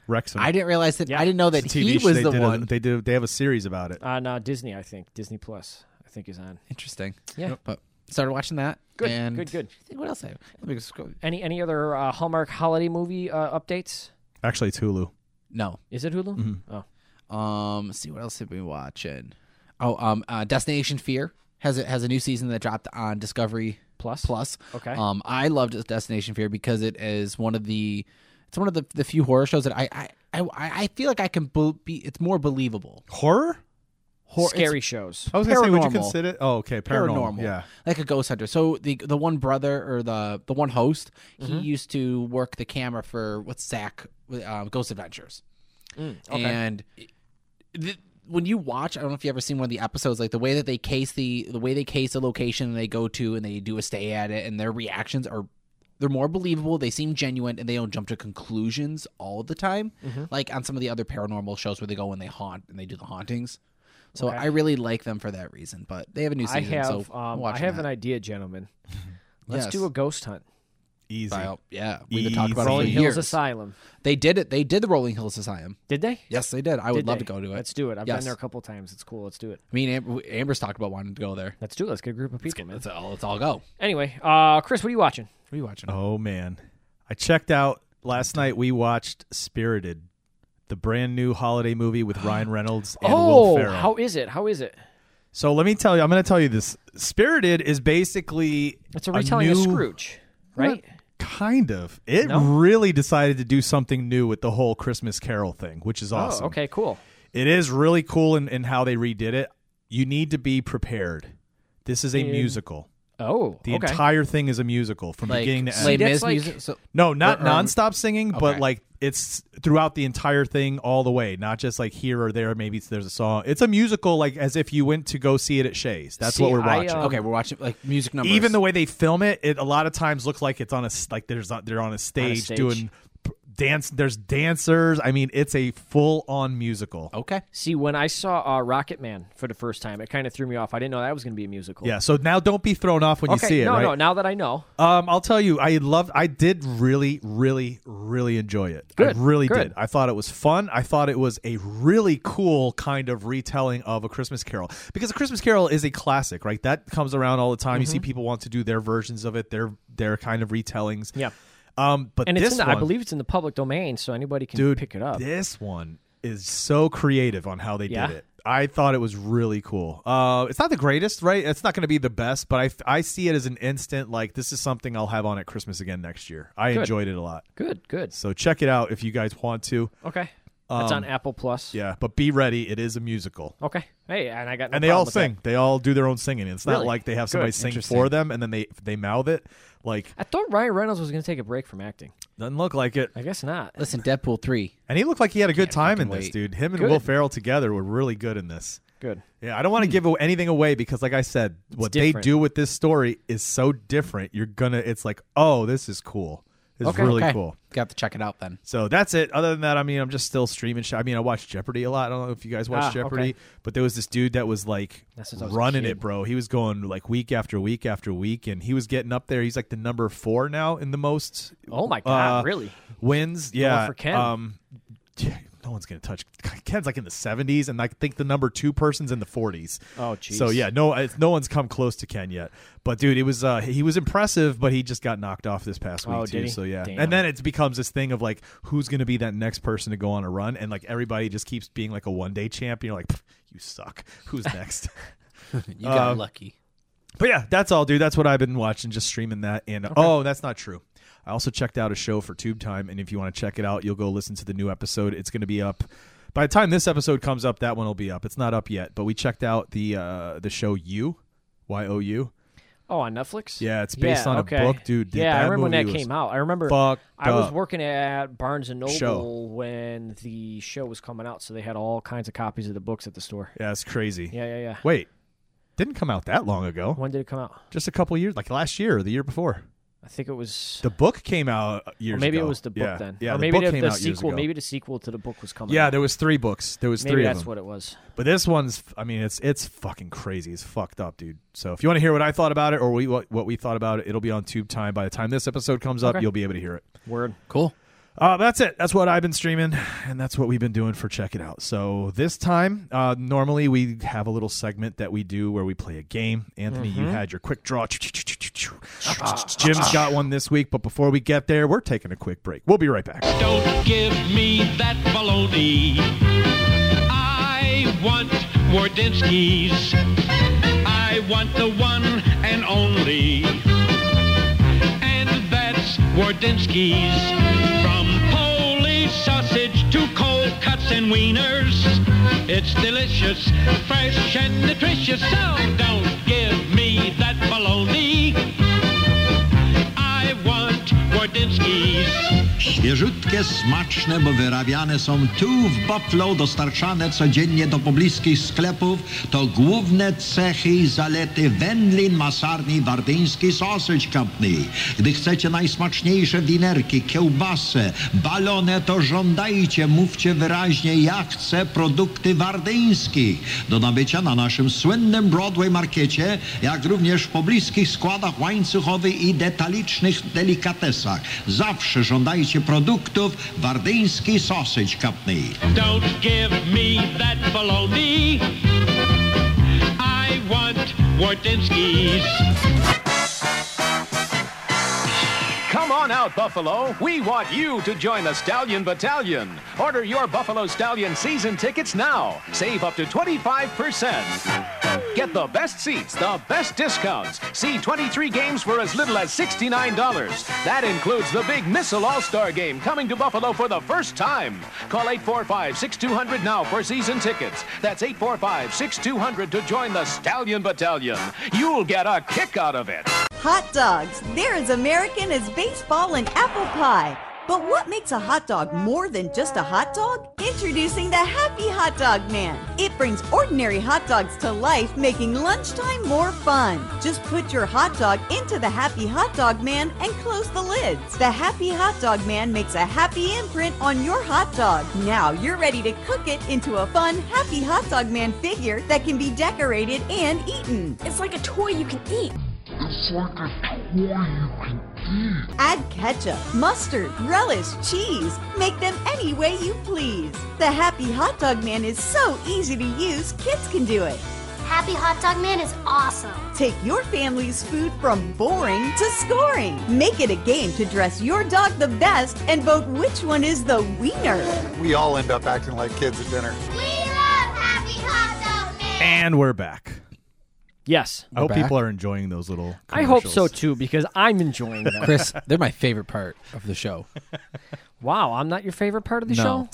Speaker 1: Wrexham.
Speaker 2: I didn't realize that.
Speaker 3: Yeah.
Speaker 2: I didn't know
Speaker 1: It's
Speaker 2: that
Speaker 1: a TV
Speaker 2: he
Speaker 1: show.
Speaker 2: was
Speaker 1: They
Speaker 2: the
Speaker 1: did a-
Speaker 2: one.
Speaker 1: they do. They have a series about it.
Speaker 3: on uh, Disney. I think Disney Plus. I think is on.
Speaker 2: Interesting.
Speaker 3: Yeah.
Speaker 2: But started watching that.
Speaker 3: Good,
Speaker 2: And
Speaker 3: good, good.
Speaker 2: What else? I have? Let me just go-
Speaker 3: Any any other uh, Hallmark holiday movie uh, updates?
Speaker 1: Actually, it's Hulu.
Speaker 2: No.
Speaker 3: Is it Hulu?
Speaker 2: Mm-hmm.
Speaker 3: Oh,
Speaker 2: Um. let's see what else have we been watching? Oh. Um. Uh, Destination Fear has it has a new season that dropped on Discovery
Speaker 3: Plus.
Speaker 2: Plus.
Speaker 3: Okay.
Speaker 2: Um. I loved Destination Fear because it is one of the it's one of the, the few horror shows that I I, I I feel like I can be, be it's more believable.
Speaker 1: Horror?
Speaker 2: Hor- it's-
Speaker 3: Scary shows.
Speaker 1: I was gonna say, would you
Speaker 2: Paranormal.
Speaker 1: consider? Oh, okay, paranormal.
Speaker 2: paranormal.
Speaker 1: Yeah.
Speaker 2: like a ghost hunter. So the the one brother or the the one host,
Speaker 3: Mm-hmm.
Speaker 2: he used to work the camera for what's Zach um, Ghost Adventures,
Speaker 3: mm,
Speaker 2: and th- when you watch, I don't know if you ever seen one of the episodes, like the way that they case the the way they case a location and they go to and they do a stay at it, and their reactions are they're more believable, they seem genuine, and they don't jump to conclusions all the time,
Speaker 3: Mhm.
Speaker 2: like on some of the other paranormal shows where they go and they haunt and they do the hauntings. So
Speaker 3: Okay.
Speaker 2: I really like them for that reason. But they have a new
Speaker 3: I
Speaker 2: season,
Speaker 3: have,
Speaker 2: so
Speaker 3: um, I have an idea, gentlemen. Let's
Speaker 2: Yes.
Speaker 3: do a ghost hunt.
Speaker 1: Easy.
Speaker 2: yeah, we've been talking about it for
Speaker 3: Rolling
Speaker 2: years.
Speaker 3: Hills Asylum.
Speaker 2: They did it. They did the Rolling Hills Asylum.
Speaker 3: Did they?
Speaker 2: Yes, they did. I would
Speaker 3: Did
Speaker 2: love
Speaker 3: they?
Speaker 2: to go to it.
Speaker 3: Let's do it. I've
Speaker 2: yes.
Speaker 3: been there a couple times. It's cool. Let's do it.
Speaker 2: I mean, Amber, Amber's talked about wanting to go there.
Speaker 3: Let's do it. Let's get a group of people, man.
Speaker 2: Let's all, let's all go.
Speaker 3: Anyway, uh, Chris, what are you watching?
Speaker 2: What are you watching?
Speaker 1: Oh man, I checked out last night. We watched Spirited, the brand new holiday movie with Ryan Reynolds and Will
Speaker 3: oh,
Speaker 1: Ferrell.
Speaker 3: how is it? How is it?
Speaker 1: so let me tell you, I'm going to tell you this. Spirited is basically
Speaker 3: It's a retelling of
Speaker 1: new-
Speaker 3: Scrooge, right?
Speaker 1: Kind of. It
Speaker 3: No?
Speaker 1: really decided to do something new with the whole Christmas Carol thing, which is awesome.
Speaker 3: Oh, okay, cool.
Speaker 1: It is really cool in, in how they redid it. You need to be prepared. This is a
Speaker 3: In-
Speaker 1: musical.
Speaker 3: Oh,
Speaker 1: The
Speaker 3: okay.
Speaker 1: entire thing is a musical from
Speaker 2: Like,
Speaker 1: beginning to end.
Speaker 2: Les
Speaker 3: that's
Speaker 2: Mis
Speaker 3: like-
Speaker 2: music. So,
Speaker 1: No, not
Speaker 2: Or- or-
Speaker 3: um,
Speaker 1: nonstop singing, but
Speaker 2: Okay.
Speaker 1: like it's throughout the entire thing all the way, not just like here or there. Maybe it's- there's a song. It's a musical, like as if you went to go see it at Shays. That's
Speaker 3: See,
Speaker 1: what we're
Speaker 3: I,
Speaker 1: watching.
Speaker 3: um,
Speaker 2: okay, we're watching like music numbers.
Speaker 1: Even the way they film it, it a lot of times looks like it's on a s- like there's on, they're on a stage,
Speaker 3: stage.
Speaker 1: doing p- dance. There's dancers. I mean, it's a full on musical.
Speaker 3: Oh,
Speaker 2: okay,
Speaker 3: See, when I saw uh, Rocket Man for the first time, it kind of threw me off. I didn't know that was going to be a musical.
Speaker 1: Yeah. So now don't be thrown off when
Speaker 3: okay,
Speaker 1: you see it.
Speaker 3: no,
Speaker 1: right?
Speaker 3: no. Now that I know,
Speaker 1: Um, I'll tell you, I loved. I did really, really, really enjoy it.
Speaker 3: Good,
Speaker 1: I really
Speaker 3: good.
Speaker 1: did. I thought it was fun. I thought it was a really cool kind of retelling of a Christmas Carol because a Christmas Carol is a classic, right? That comes around all the time.
Speaker 3: Mm-hmm.
Speaker 1: You see people want to do their versions of it, their their kind of retellings.
Speaker 3: Yeah.
Speaker 1: Um, but
Speaker 3: and
Speaker 1: this
Speaker 3: it's in the,
Speaker 1: one,
Speaker 3: I believe it's in the public domain, so anybody can
Speaker 1: dude,
Speaker 3: pick it up.
Speaker 1: This one is so creative on how they
Speaker 3: Yeah?
Speaker 1: did it. I thought it was really cool. Uh, it's not the greatest, right? It's not going to be the best, but I, I see it as an instant. Like this is something I'll have on at Christmas again next year. I
Speaker 3: Good.
Speaker 1: enjoyed it a lot.
Speaker 3: Good, good.
Speaker 1: So check it out if you guys want to. Um,
Speaker 3: Okay, that's on Apple Plus.
Speaker 1: Yeah, but be ready. It is a musical,
Speaker 3: Okay. Hey, and I got. No
Speaker 1: and they all
Speaker 3: problem with that.
Speaker 1: sing. They all do their own singing. It's not
Speaker 3: Really?
Speaker 1: like they have somebody
Speaker 3: Good.
Speaker 1: sing
Speaker 2: Interesting.
Speaker 1: for them and then they they mouth it. Like
Speaker 3: I thought Ryan Reynolds was going to take a break from acting.
Speaker 1: doesn't look like it.
Speaker 3: I guess not.
Speaker 2: listen, Deadpool three.
Speaker 1: And he looked like he had a good time in
Speaker 2: fucking
Speaker 1: this,
Speaker 2: wait.
Speaker 1: dude. Him and
Speaker 3: Good.
Speaker 1: Will Ferrell together were really good in this.
Speaker 3: Good.
Speaker 1: Yeah, I don't want to give give aw- anything away because, like I said, what they
Speaker 3: Hmm. different.
Speaker 1: do with this story is so different. You're gonna, it's like, oh, this is cool. It's
Speaker 2: Okay,
Speaker 1: really
Speaker 2: okay.
Speaker 1: cool.
Speaker 2: Got to check it out then.
Speaker 1: So that's it. Other than that, I mean, I'm just still streaming. Sh- I mean, I watch Jeopardy a lot. I don't know if you guys watch
Speaker 3: Ah,
Speaker 1: Jeopardy,
Speaker 3: okay.
Speaker 1: but there was this dude that was like
Speaker 3: That's since I was a
Speaker 1: running
Speaker 3: kid.
Speaker 1: it, bro. He was going like week after week after week, and he was getting up there. He's like the number four now in the most.
Speaker 3: Oh my God!
Speaker 1: uh,
Speaker 3: really?
Speaker 1: wins. Yeah,
Speaker 3: for Ken.
Speaker 1: Um, no one's gonna touch Ken's like in the seventies, and I think the number two person's in the forties.
Speaker 3: Oh, jeez.
Speaker 1: So yeah, no, it's, no one's come close to Ken yet. But dude, it was uh, he was impressive, but he just got knocked off this past week
Speaker 3: Oh,
Speaker 1: too.
Speaker 3: did he?
Speaker 1: So yeah,
Speaker 3: Damn.
Speaker 1: and then it becomes this thing of like who's gonna be that next person to go on a run, and like everybody just keeps being like a one day champ. You're like, "Pff, you suck. Who's next?
Speaker 2: You got
Speaker 1: Uh,
Speaker 2: lucky.
Speaker 1: But yeah, that's all, dude. That's what I've been watching, just streaming that. And oh, that's not true. I also checked out a show for Tube Time, and if you want to check it out, you'll go listen to the new episode. It's going to be up by the time this episode comes up. That one will be up. It's not up yet, but we checked out the uh, the show You, Y O U.
Speaker 3: Oh, on Netflix.
Speaker 1: Yeah, it's based on a
Speaker 3: okay.
Speaker 1: book, dude. Did
Speaker 3: Yeah, I
Speaker 1: that
Speaker 3: remember when
Speaker 1: movie
Speaker 3: that
Speaker 1: was
Speaker 3: came out. I remember.
Speaker 1: fucked
Speaker 3: I was
Speaker 1: up.
Speaker 3: working at Barnes and Noble
Speaker 1: Show.
Speaker 3: when the show was coming out, so they had all kinds of copies of the books at the store.
Speaker 1: Yeah, it's crazy.
Speaker 3: Yeah, yeah, yeah.
Speaker 1: Wait, didn't come out that long ago.
Speaker 3: When did it come out?
Speaker 1: Just a couple years, like last year or the year before.
Speaker 3: I think it was.
Speaker 1: The book came out years.
Speaker 3: or maybe
Speaker 1: ago.
Speaker 3: it was the book
Speaker 1: Yeah,
Speaker 3: then.
Speaker 1: Yeah,
Speaker 3: or
Speaker 1: the
Speaker 3: maybe
Speaker 1: book
Speaker 3: the,
Speaker 1: came
Speaker 3: the
Speaker 1: out years
Speaker 3: sequel.
Speaker 1: ago.
Speaker 3: Maybe the sequel to the book was coming.
Speaker 1: yeah,
Speaker 3: out.
Speaker 1: there was three books. There was
Speaker 3: maybe
Speaker 1: three
Speaker 3: that's
Speaker 1: of them.
Speaker 3: what it was.
Speaker 1: But this one's, I mean, it's it's fucking crazy. It's fucked up, dude. So if you want to hear what I thought about it or we, what, what we thought about it, it'll be on Tube Time. By the time this episode comes up,
Speaker 3: Okay.
Speaker 1: you'll be able to hear it.
Speaker 3: Word.
Speaker 2: Cool.
Speaker 1: Uh, that's it. That's what I've been streaming, and that's what we've been doing for Check It Out. So this time, uh, normally we have a little segment that we do where we play a game. Anthony, you had your quick draw. Jim's got one this week, but before we get there, we're taking a quick break. We'll be right back.
Speaker 11: Don't give me that baloney. I want Wardinsky's. I want the one and only. And that's Wardinsky's. From Polish sausage to cold cuts and wieners. It's delicious, fresh and nutritious. So don't give me that baloney. I want Wardinsky's.
Speaker 12: Świeżutkie, smaczne, bo wyrabiane są tu w Buffalo, dostarczane codziennie do pobliskich sklepów, to główne cechy i zalety Wendlin Masarni Wardyńskiej Sausage Company. Gdy chcecie najsmaczniejsze winerki, kiełbasę, balonę, to żądajcie, mówcie wyraźnie, ja chcę produkty wardyńskich. Do nabycia na naszym słynnym Broadway Markecie, jak również w pobliskich składach łańcuchowych i detalicznych delikatesach. Zawsze żądajcie produktów Wardyński Sausage Company.
Speaker 11: Don't give me that baloney. I want Wardinski's.
Speaker 13: Come on out, Buffalo. We want you to join the Stallion Battalion. Order your Buffalo Stallion season tickets now. Save up to 25%. Get the best seats, the best discounts. See 23 games for as little as $69. That includes the big Missile All Star game coming to Buffalo for the first time. Call 845 6200 now for season tickets. That's 845 6200 to join the Stallion Battalion. You'll get a kick out of it.
Speaker 14: Hot dogs. They're as American as baseball and apple pie. But what makes a hot dog more than just a hot dog? Introducing the Happy Hot Dog Man. It brings ordinary hot dogs to life, making lunchtime more fun. Just put your hot dog into the Happy Hot Dog Man and close the lids. The Happy Hot Dog Man makes a happy imprint on your hot dog. Now you're ready to cook it into a fun Happy Hot Dog Man figure that can be decorated and eaten. It's like a toy you can eat. It's like a toy you can eat. Add ketchup, mustard, relish, cheese. Make them any way you please. The Happy Hot Dog Man is so easy to use, kids can do it.
Speaker 7: Happy Hot Dog Man is awesome.
Speaker 14: Take your family's food from boring to scoring. Make it a game to dress your dog the best and vote which one is the wiener.
Speaker 15: We all end up acting like kids at dinner.
Speaker 4: We love Happy Hot Dog Man.
Speaker 1: And we're back.
Speaker 3: Yes.
Speaker 1: I hope people are enjoying those little.
Speaker 3: I hope so too because I'm enjoying them.
Speaker 2: Chris, they're my favorite part of the show.
Speaker 3: wow, I'm not your favorite part of the
Speaker 1: no.
Speaker 3: show.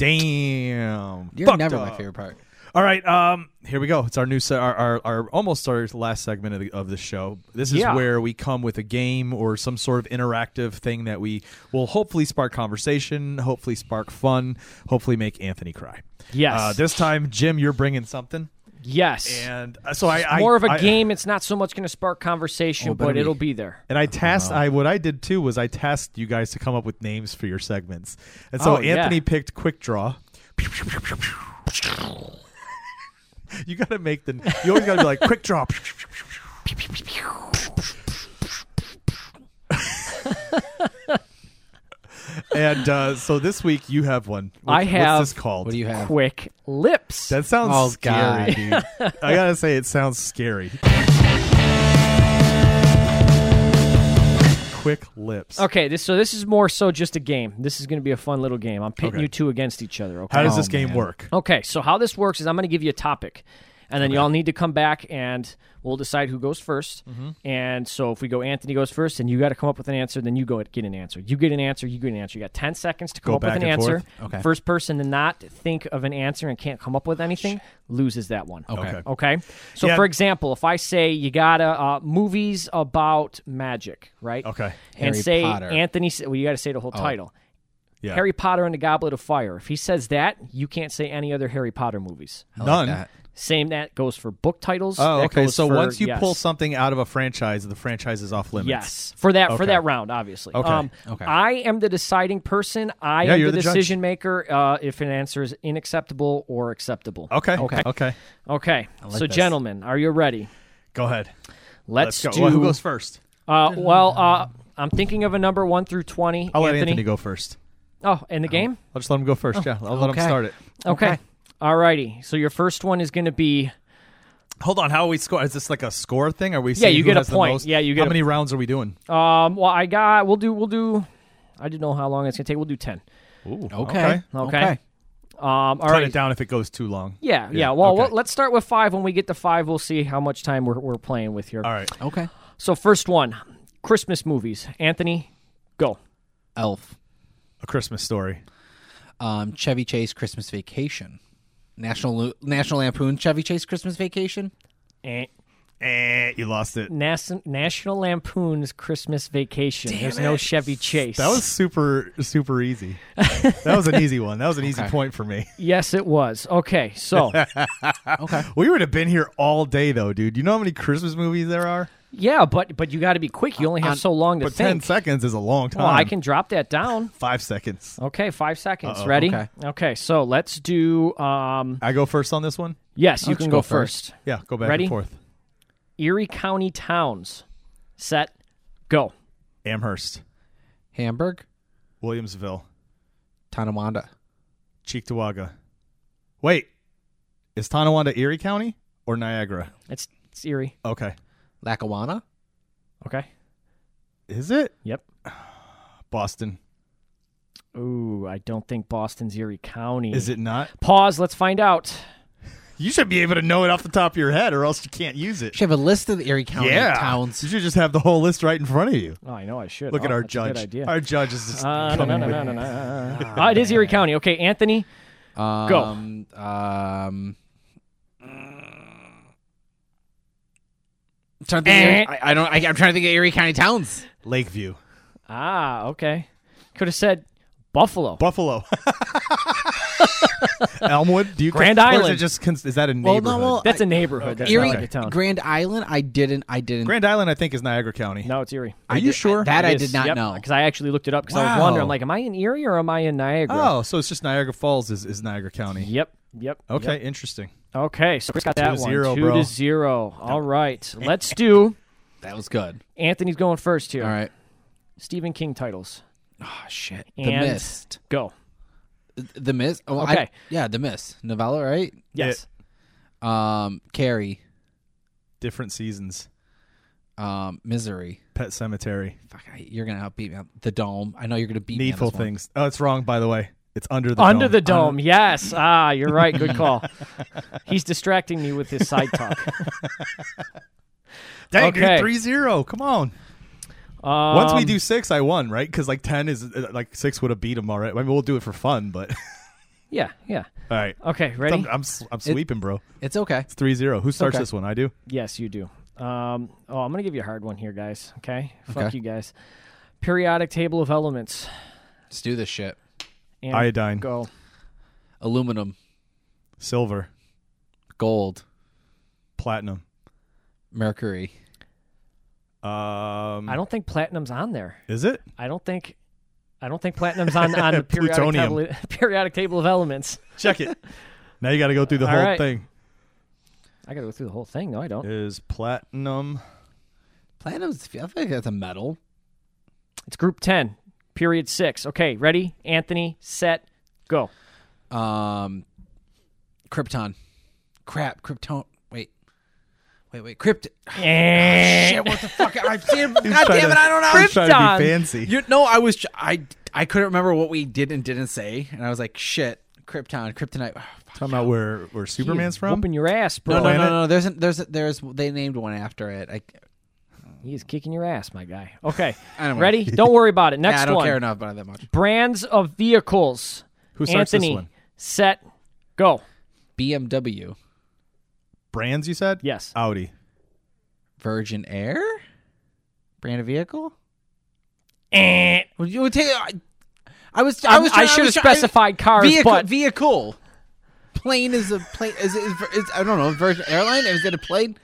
Speaker 1: Damn.
Speaker 2: You're
Speaker 1: Fucked
Speaker 2: never my
Speaker 1: up.
Speaker 2: favorite part.
Speaker 1: All right, um, here we go. It's our new, se- our, our, our almost our last segment of the, of the show. This is
Speaker 3: Yeah.
Speaker 1: where we come with a game or some sort of interactive thing that we will hopefully spark conversation, hopefully spark fun, hopefully make Anthony cry.
Speaker 3: Yes.
Speaker 1: Uh, this time, Jim, you're bringing something.
Speaker 3: Yes.
Speaker 1: And uh, so I,
Speaker 3: It's
Speaker 1: I-
Speaker 3: more of a
Speaker 1: I-
Speaker 3: game. It's not so much going to spark conversation,
Speaker 1: Oh, better
Speaker 3: but
Speaker 1: be.
Speaker 3: it'll be there.
Speaker 1: And I tasked I what I did too was I tasked you guys to come up with names for your segments. And so
Speaker 3: Oh, yeah.
Speaker 1: Anthony picked quick draw. you gotta make the you always gotta be like quick draw. and uh, so this week you have one. What-
Speaker 3: I have.
Speaker 1: what's this called?
Speaker 3: Quick lips.
Speaker 1: That sounds
Speaker 3: Oh,
Speaker 1: scary,
Speaker 3: God.
Speaker 1: dude. I gotta say it sounds scary. Quick lips.
Speaker 3: Okay, this so this is more so just a game. This is going to be a fun little game. I'm pitting
Speaker 1: Okay.
Speaker 3: you two against each other. Okay.
Speaker 1: How does this Oh, game man. work?
Speaker 3: Okay, so how this works is I'm going to give you a topic, and then you all need to come back and we'll decide who goes 1st
Speaker 1: Mm-hmm.
Speaker 16: Mhm.
Speaker 3: And so if we go Anthony goes first, and you got to come up with an answer, then you go get an answer. You get an answer. You get an answer. You got ten seconds to come
Speaker 1: Go
Speaker 3: up with
Speaker 1: back
Speaker 3: an
Speaker 1: and
Speaker 3: answer.
Speaker 1: forth? Okay.
Speaker 3: First person to not think of an answer and can't come up with anything loses that one.
Speaker 1: Okay.
Speaker 3: Okay. So
Speaker 1: Yeah.
Speaker 3: for example, if I say you gotta uh, movies about magic, right?
Speaker 1: Okay.
Speaker 3: And
Speaker 1: Harry
Speaker 3: say
Speaker 1: Potter.
Speaker 3: Anthony. s- Well, you got to say the whole
Speaker 1: Oh.
Speaker 3: title.
Speaker 1: Yeah.
Speaker 3: Harry Potter and the Goblet of Fire. If he says that, you can't say any other Harry Potter movies.
Speaker 1: I like None. that.
Speaker 3: Same that goes for book titles.
Speaker 1: Oh,
Speaker 3: that
Speaker 1: okay.
Speaker 3: goes
Speaker 1: So
Speaker 3: for-
Speaker 1: once you
Speaker 3: yes.
Speaker 1: pull something out of a franchise, the franchise is off limits.
Speaker 3: Yes, for that for
Speaker 1: Okay.
Speaker 3: that round, obviously.
Speaker 1: Okay.
Speaker 3: Um,
Speaker 1: Okay.
Speaker 3: I am the deciding person. I
Speaker 1: Yeah,
Speaker 3: am
Speaker 1: you're
Speaker 3: the,
Speaker 1: the judge.
Speaker 3: decision maker. Uh, if an answer is inacceptable or acceptable.
Speaker 1: Okay.
Speaker 3: Okay.
Speaker 1: Okay.
Speaker 3: Okay.
Speaker 1: I like
Speaker 3: so,
Speaker 1: this.
Speaker 3: gentlemen, are you ready?
Speaker 1: Go ahead.
Speaker 3: Let's,
Speaker 1: Let's
Speaker 3: do.
Speaker 1: go. Well, who goes first?
Speaker 3: Uh, well, uh, I'm thinking of a number one through twenty.
Speaker 1: I'll
Speaker 3: Anthony.
Speaker 1: let Anthony go first.
Speaker 3: Oh, in the game.
Speaker 1: I'll just let him go first.
Speaker 3: Oh,
Speaker 1: yeah, I'll let him
Speaker 3: okay.
Speaker 1: start it.
Speaker 3: Okay. All righty. So your first one is going to be
Speaker 1: Hold on. How are we score? Is this like a score thing? Are we?
Speaker 3: Yeah,
Speaker 1: seeing
Speaker 3: you
Speaker 1: who
Speaker 3: get a
Speaker 1: has the
Speaker 3: point.
Speaker 1: most?
Speaker 3: Yeah, you get
Speaker 1: How
Speaker 3: a-
Speaker 1: many rounds are we doing?
Speaker 3: Um, well, I got. We'll do. We'll do. I didn't know how long it's gonna take. We'll do ten.
Speaker 1: Ooh.
Speaker 3: Okay.
Speaker 1: Okay.
Speaker 3: Okay. Um. All
Speaker 1: Cut
Speaker 3: right.
Speaker 1: it down if it goes too long.
Speaker 3: Yeah. Yeah. Well, well, let's start with five. When we get to five, we'll see how much time we're we're playing with here. All
Speaker 1: right.
Speaker 2: Okay.
Speaker 3: So first one, Christmas movies. Anthony, go.
Speaker 2: Elf.
Speaker 1: A Christmas Story.
Speaker 2: Um, Chevy Chase Christmas Vacation. National Lu- National Lampoon Chevy Chase Christmas Vacation.
Speaker 3: Eh.
Speaker 1: Eh, you lost it.
Speaker 3: Nas- National Lampoon's Christmas Vacation.
Speaker 1: Damn
Speaker 3: There's
Speaker 1: it.
Speaker 3: no Chevy Chase.
Speaker 1: That was super, super easy. that was an easy one. That was an easy
Speaker 3: Okay.
Speaker 1: point for me.
Speaker 3: Yes, it was. Okay, so
Speaker 1: okay. We would have been here all day, though, dude. You know how many Christmas movies there are?
Speaker 3: yeah, but but you got to be quick. You only have
Speaker 1: On-
Speaker 3: so long to
Speaker 1: But
Speaker 3: think.
Speaker 1: ten seconds is a long time.
Speaker 3: Well, I can drop that down.
Speaker 1: Five seconds.
Speaker 3: Okay, five seconds.
Speaker 1: Uh-oh.
Speaker 3: Ready?
Speaker 1: Okay.
Speaker 3: okay, so let's do. Um,
Speaker 1: I go first on this one.
Speaker 3: Yes,
Speaker 1: Why
Speaker 3: you
Speaker 1: don't
Speaker 3: can
Speaker 1: you
Speaker 3: go,
Speaker 1: go
Speaker 3: first.
Speaker 1: first? Yeah, go back and
Speaker 3: Ready?
Speaker 1: forth.
Speaker 3: Erie County towns. Set. Go.
Speaker 1: Amherst,
Speaker 2: Hamburg,
Speaker 1: Williamsville,
Speaker 2: Tonawanda.
Speaker 1: Cheektowaga. Wait, is Tonawanda Erie County or Niagara?
Speaker 3: It's it's Erie.
Speaker 1: Okay,
Speaker 2: Lackawanna,
Speaker 3: Okay.
Speaker 1: is it
Speaker 3: Yep.
Speaker 1: Boston?
Speaker 3: Ooh, I don't think Boston's Erie County.
Speaker 1: Is it not?
Speaker 3: Pause. Let's find out.
Speaker 1: You should be able to know it off the top of your head, or else you can't use it.
Speaker 2: You should have a list of the Erie County
Speaker 1: yeah,
Speaker 2: towns.
Speaker 1: You should just have the whole list right in front of you.
Speaker 3: Oh, I know I should.
Speaker 1: Look at
Speaker 3: Oh,
Speaker 1: our
Speaker 3: that's a good
Speaker 1: judge.
Speaker 3: idea.
Speaker 1: Our judge is just
Speaker 3: Uh, no, no,
Speaker 1: coming
Speaker 3: no,
Speaker 1: with-
Speaker 3: no, no, no, no, no. Uh, it is Erie County. Okay, Anthony. Go.
Speaker 2: Um, um, I'm trying to think of
Speaker 3: Eh.
Speaker 2: Erie- I, I don't. I, I'm trying to think of Erie County towns.
Speaker 1: Lakeview,
Speaker 3: Ah, okay. Could have said Buffalo.
Speaker 1: Buffalo. Elmwood. Do you
Speaker 3: Grand
Speaker 1: or Is it
Speaker 3: Island.
Speaker 1: just cons- is that a
Speaker 2: Well, no,
Speaker 1: neighborhood?
Speaker 2: well,
Speaker 3: That's
Speaker 2: I-
Speaker 3: a neighborhood. That's
Speaker 2: Erie,
Speaker 3: not like a town.
Speaker 2: Grand Island. I didn't. I didn't.
Speaker 1: Grand Island, I think, is Niagara County.
Speaker 3: no, it's Erie.
Speaker 1: Are
Speaker 2: I
Speaker 1: you
Speaker 2: did-
Speaker 1: sure?
Speaker 2: that I
Speaker 3: It is.
Speaker 2: did not
Speaker 3: Yep,
Speaker 2: know.
Speaker 3: because I actually looked it up because I was
Speaker 1: Wow.
Speaker 3: wondering. I'm like, am I in Erie or am I in Niagara?
Speaker 1: Oh, so it's just Niagara Falls is, is Niagara County.
Speaker 3: Yep. Yep.
Speaker 1: Okay,
Speaker 3: yep.
Speaker 1: interesting.
Speaker 3: Okay. So Chris got
Speaker 1: Two
Speaker 3: that
Speaker 1: to
Speaker 3: one.
Speaker 1: zero,
Speaker 3: Two
Speaker 1: bro.
Speaker 3: to zero. All right. Let's do.
Speaker 2: That was good.
Speaker 3: Anthony's going first here.
Speaker 2: All right.
Speaker 3: Stephen King titles.
Speaker 2: Oh shit. the
Speaker 3: And
Speaker 2: Mist.
Speaker 3: Go.
Speaker 2: The Mist. Oh, I,
Speaker 3: Okay.
Speaker 2: yeah, The Mist. Novella, right?
Speaker 3: Yes.
Speaker 2: Um, Carrie.
Speaker 1: Different seasons.
Speaker 2: Um, Misery.
Speaker 1: Pet Cemetery.
Speaker 2: Fuck, I, you're gonna outbeat me. on The Dome. I know you're gonna beat me. on
Speaker 1: Needful
Speaker 2: this one.
Speaker 1: things. Oh, it's wrong, by the way. It's under the
Speaker 3: Under
Speaker 1: dome.
Speaker 3: the dome. yes. Ah, you're right. Good call. He's distracting me with his side talk.
Speaker 1: Dang, dude,
Speaker 3: Okay.
Speaker 1: 3-0. Come on.
Speaker 3: Um,
Speaker 1: Once we do six, I won, right? Because like ten is uh, like six would have beat him already. I mean, we'll do it for fun, but
Speaker 3: Yeah. Yeah.
Speaker 1: all right.
Speaker 3: Okay. Ready?
Speaker 1: I'm I'm, s- I'm sweeping, bro.
Speaker 2: It's okay.
Speaker 1: It's 3-0. Who starts
Speaker 2: Okay.
Speaker 1: this one? I do.
Speaker 3: Yes, you do. Um, oh, I'm gonna give you a hard one here, guys. Okay. Fuck
Speaker 2: Okay.
Speaker 3: you guys. Periodic table of elements.
Speaker 2: Let's do this shit.
Speaker 3: And
Speaker 1: Iodine.
Speaker 3: Go.
Speaker 2: Aluminum,
Speaker 1: Silver,
Speaker 2: gold,
Speaker 1: platinum.
Speaker 2: mercury. Mm.
Speaker 1: Um,
Speaker 3: I don't think platinum's on there.
Speaker 1: Is it?
Speaker 3: I don't think. I don't think platinum's on on the periodic
Speaker 1: Plutonium.
Speaker 3: table, periodic table of elements.
Speaker 1: Check it. now you got to go through the
Speaker 3: All
Speaker 1: whole
Speaker 3: right.
Speaker 1: thing.
Speaker 3: I gotta go through the whole thing. No, I don't.
Speaker 1: Is platinum?
Speaker 2: Platinum's. I think that's a metal.
Speaker 3: It's group ten, period six. Okay, ready? Anthony, set, go.
Speaker 2: Um, Krypton. Crap. Krypton. Wait. Wait. Wait. Krypt. Shit. What the fuck? I've seen. it. God damn it!
Speaker 1: trying to-
Speaker 2: I don't know.
Speaker 1: he's trying to be
Speaker 3: Krypton.
Speaker 1: fancy.
Speaker 2: You no, I was I I couldn't remember what we did and didn't say, and I was like, shit, Krypton, Kryptonite.
Speaker 1: Talking about where where Superman's from?
Speaker 3: Whooping your ass,
Speaker 2: No,
Speaker 3: bro.
Speaker 2: no, no, no. There's a, there's a, there's they named one after it. I,
Speaker 3: He's kicking your ass, my guy. Okay,
Speaker 2: Anyway.
Speaker 3: ready? Don't worry about it. Next
Speaker 2: nah, I don't
Speaker 3: one.
Speaker 2: care enough about it that much.
Speaker 3: Brands of vehicles.
Speaker 1: Who starts this
Speaker 3: Anthony,
Speaker 1: one?
Speaker 3: set, go.
Speaker 2: BMW,
Speaker 1: Brands you said?
Speaker 3: Yes.
Speaker 1: Audi.
Speaker 2: Virgin Air, brand of vehicle.
Speaker 3: Eh.
Speaker 2: Would you would take? I, I was I
Speaker 3: I'm-
Speaker 2: was
Speaker 3: I
Speaker 2: trying-
Speaker 3: should
Speaker 2: was
Speaker 3: have
Speaker 2: trying-
Speaker 3: specified cars,
Speaker 2: vehicle,
Speaker 3: but-
Speaker 2: vehicle. Plane is a plane. Is, is, is I don't know. Virgin Airline is it a plane?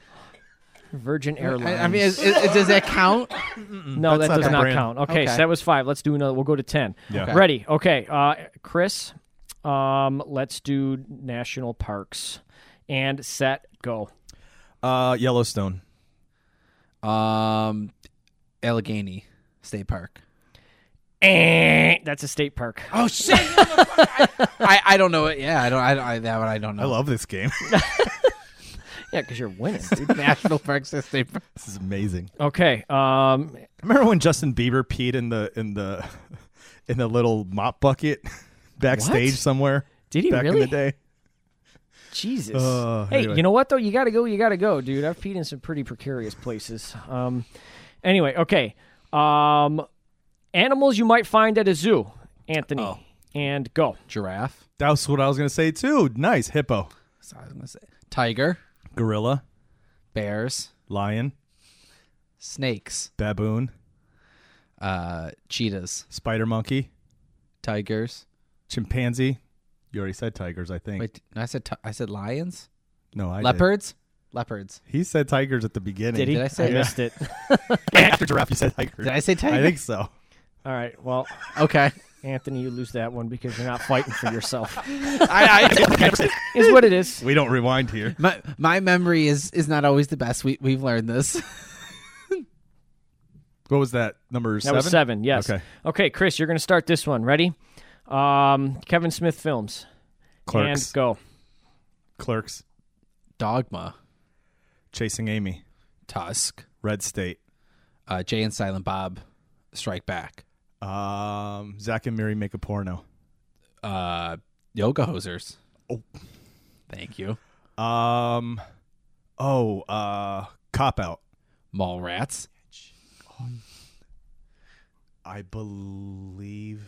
Speaker 3: Virgin
Speaker 2: I,
Speaker 3: Airlines.
Speaker 2: I mean, is, is, does that count?
Speaker 3: no, that
Speaker 1: that's not
Speaker 3: does
Speaker 1: a
Speaker 3: not
Speaker 1: brand.
Speaker 3: count. Okay, so
Speaker 2: Okay.
Speaker 3: that was five. Let's do another. We'll go to ten.
Speaker 1: Yeah. Okay.
Speaker 3: Ready? Okay, uh, Chris. Um, let's do national parks, and set, go.
Speaker 1: Uh, Yellowstone.
Speaker 2: Um, Allegheny State Park.
Speaker 3: Eh, That's a state park.
Speaker 2: Oh shit! I, I don't know it. Yeah, I don't. I, don't- I that one I don't
Speaker 3: Oh.
Speaker 2: know.
Speaker 1: I love this game.
Speaker 3: Yeah, because you're winning. dude.
Speaker 2: National Parks and State Park.
Speaker 1: this is amazing.
Speaker 3: okay. Um,
Speaker 1: Remember when Justin Bieber peed in the in the in the little mop bucket backstage
Speaker 3: What?
Speaker 1: somewhere?
Speaker 3: Did he
Speaker 1: back
Speaker 3: really?
Speaker 1: in the day?
Speaker 3: Jesus.
Speaker 1: Uh,
Speaker 3: hey,
Speaker 1: anyway.
Speaker 3: you know what though? You gotta go. You gotta go, dude. I've peed in some pretty precarious places. Um, anyway, okay. Um, animals you might find at a zoo, Anthony, and go.
Speaker 2: Giraffe.
Speaker 1: That's what I was gonna say too. Nice hippo,
Speaker 2: That's what I was gonna say. Tiger.
Speaker 1: gorilla,
Speaker 2: Bears.
Speaker 1: Lion.
Speaker 2: Snakes.
Speaker 1: Baboon.
Speaker 2: Uh, cheetahs.
Speaker 1: Spider monkey.
Speaker 2: Tigers.
Speaker 1: Chimpanzee. You already said tigers, I think.
Speaker 2: Wait, I said ti- I said lions.
Speaker 1: No, I did.
Speaker 2: leopards. Leopards.
Speaker 1: He said tigers at the beginning.
Speaker 3: Did he?
Speaker 2: Did I say- I missed
Speaker 3: it.
Speaker 1: After giraffe, you said tiger.
Speaker 2: Did I say tiger?
Speaker 1: I think so.
Speaker 3: All right. Well,
Speaker 2: Okay.
Speaker 3: Anthony, you lose that one because you're not fighting for yourself.
Speaker 2: I-
Speaker 3: is what it is.
Speaker 1: We don't rewind here.
Speaker 2: My my memory is is not always the best. We we've learned this.
Speaker 1: What was that number?
Speaker 3: That
Speaker 1: seven?
Speaker 3: was seven. Yes.
Speaker 1: Okay.
Speaker 3: Okay, Chris, you're going to start this one. Ready? Um, Kevin Smith films.
Speaker 1: Clerks.
Speaker 3: And go.
Speaker 1: Clerks.
Speaker 2: Dogma.
Speaker 1: Chasing Amy.
Speaker 2: Tusk.
Speaker 1: Red State.
Speaker 2: Uh, Jay and Silent Bob. Strike Back.
Speaker 1: Um, Zach and Mary make a porno.
Speaker 2: Uh, Yoga Hosers.
Speaker 1: Oh.
Speaker 2: Thank you.
Speaker 1: Um, oh, uh, cop out.
Speaker 2: Mall Rats.
Speaker 1: I believe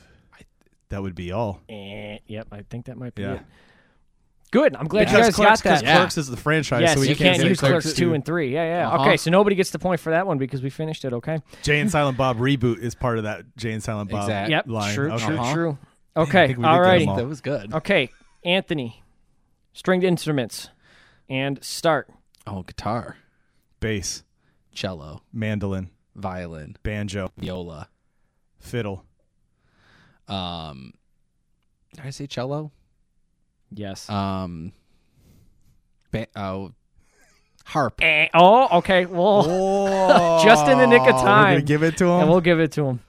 Speaker 1: that would be all.
Speaker 3: Eh, yep, I think that might be
Speaker 1: Yeah.
Speaker 3: it. Good. I'm glad you
Speaker 1: Because
Speaker 3: guys
Speaker 1: Clerks,
Speaker 3: got that.
Speaker 1: because Clerks is the franchise,
Speaker 3: Yes,
Speaker 1: so we
Speaker 3: you can't,
Speaker 1: say
Speaker 3: use Clerks, two and
Speaker 1: three.
Speaker 3: three. Yeah, yeah.
Speaker 2: Uh-huh.
Speaker 3: Okay, so nobody gets the point for that one because we finished it. Okay.
Speaker 1: Jay and Silent Bob reboot is part of that Jay and Silent Bob
Speaker 2: Exact-
Speaker 3: Yep.
Speaker 1: line.
Speaker 3: True.
Speaker 1: Okay.
Speaker 3: True.
Speaker 2: Uh-huh.
Speaker 3: True.
Speaker 1: I
Speaker 3: Okay.
Speaker 1: think we did get
Speaker 3: All
Speaker 1: 'em
Speaker 3: right.
Speaker 1: all.
Speaker 2: That was good.
Speaker 3: Okay, Anthony, stringed instruments, and start.
Speaker 2: Oh, guitar.
Speaker 1: Bass,
Speaker 2: Cello.
Speaker 1: mandolin,
Speaker 2: Violin.
Speaker 1: banjo,
Speaker 2: Viola.
Speaker 1: fiddle,
Speaker 2: Um, did I say cello?
Speaker 3: Yes.
Speaker 2: Um, ba- oh, harp.
Speaker 3: Eh, oh, okay. Well, just in the nick of
Speaker 1: Oh, we're gonna
Speaker 3: time,
Speaker 1: give it to him.
Speaker 3: and we'll give it to him.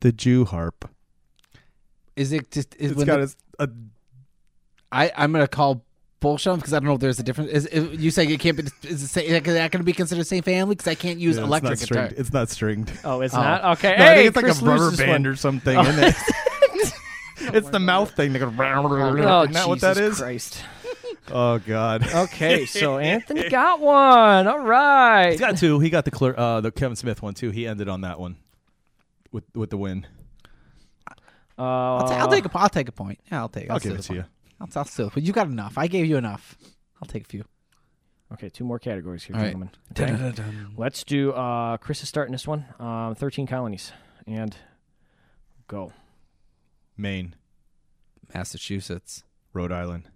Speaker 1: the Jew harp.
Speaker 2: Is it just? Is
Speaker 1: It's
Speaker 2: when
Speaker 1: got uh, a,
Speaker 2: the-
Speaker 1: a
Speaker 2: I I'm gonna call bullshit because I don't know if there's a difference. Is, is you saying it can't be? Is it say, is that gonna be considered the same family? Because I can't use
Speaker 1: yeah,
Speaker 2: electric
Speaker 1: it's not stringed.
Speaker 2: guitar.
Speaker 1: It's not stringed.
Speaker 3: Oh, it's
Speaker 2: Oh.
Speaker 3: not okay.
Speaker 1: No,
Speaker 3: hey,
Speaker 1: I think it's like
Speaker 3: Chris
Speaker 1: a rubber
Speaker 3: loses one.
Speaker 1: band or something. isn't it? it's the mouth thing that goes.
Speaker 3: Oh,
Speaker 1: Isn't that what
Speaker 3: Jesus
Speaker 1: that is?
Speaker 3: Christ.
Speaker 1: Oh God.
Speaker 3: Okay, so Anthony got one. All right.
Speaker 1: He's got two. He got the clear, uh, the Kevin Smith one too. He ended on that one with with the win.
Speaker 3: Uh,
Speaker 2: I'll, ta- I'll take a, I'll take a point. Yeah, I'll take. I'll,
Speaker 1: I'll give
Speaker 2: steal
Speaker 1: it
Speaker 2: the
Speaker 1: to you.
Speaker 2: point. I'll, I'll steal. But you got enough. I gave you enough. I'll take a few.
Speaker 3: Okay, two more categories here,
Speaker 2: All right.
Speaker 3: gentlemen. Okay. Let's do. Uh, Chris is starting this one. Um, Thirteen colonies and go.
Speaker 1: Maine,
Speaker 2: Massachusetts,
Speaker 1: Rhode Island,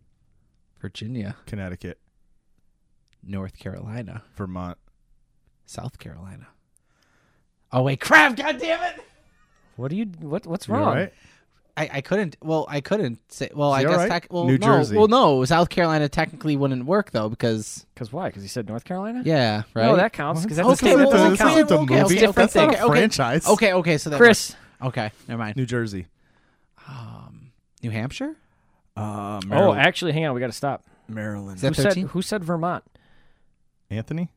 Speaker 2: Virginia,
Speaker 1: Connecticut,
Speaker 2: North Carolina,
Speaker 1: Vermont,
Speaker 2: South Carolina. Oh wait, crap! God damn it!
Speaker 3: What do you? What? What's
Speaker 1: You're
Speaker 3: wrong?
Speaker 1: right?
Speaker 2: I, I couldn't. Well, I couldn't say. Well,
Speaker 1: Is
Speaker 2: I
Speaker 1: he
Speaker 2: guess
Speaker 1: all right?
Speaker 2: tec- well,
Speaker 1: New
Speaker 2: no.
Speaker 1: Jersey.
Speaker 2: Well, no, South Carolina technically wouldn't work though because
Speaker 3: Because why? Because he said North Carolina.
Speaker 2: yeah, right.
Speaker 3: No, that counts. Because that's
Speaker 2: okay,
Speaker 3: a,
Speaker 2: well,
Speaker 3: that doesn't
Speaker 1: it's
Speaker 2: okay,
Speaker 1: not
Speaker 3: count.
Speaker 1: the
Speaker 2: okay,
Speaker 1: movie.
Speaker 2: okay,
Speaker 1: That's
Speaker 2: okay,
Speaker 1: not a
Speaker 2: okay.
Speaker 1: franchise.
Speaker 2: Okay, okay. So that
Speaker 3: Chris,
Speaker 2: works. Okay, never mind.
Speaker 1: New Jersey.
Speaker 2: Um, New Hampshire.
Speaker 1: Uh,
Speaker 3: Oh,
Speaker 1: Maryland.
Speaker 3: actually, hang on. We got to stop.
Speaker 1: Maryland.
Speaker 2: Is that
Speaker 3: who said?
Speaker 2: 13?
Speaker 3: Who said Vermont?
Speaker 1: Anthony,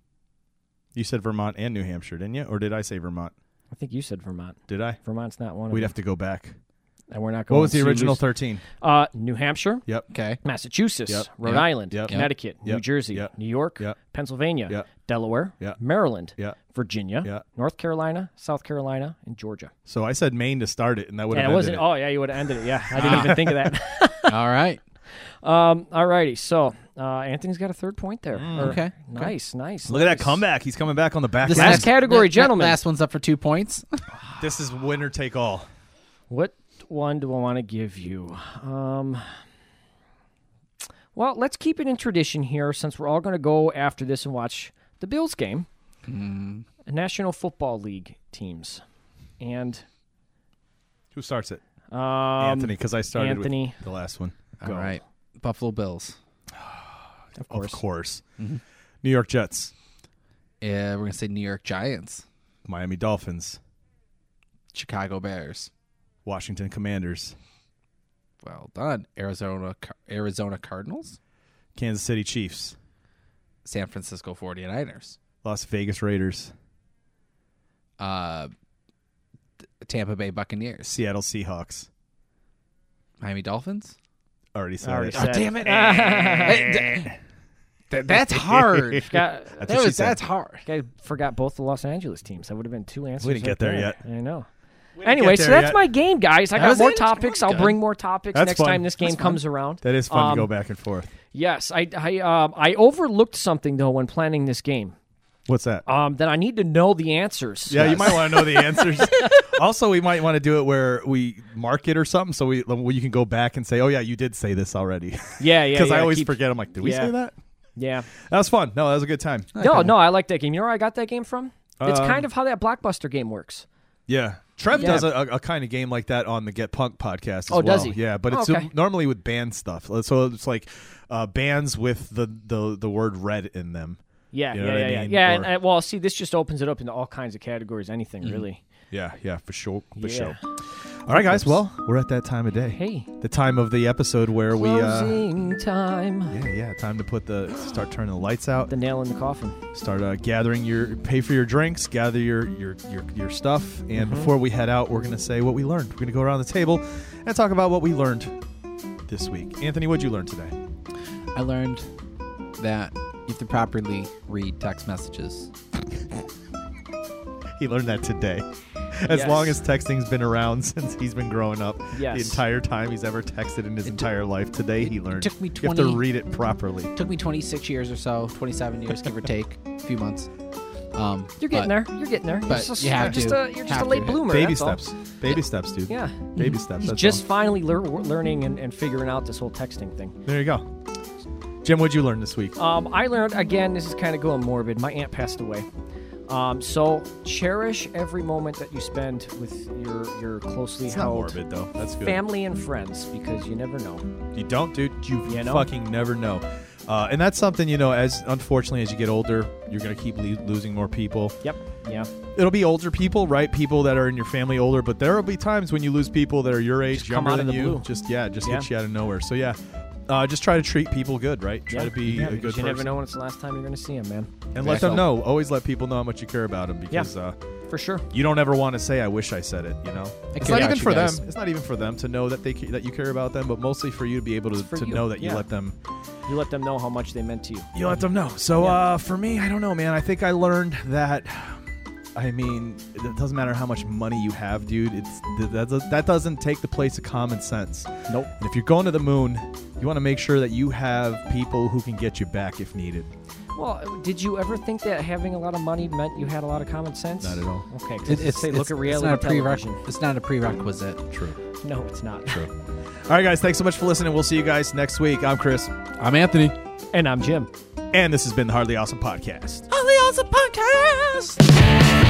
Speaker 1: you said Vermont and New Hampshire, didn't you? Or did I say Vermont?
Speaker 3: I think you said Vermont.
Speaker 1: Did I?
Speaker 3: Vermont's not one.
Speaker 1: We'd
Speaker 3: of
Speaker 1: have to go back.
Speaker 3: them. And we're not going.
Speaker 1: What was the
Speaker 3: to
Speaker 1: original
Speaker 3: lose-
Speaker 1: thirteen?
Speaker 3: Uh, New Hampshire,
Speaker 1: Yep.
Speaker 2: Okay.
Speaker 3: Massachusetts,
Speaker 1: Yep.
Speaker 3: Rhode
Speaker 1: Yep.
Speaker 3: Island,
Speaker 1: Yep.
Speaker 3: Connecticut,
Speaker 1: Yep.
Speaker 3: New Jersey,
Speaker 1: Yep.
Speaker 3: New York,
Speaker 1: Yep.
Speaker 3: Pennsylvania,
Speaker 1: Yep.
Speaker 3: Delaware,
Speaker 1: Yep.
Speaker 3: Maryland,
Speaker 1: Yep.
Speaker 3: Virginia,
Speaker 1: Yep.
Speaker 3: North Carolina, South Carolina, and Georgia.
Speaker 1: So I said Maine to start it, and that would
Speaker 3: and
Speaker 1: have
Speaker 3: it
Speaker 1: ended
Speaker 3: wasn't.
Speaker 1: it.
Speaker 3: Oh yeah, you would have ended it. Yeah, I didn't even think of that.
Speaker 2: All right.
Speaker 3: um, all righty. So uh, Anthony's got a third point there. Or-
Speaker 2: Okay.
Speaker 3: Nice. Nice.
Speaker 1: Mm, Look at that
Speaker 3: nice.
Speaker 1: comeback. He's coming back on the back.
Speaker 2: This
Speaker 1: end.
Speaker 3: Last category,
Speaker 2: that- that
Speaker 3: gentlemen.
Speaker 2: Last one's up for two points.
Speaker 1: This is winner take all.
Speaker 3: What one do I want to give you? Um, well, let's keep it in tradition here since we're all going to go after this and watch the Bills game.
Speaker 1: Mm.
Speaker 3: National Football League teams. And
Speaker 1: Who starts it?
Speaker 3: um,
Speaker 1: Anthony, because I started
Speaker 3: Anthony.
Speaker 1: with the last one.
Speaker 2: All right. Buffalo Bills.
Speaker 1: Of course.
Speaker 3: Mm-hmm.
Speaker 1: New York Jets,
Speaker 2: Yeah, we're gonna say New York Giants,
Speaker 1: Miami Dolphins,
Speaker 2: Chicago Bears.
Speaker 1: Washington Commanders,
Speaker 2: Well done, Arizona Car- Arizona Cardinals,
Speaker 1: Kansas City Chiefs,
Speaker 2: San Francisco 49ers,
Speaker 1: Las Vegas Raiders,
Speaker 2: uh, t- Tampa Bay Buccaneers,
Speaker 1: Seattle Seahawks.
Speaker 2: Miami Dolphins.
Speaker 1: Already said
Speaker 3: Already
Speaker 1: it.
Speaker 3: said.
Speaker 2: Damn it! Hey, d- th- that's hard.
Speaker 3: Got,
Speaker 1: That's what
Speaker 2: That
Speaker 1: she
Speaker 2: was,
Speaker 1: said.
Speaker 2: that's hard.
Speaker 3: I forgot both the Los Angeles teams. That would have been two answers.
Speaker 1: didn't get
Speaker 3: right
Speaker 1: there yet.
Speaker 3: I know. Anyway, so
Speaker 1: there
Speaker 3: that's
Speaker 1: yet.
Speaker 3: my game, guys. I
Speaker 2: That
Speaker 3: got
Speaker 2: was
Speaker 3: more
Speaker 2: it.
Speaker 3: topics. I'll
Speaker 2: Good.
Speaker 3: bring more topics
Speaker 1: That's
Speaker 3: next
Speaker 1: fun.
Speaker 3: time this game
Speaker 2: That's fun.
Speaker 3: comes around.
Speaker 1: That is fun
Speaker 3: Um,
Speaker 1: to go back and forth.
Speaker 3: Yes, I I um, I overlooked something though when planning this game.
Speaker 1: What's that?
Speaker 3: Um, that I need to know the answers.
Speaker 1: Yeah, you might want to know the answers. also, we might want to do it where we mark it or something, so we well, you can go back and say, "Oh yeah, you did say this already."
Speaker 3: Yeah, yeah.
Speaker 1: Because
Speaker 3: yeah,
Speaker 1: I always
Speaker 3: keep-
Speaker 1: forget. I'm like, "Did we
Speaker 3: yeah.
Speaker 1: say that?"
Speaker 3: Yeah.
Speaker 1: That was fun. No, that was a good time.
Speaker 3: No, no, I like that game. You know where I got that game from? it's
Speaker 1: Um,
Speaker 3: kind of how that blockbuster game works.
Speaker 1: Yeah. Trev
Speaker 3: Yeah.
Speaker 1: does a, a, a kind of game like that on the Get Punk podcast as
Speaker 3: Oh,
Speaker 1: well.
Speaker 3: does he?
Speaker 1: Yeah, but
Speaker 3: Oh,
Speaker 1: it's
Speaker 3: okay.
Speaker 1: normally with band stuff. So it's like uh, bands with the, the, the word red in them.
Speaker 3: Yeah,
Speaker 1: You know
Speaker 3: yeah,
Speaker 1: what
Speaker 3: yeah,
Speaker 1: I
Speaker 3: yeah.
Speaker 1: mean?
Speaker 3: yeah
Speaker 1: Or-
Speaker 3: and, uh, well, see, this just opens it up into all kinds of categories. Anything
Speaker 1: Mhm.
Speaker 3: really.
Speaker 1: Yeah, yeah, for sure, for
Speaker 3: Yeah.
Speaker 1: sure. All right, guys. Well, we're at that time of day.
Speaker 3: Hey.
Speaker 1: the time of the episode where we. Uh,
Speaker 3: Closing time.
Speaker 1: yeah, yeah. Time to put the start turning the lights out. The
Speaker 3: nail in the coffin.
Speaker 1: Start uh, gathering your pay for your drinks, gather your your your, your stuff, and
Speaker 3: Mhm.
Speaker 1: before we head out, we're gonna say what we learned. We're gonna go around the table and talk about what we learned this week. Anthony, what'd you learn today?
Speaker 2: I learned that you have to properly read text messages.
Speaker 1: He learned that today. As
Speaker 2: Yes.
Speaker 1: long as texting's been around since he's been growing up,
Speaker 2: Yes.
Speaker 1: the entire time he's ever texted in his entire life, today he learned.
Speaker 2: took me
Speaker 1: You have
Speaker 2: 20
Speaker 1: to read it properly.
Speaker 2: took me 26 years or so, 27 years, give or take, a few months. Um,
Speaker 3: You're getting
Speaker 2: but-
Speaker 3: there. You're getting there. You're
Speaker 2: But
Speaker 3: just-
Speaker 2: you have
Speaker 3: you're just
Speaker 2: to.
Speaker 3: a- you're just
Speaker 2: Have
Speaker 3: a late
Speaker 2: to.
Speaker 3: bloomer.
Speaker 1: Baby
Speaker 3: that's all.
Speaker 1: steps. Baby steps, dude.
Speaker 3: Yeah.
Speaker 1: Baby steps.
Speaker 3: He's
Speaker 1: that's
Speaker 3: just finally lear- learning and, and figuring out this whole texting thing.
Speaker 1: all. There you go. Jim, what'd you learn this week?
Speaker 3: Um, I learned again. This is kind of going morbid. My aunt passed away. Um, so cherish every moment that you spend with your your closely
Speaker 1: It's not
Speaker 3: held
Speaker 1: morbid, though. That's good.
Speaker 3: family and friends because you never know.
Speaker 1: You don't, dude. You,
Speaker 3: You know?
Speaker 1: fucking never know. Uh, and that's something you know. As unfortunately, as you get older, you're gonna keep le- losing more people.
Speaker 3: Yep. Yeah.
Speaker 1: It'll be older people, right? People that are in your family older, but there will be times when you lose people that are your age,
Speaker 3: come
Speaker 1: younger
Speaker 3: out of
Speaker 1: than
Speaker 3: the
Speaker 1: you.
Speaker 3: blue.
Speaker 1: Just yeah, just
Speaker 3: Yeah.
Speaker 1: hit you out of nowhere. So yeah, uh, just try to treat people good, right? Try
Speaker 3: Yeah.
Speaker 1: to be
Speaker 3: Yeah,
Speaker 1: a
Speaker 3: because
Speaker 1: good
Speaker 3: You never
Speaker 1: person.
Speaker 3: know when it's the last time you're going to see him, man.
Speaker 1: And let them know. Always let people know how much you care about them because uh,
Speaker 3: for sure.
Speaker 1: You don't ever want to say, "I wish I said it." You know, it's
Speaker 3: care
Speaker 1: not
Speaker 3: about
Speaker 1: even
Speaker 3: you
Speaker 1: for
Speaker 3: guys.
Speaker 1: them. It's not even for them to know that they ca- that you care about them, but mostly for you to be able to,
Speaker 3: for
Speaker 1: to
Speaker 3: you.
Speaker 1: know that you
Speaker 3: Yeah.
Speaker 1: let them
Speaker 3: You let them know how much they meant to you.
Speaker 1: you let them know. So uh, for me, I don't know, man. I think I learned that. I mean, it doesn't matter how much money you have, dude. It's th- that, does- that doesn't take the place of common sense.
Speaker 3: Nope.
Speaker 1: And if you're going to the moon, you want to make sure that you have people who can get you back if needed.
Speaker 3: Well, did you ever think that having a lot of money meant you had a lot of common sense?
Speaker 1: Not at all.
Speaker 3: Okay. 'cause
Speaker 2: It- it's,
Speaker 3: say, look
Speaker 2: it's-
Speaker 3: at reality
Speaker 2: It's not a
Speaker 3: television.
Speaker 2: prerequisite. It's not a prerequisite.
Speaker 1: True.
Speaker 3: No, it's not.
Speaker 1: True. All right, guys. Thanks so much for listening. We'll see you guys next week. I'm Chris.
Speaker 2: I'm Anthony.
Speaker 3: And I'm Jim.
Speaker 1: And this has been the Hardly Awesome Podcast.
Speaker 17: Hardly Awesome Podcast.